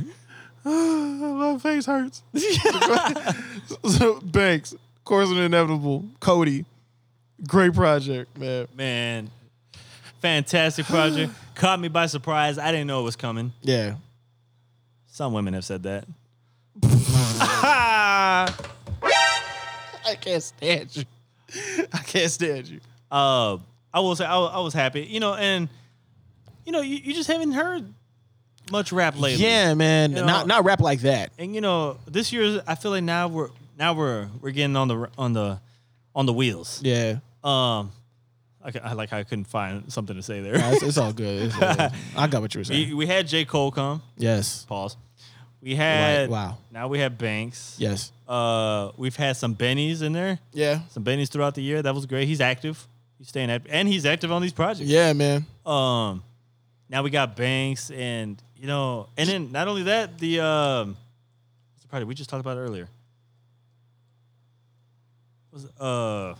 [SPEAKER 2] my face hurts. so Banks, Course of the Inevitable, Cody, great project, man.
[SPEAKER 1] Man, fantastic project. Caught me by surprise. I didn't know it was coming.
[SPEAKER 2] Yeah.
[SPEAKER 1] Some women have said that.
[SPEAKER 2] I can't stand you. I can't stand you.
[SPEAKER 1] Uh, I will say I, wa- I was happy, you know, and you know, you, you just haven't heard much rap lately.
[SPEAKER 2] Yeah, man.
[SPEAKER 1] You
[SPEAKER 2] Not
[SPEAKER 1] know-
[SPEAKER 2] not rap like that.
[SPEAKER 1] and you know, this year I feel like now we're now we're we're getting on the on the on the wheels.
[SPEAKER 2] Yeah.
[SPEAKER 1] Um, I, ca- I like how I couldn't find something to say there.
[SPEAKER 2] No, it's, it's all good. It's all good. I got what you were
[SPEAKER 1] we,
[SPEAKER 2] saying.
[SPEAKER 1] we had J Cole come.
[SPEAKER 2] Yes.
[SPEAKER 1] Pause. We had
[SPEAKER 2] wow.
[SPEAKER 1] Now we have Banks.
[SPEAKER 2] Yes.
[SPEAKER 1] Uh, we've had some Bennies in there.
[SPEAKER 2] Yeah.
[SPEAKER 1] Some Bennies throughout the year. That was great. He's active. He's staying active, and he's active on these projects.
[SPEAKER 2] Yeah, man.
[SPEAKER 1] Um, now we got Banks, and you know, and then not only that, the um, what's the project we just talked about earlier? Was uh,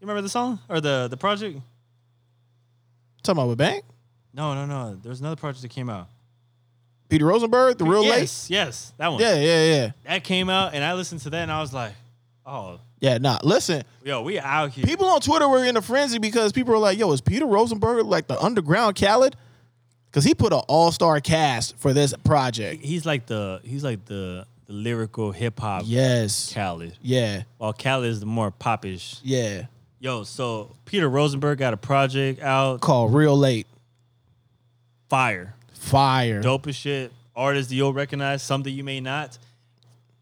[SPEAKER 1] you remember the song or the the project?
[SPEAKER 2] Talking about with Bank?
[SPEAKER 1] No, no, no. There was another project that came out.
[SPEAKER 2] Peter Rosenberg, the real lace.
[SPEAKER 1] yes, yes, that one.
[SPEAKER 2] Yeah, yeah, yeah.
[SPEAKER 1] that came out, and I listened to that, and I was like, oh,
[SPEAKER 2] Yeah, nah. Listen,
[SPEAKER 1] yo, we out here.
[SPEAKER 2] people on Twitter were in a frenzy because people were like, yo, is Peter Rosenberg like the underground Khaled? Because he put an all-star cast for this project.
[SPEAKER 1] he's like the he's like the the lyrical hip hop
[SPEAKER 2] Yes.
[SPEAKER 1] Khaled,
[SPEAKER 2] Yeah.
[SPEAKER 1] while Khaled is the more popish.
[SPEAKER 2] Yeah.
[SPEAKER 1] Yo, so Peter Rosenberg got a project out,
[SPEAKER 2] Call real late.
[SPEAKER 1] fire,
[SPEAKER 2] Fire.
[SPEAKER 1] dope as shit. Artists you'll recognize, some that you may not,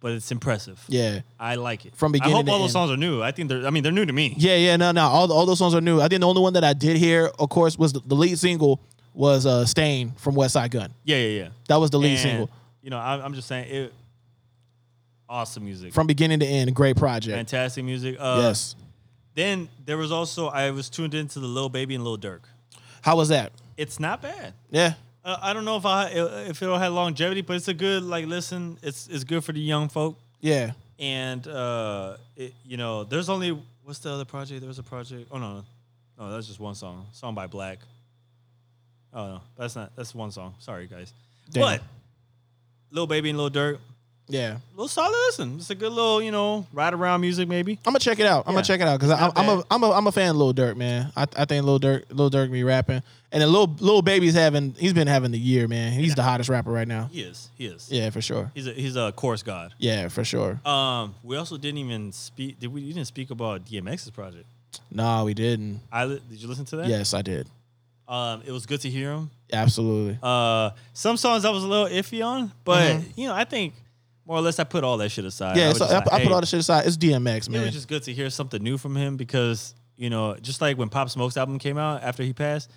[SPEAKER 1] but it's impressive.
[SPEAKER 2] Yeah.
[SPEAKER 1] I like it
[SPEAKER 2] From beginning
[SPEAKER 1] I hope
[SPEAKER 2] to
[SPEAKER 1] all those
[SPEAKER 2] end.
[SPEAKER 1] songs are new. I think they're. I mean, they're new to me.
[SPEAKER 2] Yeah, yeah, no, no. All, all those songs are new. I think the only one that I did hear, of course, was the, the lead single was uh, "Stain" from West Side Gun.
[SPEAKER 1] yeah, yeah. yeah.
[SPEAKER 2] That was the lead
[SPEAKER 1] And,
[SPEAKER 2] single
[SPEAKER 1] You know, I, I'm just saying it. Awesome music,
[SPEAKER 2] from beginning to end. Great project.
[SPEAKER 1] fantastic music. Uh,
[SPEAKER 2] Yes.
[SPEAKER 1] Then there was also I was tuned into the Lil Baby and Lil Durk.
[SPEAKER 2] How was that?
[SPEAKER 1] It's not bad.
[SPEAKER 2] Yeah.
[SPEAKER 1] Uh, I don't know if I if it'll have longevity, but it's a good like listen. It's it's good for the young folk.
[SPEAKER 2] Yeah.
[SPEAKER 1] And uh, it, you know, there's only what's the other project? There was a project. Oh no, no, no, that's just one song. Song by Black. Oh no, that's not. That's one song. Sorry guys.
[SPEAKER 2] Damn.
[SPEAKER 1] But Lil Baby and Lil Durk,
[SPEAKER 2] Yeah.
[SPEAKER 1] little solid listen. It's a good little you know ride around music maybe.
[SPEAKER 2] I'm gonna check it out. I'm
[SPEAKER 1] Yeah.
[SPEAKER 2] gonna check it out because I'm,
[SPEAKER 1] Not
[SPEAKER 2] I'm a
[SPEAKER 1] bad.
[SPEAKER 2] I'm a I'm a fan of Lil Durk, man. I, I think Lil Durk Lil Durk be rapping, and then Lil Lil Baby's having he's been having the year, man. He's the hottest rapper right now.
[SPEAKER 1] He is. He is.
[SPEAKER 2] Yeah, for sure.
[SPEAKER 1] He's a he's a chorus god.
[SPEAKER 2] Yeah, for sure.
[SPEAKER 1] Um, we also didn't even speak. Did we? You didn't speak about DMX's project.
[SPEAKER 2] No, we didn't.
[SPEAKER 1] I li- did you listen to that?
[SPEAKER 2] Yes, I did.
[SPEAKER 1] Um, it was good to hear him.
[SPEAKER 2] Absolutely.
[SPEAKER 1] Uh, some songs I was a little iffy on, but you know, I think more or less I put all that shit aside.
[SPEAKER 2] Mm-hmm. yeah,
[SPEAKER 1] was
[SPEAKER 2] so
[SPEAKER 1] just
[SPEAKER 2] I,
[SPEAKER 1] like,
[SPEAKER 2] I put
[SPEAKER 1] hey,
[SPEAKER 2] all the shit aside. It's DMX,
[SPEAKER 1] It
[SPEAKER 2] man.
[SPEAKER 1] was just good to hear something new from him because you know, just like when Pop Smoke's album came out after he passed,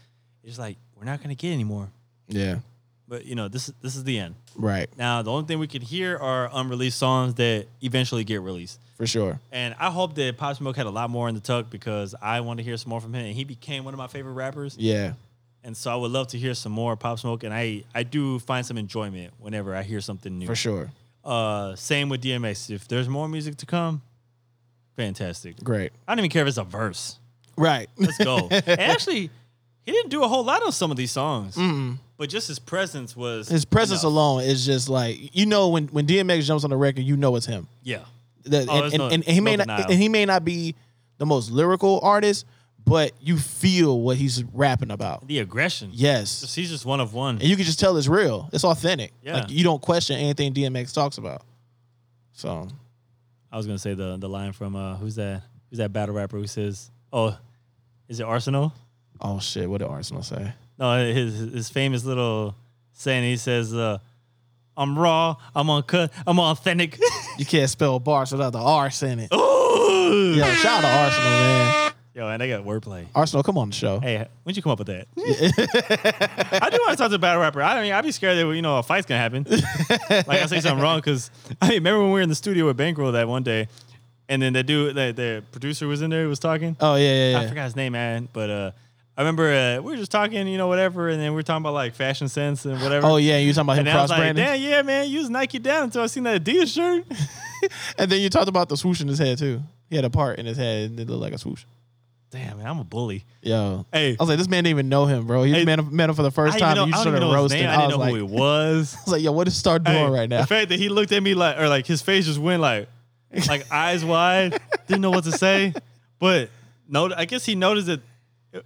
[SPEAKER 1] it's like we're not gonna get anymore.
[SPEAKER 2] yeah.
[SPEAKER 1] But you know, this this is the end.
[SPEAKER 2] Right.
[SPEAKER 1] Now the only thing we can hear are unreleased songs that eventually get released.
[SPEAKER 2] For sure.
[SPEAKER 1] And I hope that Pop Smoke had a lot more in the tuck because I want to hear some more from him. And he became one of my favorite rappers.
[SPEAKER 2] Yeah.
[SPEAKER 1] And so I would love to hear some more Pop Smoke. And I, I do find some enjoyment whenever I hear something new.
[SPEAKER 2] For sure.
[SPEAKER 1] Uh, same with DMX. If there's more music to come, fantastic.
[SPEAKER 2] Great.
[SPEAKER 1] I don't even care if it's a verse.
[SPEAKER 2] Right.
[SPEAKER 1] Let's go. and actually, he didn't do a whole lot on some of these songs. But just his presence was.
[SPEAKER 2] His presence
[SPEAKER 1] enough.
[SPEAKER 2] alone is just like you know when when DMX jumps on the record, you know it's him.
[SPEAKER 1] Yeah.
[SPEAKER 2] That-
[SPEAKER 1] Oh,
[SPEAKER 2] and,
[SPEAKER 1] there's
[SPEAKER 2] and,
[SPEAKER 1] no-
[SPEAKER 2] and he
[SPEAKER 1] no
[SPEAKER 2] may
[SPEAKER 1] denial.
[SPEAKER 2] not and he may not be the most lyrical artist, but you feel what he's rapping about.
[SPEAKER 1] The aggression.
[SPEAKER 2] Yes.
[SPEAKER 1] Just- he's just one of one.
[SPEAKER 2] And you can just tell it's real. It's authentic.
[SPEAKER 1] Yeah.
[SPEAKER 2] Like you don't question anything DMX talks about. So
[SPEAKER 1] I was gonna say the the line from uh who's that who's that battle rapper who says oh is it Arsenal?
[SPEAKER 2] oh shit, what did Arsenal say?
[SPEAKER 1] No, his his famous little saying he says uh I'm raw, I'm uncut, I'm authentic.
[SPEAKER 2] You can't spell bars without the R's in
[SPEAKER 1] Oh.
[SPEAKER 2] it.
[SPEAKER 1] Ooh.
[SPEAKER 2] Yo, shout out to Arsenal, man.
[SPEAKER 1] Yo, and they got wordplay.
[SPEAKER 2] Arsenal, come on the show.
[SPEAKER 1] Hey, when'd you come up with that? I do want to talk to the battle rapper. I mean, I'd be scared that you know a fight's gonna happen. like I say something wrong because I remember when we were in the studio with Bankroll that one day, and then that dude, that the producer was in there, who was talking.
[SPEAKER 2] Oh yeah, yeah, yeah.
[SPEAKER 1] I forgot his name, man. But uh, I remember uh, we were just talking, you know, whatever, and then we were talking about like fashion sense and whatever.
[SPEAKER 2] Oh yeah, you talking about him
[SPEAKER 1] And then I
[SPEAKER 2] cross
[SPEAKER 1] was like,
[SPEAKER 2] branding,
[SPEAKER 1] damn, yeah, man, you was Nike down until I seen that Adidas shirt.
[SPEAKER 2] and then you talked about the swoosh in his head too. He had a part in his head and it looked like a swoosh.
[SPEAKER 1] damn, man, I'm a bully.
[SPEAKER 2] Yo,
[SPEAKER 1] Hey.
[SPEAKER 2] I was like, this man didn't even know him, bro. He
[SPEAKER 1] Hey.
[SPEAKER 2] met, him, met him for the first
[SPEAKER 1] I
[SPEAKER 2] time.
[SPEAKER 1] didn't
[SPEAKER 2] and
[SPEAKER 1] even
[SPEAKER 2] you
[SPEAKER 1] know, I don't even
[SPEAKER 2] started
[SPEAKER 1] know his
[SPEAKER 2] roasting.
[SPEAKER 1] name. I
[SPEAKER 2] I
[SPEAKER 1] didn't
[SPEAKER 2] was
[SPEAKER 1] know
[SPEAKER 2] like,
[SPEAKER 1] who he
[SPEAKER 2] I
[SPEAKER 1] was.
[SPEAKER 2] was like, yo, what is Star doing
[SPEAKER 1] Hey,
[SPEAKER 2] right now?
[SPEAKER 1] The fact that he looked at me like, or like his face just went like, like eyes wide, didn't know what to say. But no, I guess he noticed that,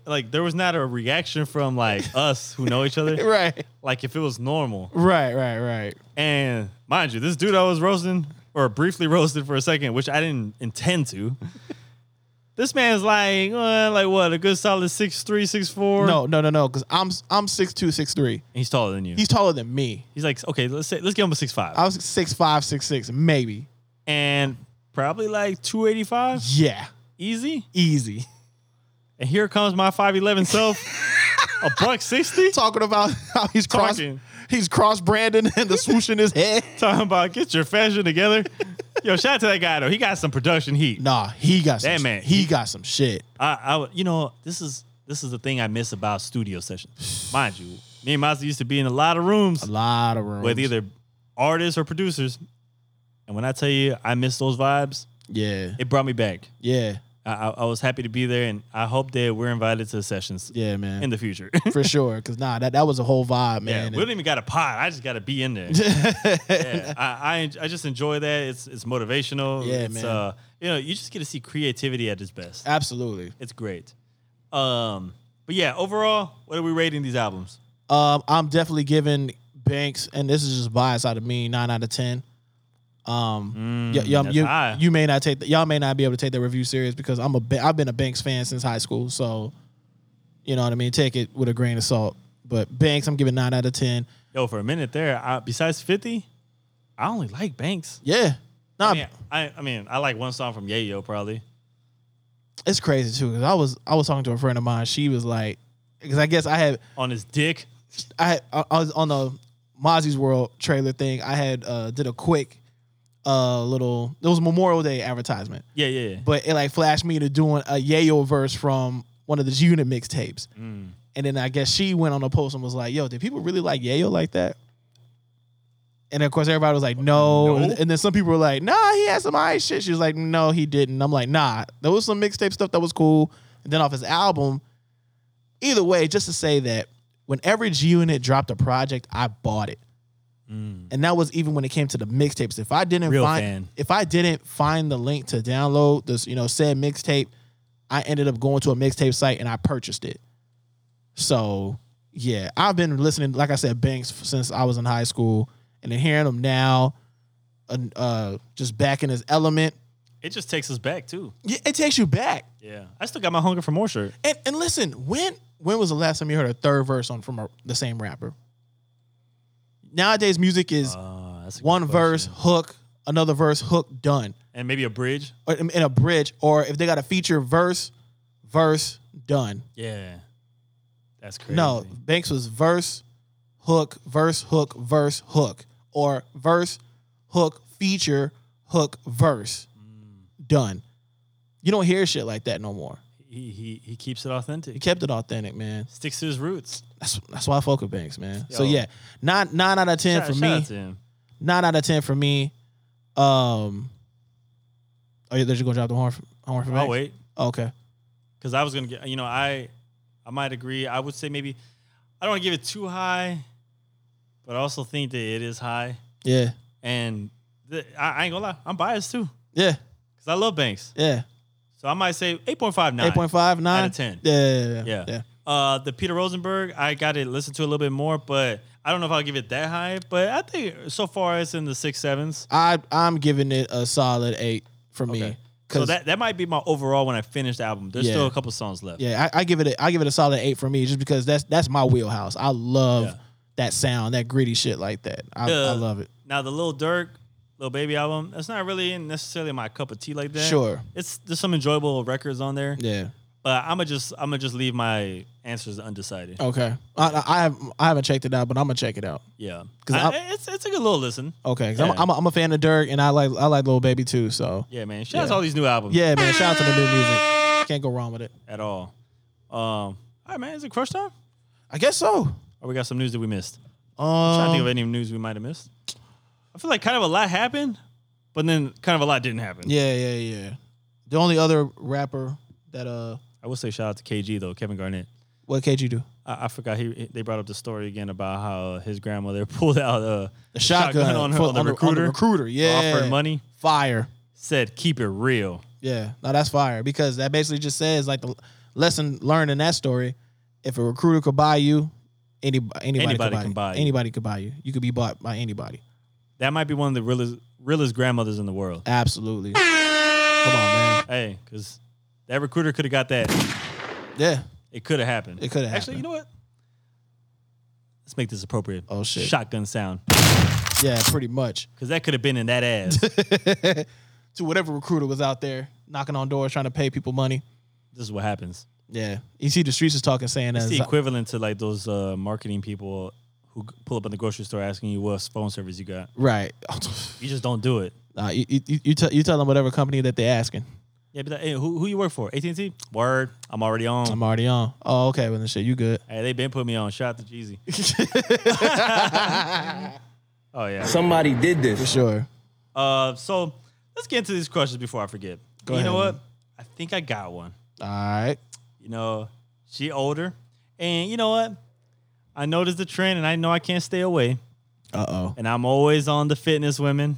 [SPEAKER 1] like, there was not a reaction from like us who know each other.
[SPEAKER 2] right,
[SPEAKER 1] Like if it was normal.
[SPEAKER 2] right, right, right.
[SPEAKER 1] And mind you, this dude I was roasting or briefly roasted for a second, which I didn't intend to. this man's like, uh, like what, a good solid six three, six four.
[SPEAKER 2] No, no, no, no. Because I'm I'm six two, six three.
[SPEAKER 1] he's taller than you. He's,
[SPEAKER 2] He's taller than me.
[SPEAKER 1] like, okay, let's say let's give him a six five,
[SPEAKER 2] I was six five, six six, maybe.
[SPEAKER 1] and probably like two eighty five,
[SPEAKER 2] Yeah,
[SPEAKER 1] easy.
[SPEAKER 2] easy.
[SPEAKER 1] And here comes my five eleven self, a buck sixty,
[SPEAKER 2] Talking about how he's cross,
[SPEAKER 1] Talking.
[SPEAKER 2] he's cross branding and the swoosh in his head.
[SPEAKER 1] talking about get your fashion together. Yo, shout out to that guy though. He got some production heat.
[SPEAKER 2] Nah, he got some
[SPEAKER 1] That
[SPEAKER 2] sh-
[SPEAKER 1] man-
[SPEAKER 2] He got some shit.
[SPEAKER 1] I, I would- you know, this is this is the thing I miss about studio sessions. Mind you, me and Mazda used to be in a lot of rooms
[SPEAKER 2] A lot of room.
[SPEAKER 1] with either artists or producers. And when I tell you I miss those vibes,
[SPEAKER 2] Yeah.
[SPEAKER 1] it brought me back.
[SPEAKER 2] Yeah.
[SPEAKER 1] I, I, I was happy to be there, and I hope that we're invited to the sessions
[SPEAKER 2] Yeah, man.
[SPEAKER 1] in the future.
[SPEAKER 2] For sure. Cause nah, that, that was a whole vibe,
[SPEAKER 1] yeah,
[SPEAKER 2] man.
[SPEAKER 1] we don't even got a pod. I just got to be in there. yeah, I, I en- I just enjoy that. It's it's motivational.
[SPEAKER 2] Yeah,
[SPEAKER 1] it's,
[SPEAKER 2] man.
[SPEAKER 1] Uh, you know, you just get to see creativity at its best.
[SPEAKER 2] Absolutely.
[SPEAKER 1] It's great. Um, but yeah, overall, what are we rating these albums?
[SPEAKER 2] Um, I'm definitely giving Banks, and this is just bias out of me, nine out of ten. Um, y- y'all,
[SPEAKER 1] Mm, that's
[SPEAKER 2] you,
[SPEAKER 1] high.
[SPEAKER 2] you may not take y'all may not be able to take that review serious because I'm a Ba- I've been a Banks fan since high school, so you know what I mean. Take it with a grain of salt. But Banks, I'm giving nine out of ten.
[SPEAKER 1] Yo, for a minute there, I, besides 50, I only like Banks.
[SPEAKER 2] Yeah, nah,
[SPEAKER 1] I mean, I, I mean, I like one song from Yayo probably.
[SPEAKER 2] it's crazy too because I was I was talking to a friend of mine. She was like, because I guess I had
[SPEAKER 1] On his dick.
[SPEAKER 2] I had, I I was on the Mozzie's World trailer thing. I had uh, did a quick uh little it was Memorial Day advertisement,
[SPEAKER 1] Yeah, yeah, yeah.
[SPEAKER 2] but it like flashed me to doing a Yayo verse from one of the G Unit mixtapes.
[SPEAKER 1] Mm.
[SPEAKER 2] And then I guess she went on a post and was like, "Yo, did people really like Yayo like that?" And of course, everybody was like, "No."
[SPEAKER 1] No.
[SPEAKER 2] And, and then some people were like, "Nah, he had some ice shit." She was like, "No, he didn't." I'm like, "Nah, there was some mixtape stuff that was cool." And then off his album. Either way, just to say that whenever G Unit dropped a project, I bought it. And that was even when it came to the mixtapes. If I didn't
[SPEAKER 1] Mm, Real
[SPEAKER 2] find
[SPEAKER 1] fan.
[SPEAKER 2] if I didn't find the link to download this, you know, said mixtape, I ended up going to a mixtape site and I purchased it. So yeah, I've been listening, like I said, Banks f- since I was in high school, and then hearing him now, uh, uh, just back in his element,
[SPEAKER 1] It just takes us back too.
[SPEAKER 2] yeah, it takes you back.
[SPEAKER 1] Yeah. I still got my hunger for more shirt.
[SPEAKER 2] And and listen, when when was the last time you heard a third verse on from a, the same rapper? Nowadays, music is
[SPEAKER 1] Uh, that's a good
[SPEAKER 2] one
[SPEAKER 1] question.
[SPEAKER 2] verse, hook, another verse, hook, done,
[SPEAKER 1] And maybe a bridge.
[SPEAKER 2] or in in a bridge, or if they got a feature, verse, verse, done.
[SPEAKER 1] Yeah. That's crazy.
[SPEAKER 2] No, Banks was verse, hook, verse, hook, verse, hook, or verse, hook, feature, hook, verse,
[SPEAKER 1] Mm.
[SPEAKER 2] done. You don't hear shit like that no more.
[SPEAKER 1] He, he, he keeps it
[SPEAKER 2] He
[SPEAKER 1] authentic.
[SPEAKER 2] kept it authentic, man.
[SPEAKER 1] Sticks to his roots.
[SPEAKER 2] That's that's why I fuck with Banks, man. So
[SPEAKER 1] Yo.
[SPEAKER 2] yeah, nine nine out of ten
[SPEAKER 1] Shout-
[SPEAKER 2] for
[SPEAKER 1] shout
[SPEAKER 2] me.
[SPEAKER 1] out to him.
[SPEAKER 2] nine out of ten for me. Um, oh yeah, there's you gonna drop the horn. For, horn for
[SPEAKER 1] I'll
[SPEAKER 2] Banks?
[SPEAKER 1] wait.
[SPEAKER 2] Okay.
[SPEAKER 1] because I was gonna get you know I I might agree I would say maybe I don't want to give it too high, but I also think that it is high
[SPEAKER 2] Yeah.
[SPEAKER 1] and the, I, I ain't gonna lie I'm biased too
[SPEAKER 2] Yeah.
[SPEAKER 1] because I love Banks
[SPEAKER 2] Yeah.
[SPEAKER 1] so I might say eight point five nine
[SPEAKER 2] Eight point five nine
[SPEAKER 1] Out of 10.
[SPEAKER 2] Yeah. Yeah. Yeah.
[SPEAKER 1] yeah.
[SPEAKER 2] yeah.
[SPEAKER 1] Uh, the Peter Rosenberg, I got to listen to a little bit more, but I don't know if I'll give it that high. But I think so far it's in the six sevens.
[SPEAKER 2] I I'm giving it a solid eight for me.
[SPEAKER 1] Okay. So
[SPEAKER 2] 'Cause,
[SPEAKER 1] that, that might be my overall when I finish the album. There's
[SPEAKER 2] Yeah.
[SPEAKER 1] still a couple songs left.
[SPEAKER 2] yeah, I, I give it a, I give it a solid eight for me just because that's that's my wheelhouse. I love
[SPEAKER 1] Yeah.
[SPEAKER 2] that sound, that gritty shit like that. I, I
[SPEAKER 1] Uh,
[SPEAKER 2] love it.
[SPEAKER 1] Now the Lil Durk, Lil Baby album, that's not really necessarily my cup of tea like that.
[SPEAKER 2] Sure.
[SPEAKER 1] it's there's some enjoyable records on there,
[SPEAKER 2] Yeah.
[SPEAKER 1] but I'm gonna just I'm gonna just leave my answers undecided.
[SPEAKER 2] Okay. I I, I have I haven't checked it out, but I'm gonna check it out.
[SPEAKER 1] Yeah,
[SPEAKER 2] 'Cause
[SPEAKER 1] I-
[SPEAKER 2] I'm- Oh.
[SPEAKER 1] it's it's a good little listen.
[SPEAKER 2] Okay, 'cause
[SPEAKER 1] Yeah.
[SPEAKER 2] I'm, I'm, a, I'm a fan of Dirk, and I like I like Little Baby too. So
[SPEAKER 1] Yeah, man. Shout out to all these new albums.
[SPEAKER 2] yeah, man, shout out to the new music. Can't go wrong with it.
[SPEAKER 1] at all. Um, all right, man. Is it crush time?
[SPEAKER 2] I guess so.
[SPEAKER 1] Or we got some news that we missed? I'm trying to think of
[SPEAKER 2] Um,
[SPEAKER 1] any news we might have missed. I feel like kind of a lot happened, but then kind of a lot didn't happen.
[SPEAKER 2] yeah, yeah, yeah. The only other rapper that uh,
[SPEAKER 1] I will say shout out to KG though, Kevin Garnett.
[SPEAKER 2] what KG do?
[SPEAKER 1] I, I forgot he he- they brought up the story again about how his grandmother pulled out uh, a,
[SPEAKER 2] The shotgun,
[SPEAKER 1] on, her,
[SPEAKER 2] for-
[SPEAKER 1] on the recruiter,
[SPEAKER 2] recruiter, yeah.
[SPEAKER 1] offered money,
[SPEAKER 2] Fire.
[SPEAKER 1] said keep it real.
[SPEAKER 2] Yeah, no, that's fire because that basically just says like the lesson learned in that story. If a recruiter could buy you, any anybody,
[SPEAKER 1] Anybody
[SPEAKER 2] could
[SPEAKER 1] can
[SPEAKER 2] buy
[SPEAKER 1] buy
[SPEAKER 2] you.
[SPEAKER 1] you.
[SPEAKER 2] Anybody could buy you. You could be bought by anybody.
[SPEAKER 1] That might be one of the realest realest grandmothers in the world.
[SPEAKER 2] Absolutely. Come on, man.
[SPEAKER 1] Hey, because that recruiter could have got that.
[SPEAKER 2] Yeah.
[SPEAKER 1] It could have happened.
[SPEAKER 2] It coulda
[SPEAKER 1] Actually,
[SPEAKER 2] happened.
[SPEAKER 1] you know what? Let's make this appropriate.
[SPEAKER 2] Oh, shit.
[SPEAKER 1] Shotgun sound,
[SPEAKER 2] Yeah, pretty much.
[SPEAKER 1] because that could have been in that ass. this
[SPEAKER 2] to whatever recruiter was out there knocking on doors trying to pay people money.
[SPEAKER 1] is what happens.
[SPEAKER 2] Yeah, you see the streets is talking saying
[SPEAKER 1] It's
[SPEAKER 2] that.
[SPEAKER 1] the equivalent to like those uh, marketing people who pull up in the grocery store asking you what phone service you got.
[SPEAKER 2] right.
[SPEAKER 1] You just don't do it.
[SPEAKER 2] Nah, you you, you, you tell you tell them whatever company that they're asking.
[SPEAKER 1] Yeah, but that, hey, who who you work for? AT and T. Word. I'm already on.
[SPEAKER 2] I'm already on. Oh, okay. Well, then shit, you good.
[SPEAKER 1] hey, they been put me on. Shout out to Jeezy. oh yeah.
[SPEAKER 9] Somebody did
[SPEAKER 2] For
[SPEAKER 9] this.
[SPEAKER 2] sure.
[SPEAKER 1] Uh, so let's get into these questions before I forget.
[SPEAKER 2] Go
[SPEAKER 1] you know
[SPEAKER 2] ahead.
[SPEAKER 1] what? I think I got one.
[SPEAKER 2] All right.
[SPEAKER 1] You know, she older, and you know what? I noticed the trend, and I know I can't stay away.
[SPEAKER 2] Uh oh.
[SPEAKER 1] And I'm always on the fitness women.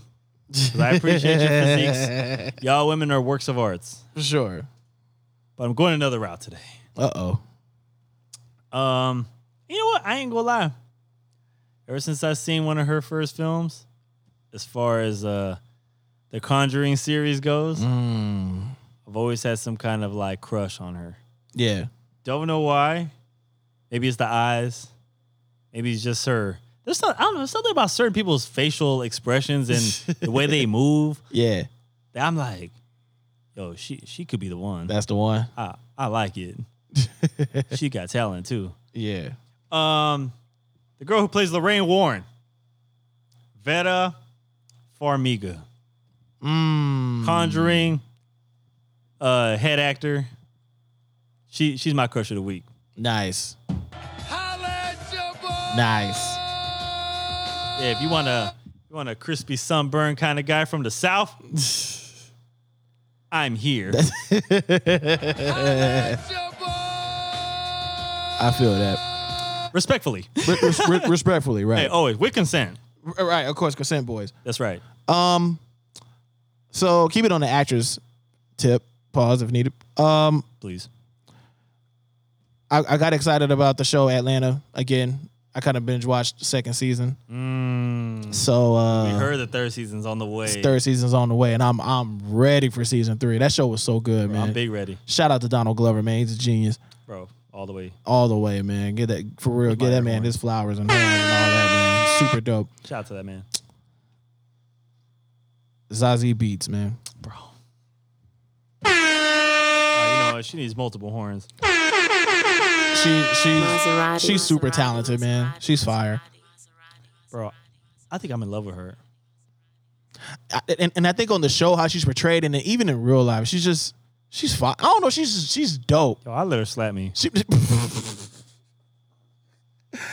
[SPEAKER 1] 'cause I appreciate your physiques. Y'all women are works of arts.
[SPEAKER 2] For sure.
[SPEAKER 1] But I'm going another route today.
[SPEAKER 2] Uh oh.
[SPEAKER 1] Um, you know what? I ain't gonna lie. Ever since I seen one of her first films, as far as uh, the Conjuring series goes,
[SPEAKER 2] Mm-hmm. Hmm.
[SPEAKER 1] I've always had some kind of like crush on her.
[SPEAKER 2] Yeah.
[SPEAKER 1] Don't know why. Maybe it's the eyes. Maybe it's just her. There's not, I don't know. There's something about certain people's facial expressions and the way they move.
[SPEAKER 2] Yeah.
[SPEAKER 1] that I'm like, yo, she she could be the one.
[SPEAKER 2] That's the one.
[SPEAKER 1] I I like it. she got talent too.
[SPEAKER 2] Yeah.
[SPEAKER 1] Um, the girl who plays Lorraine Warren, Veta Farmiga, Conjuring, uh, head actor. She she's my crush of the week.
[SPEAKER 2] Nice. Nice.
[SPEAKER 1] Yeah, if you want a you want a crispy sunburn kind of guy from the south, I'm here.
[SPEAKER 2] I feel that.
[SPEAKER 1] Respectfully,
[SPEAKER 2] Re- res- re- respectfully,
[SPEAKER 1] hey,
[SPEAKER 2] right?
[SPEAKER 1] always with consent.
[SPEAKER 2] R- oh, Right, of course, consent boys.
[SPEAKER 1] That's right.
[SPEAKER 2] Um, so keep it on the actress tip. Pause if needed. Um,
[SPEAKER 1] Please.
[SPEAKER 2] I, I got excited about the show Atlanta again. I kind of binge watched the second season. So uh,
[SPEAKER 1] Mm. We heard the third season's on the way.
[SPEAKER 2] third season's on the way, and I'm I'm ready for season three. That show was so good, man.
[SPEAKER 1] I'm big ready,
[SPEAKER 2] Shout out to Donald Glover, man. He's a genius
[SPEAKER 1] bro. All the way.
[SPEAKER 2] all the way, man. Get that for real. Get that man his flowers and, all that, man. Super dope.
[SPEAKER 1] Shout out to that man,
[SPEAKER 2] Zazie beats, man.
[SPEAKER 1] bro. Uh, you know she needs multiple horns.
[SPEAKER 2] She she's
[SPEAKER 4] Maserati.
[SPEAKER 2] she's super talented, man. She's fire.
[SPEAKER 1] Bro, I think I'm in love with her.
[SPEAKER 2] I, and, and I think on the show how she's portrayed, and then even in real life, she's just she's fine. I don't know. She's just, she's dope.
[SPEAKER 1] Yo, I let her slap me.
[SPEAKER 2] She,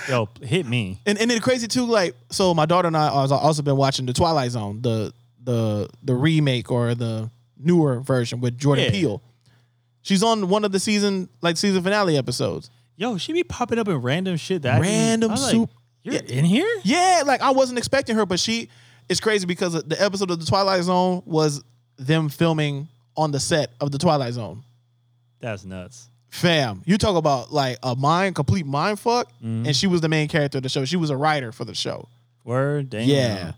[SPEAKER 1] Yo, p- hit me.
[SPEAKER 2] and and then crazy too. Like so, my daughter and I has also been watching the Twilight Zone, the the the remake or the newer version with Jordan
[SPEAKER 1] Yeah.
[SPEAKER 2] Peele. She's on one of the season like season finale episodes.
[SPEAKER 1] Yo, she be popping up in random shit that I didn't-
[SPEAKER 2] Random
[SPEAKER 1] I'm like,
[SPEAKER 2] soup.
[SPEAKER 1] You're in here?
[SPEAKER 2] Yeah, like I wasn't expecting her, but she. It's crazy because the episode of the Twilight Zone was them filming on the set of the Twilight Zone.
[SPEAKER 1] That's nuts.
[SPEAKER 2] Fam, you talk about like a mind, complete mind fuck, and she was the main character of the show. She was a writer for the show.
[SPEAKER 1] Word, damn.
[SPEAKER 2] Yeah,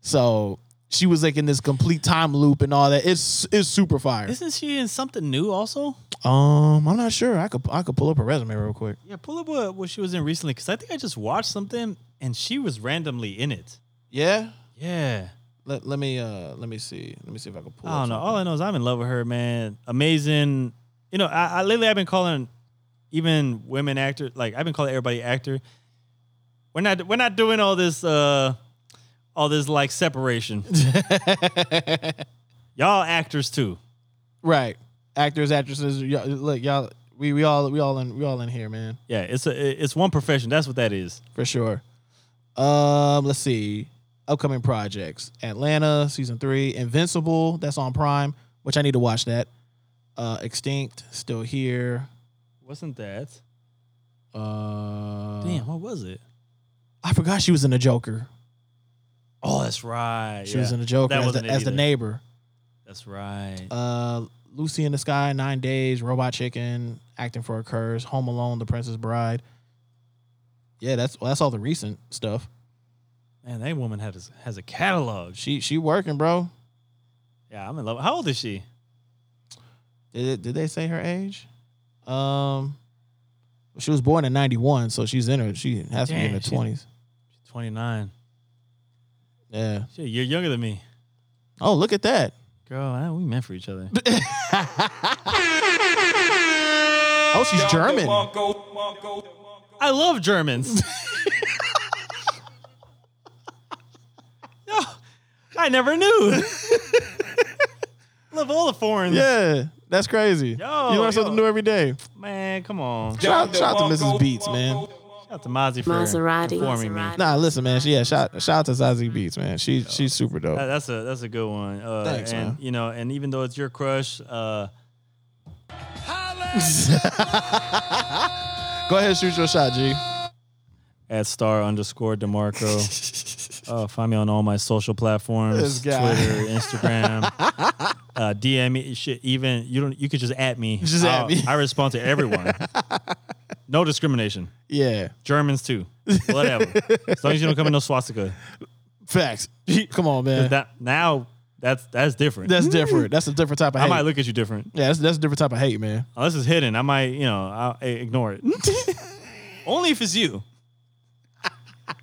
[SPEAKER 2] so she was like in this complete time loop and all that. It's it's super fire.
[SPEAKER 1] Isn't she in something new also?
[SPEAKER 2] um, I'm not sure. I could I could pull up her resume real quick.
[SPEAKER 1] Yeah, pull up what, what she was in recently because I think I just watched something and she was randomly in it.
[SPEAKER 2] Yeah,
[SPEAKER 1] Yeah.
[SPEAKER 2] let, let me uh let me see let me see if I can pull.
[SPEAKER 1] I
[SPEAKER 2] up
[SPEAKER 1] don't know.
[SPEAKER 2] something.
[SPEAKER 1] All I know is I'm in love with her, man. Amazing. You know, I, I lately I've been calling even women actors like I've been calling everybody actor. We're not we're not doing all this uh all this like separation. Y'all actors too.
[SPEAKER 2] Right. Actors, actresses, y'all, look, y'all we, we all we all in we all in here, man.
[SPEAKER 1] Yeah, it's a it's one profession. That's what that is.
[SPEAKER 2] For sure. Um, let's see. Upcoming projects. Atlanta, season three, Invincible, that's on Prime, which I need to watch that. Uh Extinct, still here.
[SPEAKER 1] Wasn't that?
[SPEAKER 2] Uh
[SPEAKER 1] Damn, what was it?
[SPEAKER 2] I forgot she was in the Joker.
[SPEAKER 1] Oh, that's right.
[SPEAKER 2] She
[SPEAKER 1] yeah.
[SPEAKER 2] was in the Joker
[SPEAKER 1] That
[SPEAKER 2] as,
[SPEAKER 1] wasn't
[SPEAKER 2] the,
[SPEAKER 1] it
[SPEAKER 2] as the
[SPEAKER 1] either.
[SPEAKER 2] neighbor.
[SPEAKER 1] That's right.
[SPEAKER 2] Uh Lucy in the Sky, Nine Days, Robot Chicken, Acting for a Curse, Home Alone, The Princess Bride. Yeah, that's well, that's all the recent stuff.
[SPEAKER 1] Man, that woman has has a catalog. She,
[SPEAKER 2] She she working, bro.
[SPEAKER 1] yeah, I'm in love. How old is she?
[SPEAKER 2] Did it, did they say her age? Um, she was born in '91, so she's in her. She has to be in
[SPEAKER 1] Damn,
[SPEAKER 2] her
[SPEAKER 1] she-
[SPEAKER 2] twenties.
[SPEAKER 1] 29.
[SPEAKER 2] Yeah.
[SPEAKER 1] Shit, you're younger than me.
[SPEAKER 2] Oh, look at that.
[SPEAKER 1] Girl, I- we meant for each other.
[SPEAKER 2] Oh, she's German.
[SPEAKER 1] I love Germans. no, I never knew. love all the foreigners.
[SPEAKER 2] Yeah, that's crazy. you
[SPEAKER 1] yo.
[SPEAKER 2] learn something new every day.
[SPEAKER 1] Man, come on.
[SPEAKER 2] Shout, shout out to Mrs. Beats, man.
[SPEAKER 1] Shout out to Mozzie for
[SPEAKER 4] Maserati.
[SPEAKER 1] informing me.
[SPEAKER 4] Maserati.
[SPEAKER 2] Nah, listen, man. She, yeah, shout, shout out to Zazie Beats, man. She, she's super dope.
[SPEAKER 1] That- that's a that's a good one. Uh,
[SPEAKER 2] Thanks,
[SPEAKER 1] and
[SPEAKER 2] man.
[SPEAKER 1] you know, and even though it's your crush, uh,
[SPEAKER 2] Go ahead, shoot your shot, G.
[SPEAKER 1] at star underscore demarco. uh, find me on all my social platforms:
[SPEAKER 2] This
[SPEAKER 1] Twitter,
[SPEAKER 2] guy.
[SPEAKER 1] Instagram. uh, DM me. Shit, even you don't. You could just at me.
[SPEAKER 2] Just at
[SPEAKER 1] I'll-
[SPEAKER 2] me.
[SPEAKER 1] I respond to everyone. no discrimination.
[SPEAKER 2] Yeah,
[SPEAKER 1] Germans too. Whatever. as long as you don't come in no swastika.
[SPEAKER 2] facts. Come on, man.
[SPEAKER 1] That now That's that's different.
[SPEAKER 2] That's different. That's a different type of
[SPEAKER 1] I
[SPEAKER 2] hate.
[SPEAKER 1] might look at you different.
[SPEAKER 2] yeah, that's, that's a different type of hate, man.
[SPEAKER 1] Unless it's hidden, I might you know I'll, I ignore it. Only if it's you.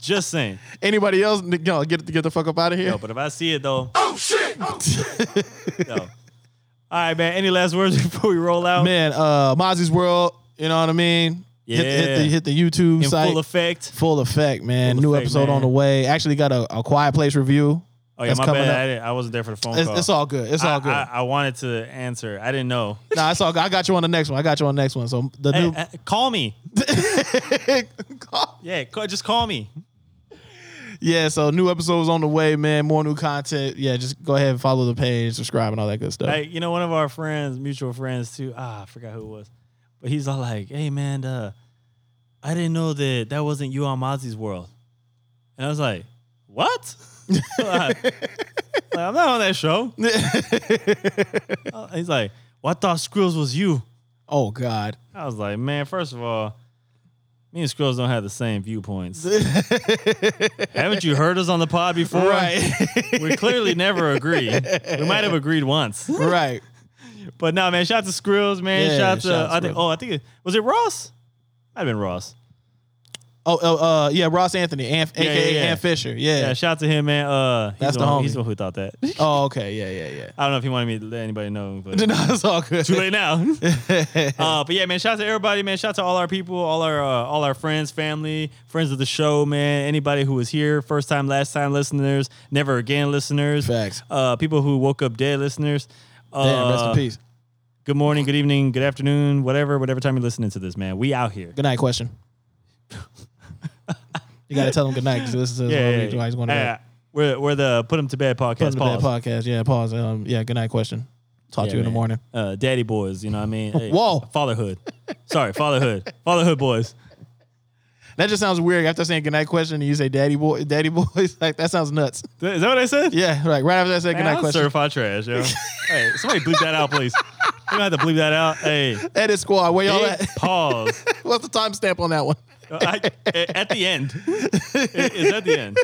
[SPEAKER 1] Just saying.
[SPEAKER 2] Anybody else? Yo, get get the fuck up out of here.
[SPEAKER 1] No, but if I see it though. Oh shit! no. All right, man. Any last words before we roll out?
[SPEAKER 2] man, uh, Mozzie's World. You know what I mean? Hit, hit the
[SPEAKER 1] Yeah.
[SPEAKER 2] hit the YouTube
[SPEAKER 1] In
[SPEAKER 2] site.
[SPEAKER 1] full effect.
[SPEAKER 2] Full effect, man.
[SPEAKER 1] Full
[SPEAKER 2] New
[SPEAKER 1] effect,
[SPEAKER 2] episode
[SPEAKER 1] man.
[SPEAKER 2] on the way. Actually, got a, a Quiet Place review.
[SPEAKER 1] Oh yeah,
[SPEAKER 2] That's
[SPEAKER 1] my
[SPEAKER 2] coming
[SPEAKER 1] bad.
[SPEAKER 2] up.
[SPEAKER 1] I, didn't, I wasn't there for the phone
[SPEAKER 2] It's,
[SPEAKER 1] call.
[SPEAKER 2] it's all good. It's all good.
[SPEAKER 1] I, I, I wanted to answer. I didn't know.
[SPEAKER 2] nah, it's all good. I got you on the next one. I got you on the next one. So the
[SPEAKER 1] Hey,
[SPEAKER 2] new.
[SPEAKER 1] uh, call me. Yeah, call, just call me.
[SPEAKER 2] yeah, so new episodes on the way, man. More new content. Yeah, just go ahead and follow the page, subscribe, and all that good stuff.
[SPEAKER 1] Like, you know, one of our friends, mutual friends too. Ah, I forgot who it was, but he's all like, "Hey, man, uh, I didn't know that that wasn't you on Mozzie's world," and I was like, "What?" like, I'm not on that show. Uh, he's like, "Well, I thought Skrills was you."
[SPEAKER 2] Oh God,
[SPEAKER 1] I was like, "Man, first of all." Me and Skrills don't have the same viewpoints. Haven't you heard us on the pod before? We clearly never agree. We might have agreed once.
[SPEAKER 2] right.
[SPEAKER 1] But no, man, shout out to Skrills, man.
[SPEAKER 2] Yeah,
[SPEAKER 1] shout out to,
[SPEAKER 2] shout out to
[SPEAKER 1] I think,
[SPEAKER 2] Skrills.
[SPEAKER 1] oh, I think it was it Ross? Might have been Ross.
[SPEAKER 2] Oh, uh, uh, yeah, Ross Anthony, Anf-
[SPEAKER 1] Yeah,
[SPEAKER 2] aka
[SPEAKER 1] yeah, yeah.
[SPEAKER 2] Ann Fisher.
[SPEAKER 1] Yeah,
[SPEAKER 2] Yeah.
[SPEAKER 1] shout out to him, man. Uh, he's
[SPEAKER 2] That's the
[SPEAKER 1] one-
[SPEAKER 2] homie.
[SPEAKER 1] He's the one who thought that. I
[SPEAKER 2] Oh, okay. Yeah, yeah,
[SPEAKER 1] don't know if he wanted me to let anybody know, but
[SPEAKER 2] yeah. no, it's all good.
[SPEAKER 1] too late now. uh, but yeah, man, shout out to everybody, man. Shout out to all our people, all our uh, all our friends, family, friends of the show, man. Anybody who was here, first time, last time listeners, never again listeners,
[SPEAKER 2] Facts.
[SPEAKER 1] Uh, people who woke up dead listeners. Uh,
[SPEAKER 2] Damn, rest in peace.
[SPEAKER 1] Good morning, good evening, good afternoon, whatever, whatever time you're listening to this, man. We out here.
[SPEAKER 2] Good night, question. you gotta tell him good night because this is this is
[SPEAKER 1] yeah,
[SPEAKER 2] why
[SPEAKER 1] yeah,
[SPEAKER 2] we- why he's going to
[SPEAKER 1] yeah.
[SPEAKER 2] bed.
[SPEAKER 1] We're, we're the put him to bed
[SPEAKER 2] Put him
[SPEAKER 1] podcast.
[SPEAKER 2] to bed
[SPEAKER 1] pause.
[SPEAKER 2] podcast. Yeah, pause. Um, yeah, good night, question. Talk to you in
[SPEAKER 1] man.
[SPEAKER 2] the morning.
[SPEAKER 1] Uh, daddy boys, you know what I mean? Hey,
[SPEAKER 2] Whoa.
[SPEAKER 1] fatherhood. Sorry, fatherhood, fatherhood boys.
[SPEAKER 2] That just sounds weird. After saying goodnight question, and you say daddy boy, daddy boys. Like that sounds nuts.
[SPEAKER 1] Is that what I said?
[SPEAKER 2] Yeah, like right after I said
[SPEAKER 1] Man,
[SPEAKER 2] goodnight
[SPEAKER 1] I'm
[SPEAKER 2] question,
[SPEAKER 1] certified trash, yo. hey, somebody bleep that out, please. You don't have to bleep that out. Hey,
[SPEAKER 2] edit squad. Where y'all
[SPEAKER 1] big
[SPEAKER 2] at?
[SPEAKER 1] pause
[SPEAKER 2] What's the timestamp on that one?
[SPEAKER 1] I, at the end. It- It's at the end.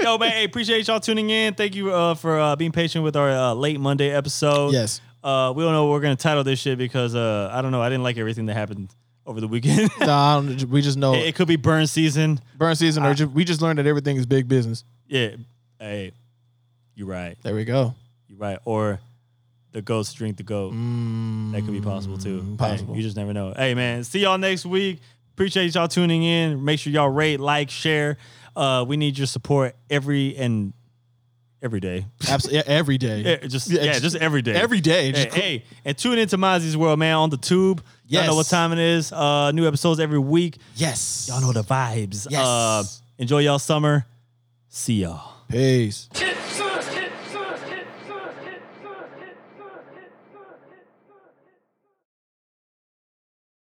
[SPEAKER 1] Yo, man, hey, appreciate y'all tuning in. Thank you uh, for uh, being patient with our uh, late Monday episode.
[SPEAKER 2] Yes.
[SPEAKER 1] Uh, we don't know what we're gonna title this shit because uh, I don't know. I didn't like everything that happened over the weekend.
[SPEAKER 2] No, I don't, we just know
[SPEAKER 1] It, it could be burn season.
[SPEAKER 2] burn season. or just, we just learned that everything is big business.
[SPEAKER 1] Yeah. Hey, you right.
[SPEAKER 2] There we go.
[SPEAKER 1] You right. Or the ghost drink the goat. that could be possible too. Hey,
[SPEAKER 2] Mm, possible.
[SPEAKER 1] you just never know. Hey man, see y'all next week. Appreciate y'all tuning in. Make sure y'all rate, like, share. Uh, we need your support every and every day.
[SPEAKER 2] Absolutely, every day.
[SPEAKER 1] Eh, Just
[SPEAKER 2] Yeah,
[SPEAKER 1] yeah,
[SPEAKER 2] just-
[SPEAKER 1] just every day.
[SPEAKER 2] Every
[SPEAKER 1] Hey,
[SPEAKER 2] day. Just cl-
[SPEAKER 1] hey, and tune into Mozzie's World, man, on the tube. Y'all know
[SPEAKER 2] Yes.
[SPEAKER 1] what time it is. Uh, new episodes every week.
[SPEAKER 2] Yes.
[SPEAKER 1] Y'all know the vibes.
[SPEAKER 2] Yes.
[SPEAKER 1] Uh, enjoy y'all summer. See y'all.
[SPEAKER 2] Peace.
[SPEAKER 4] Two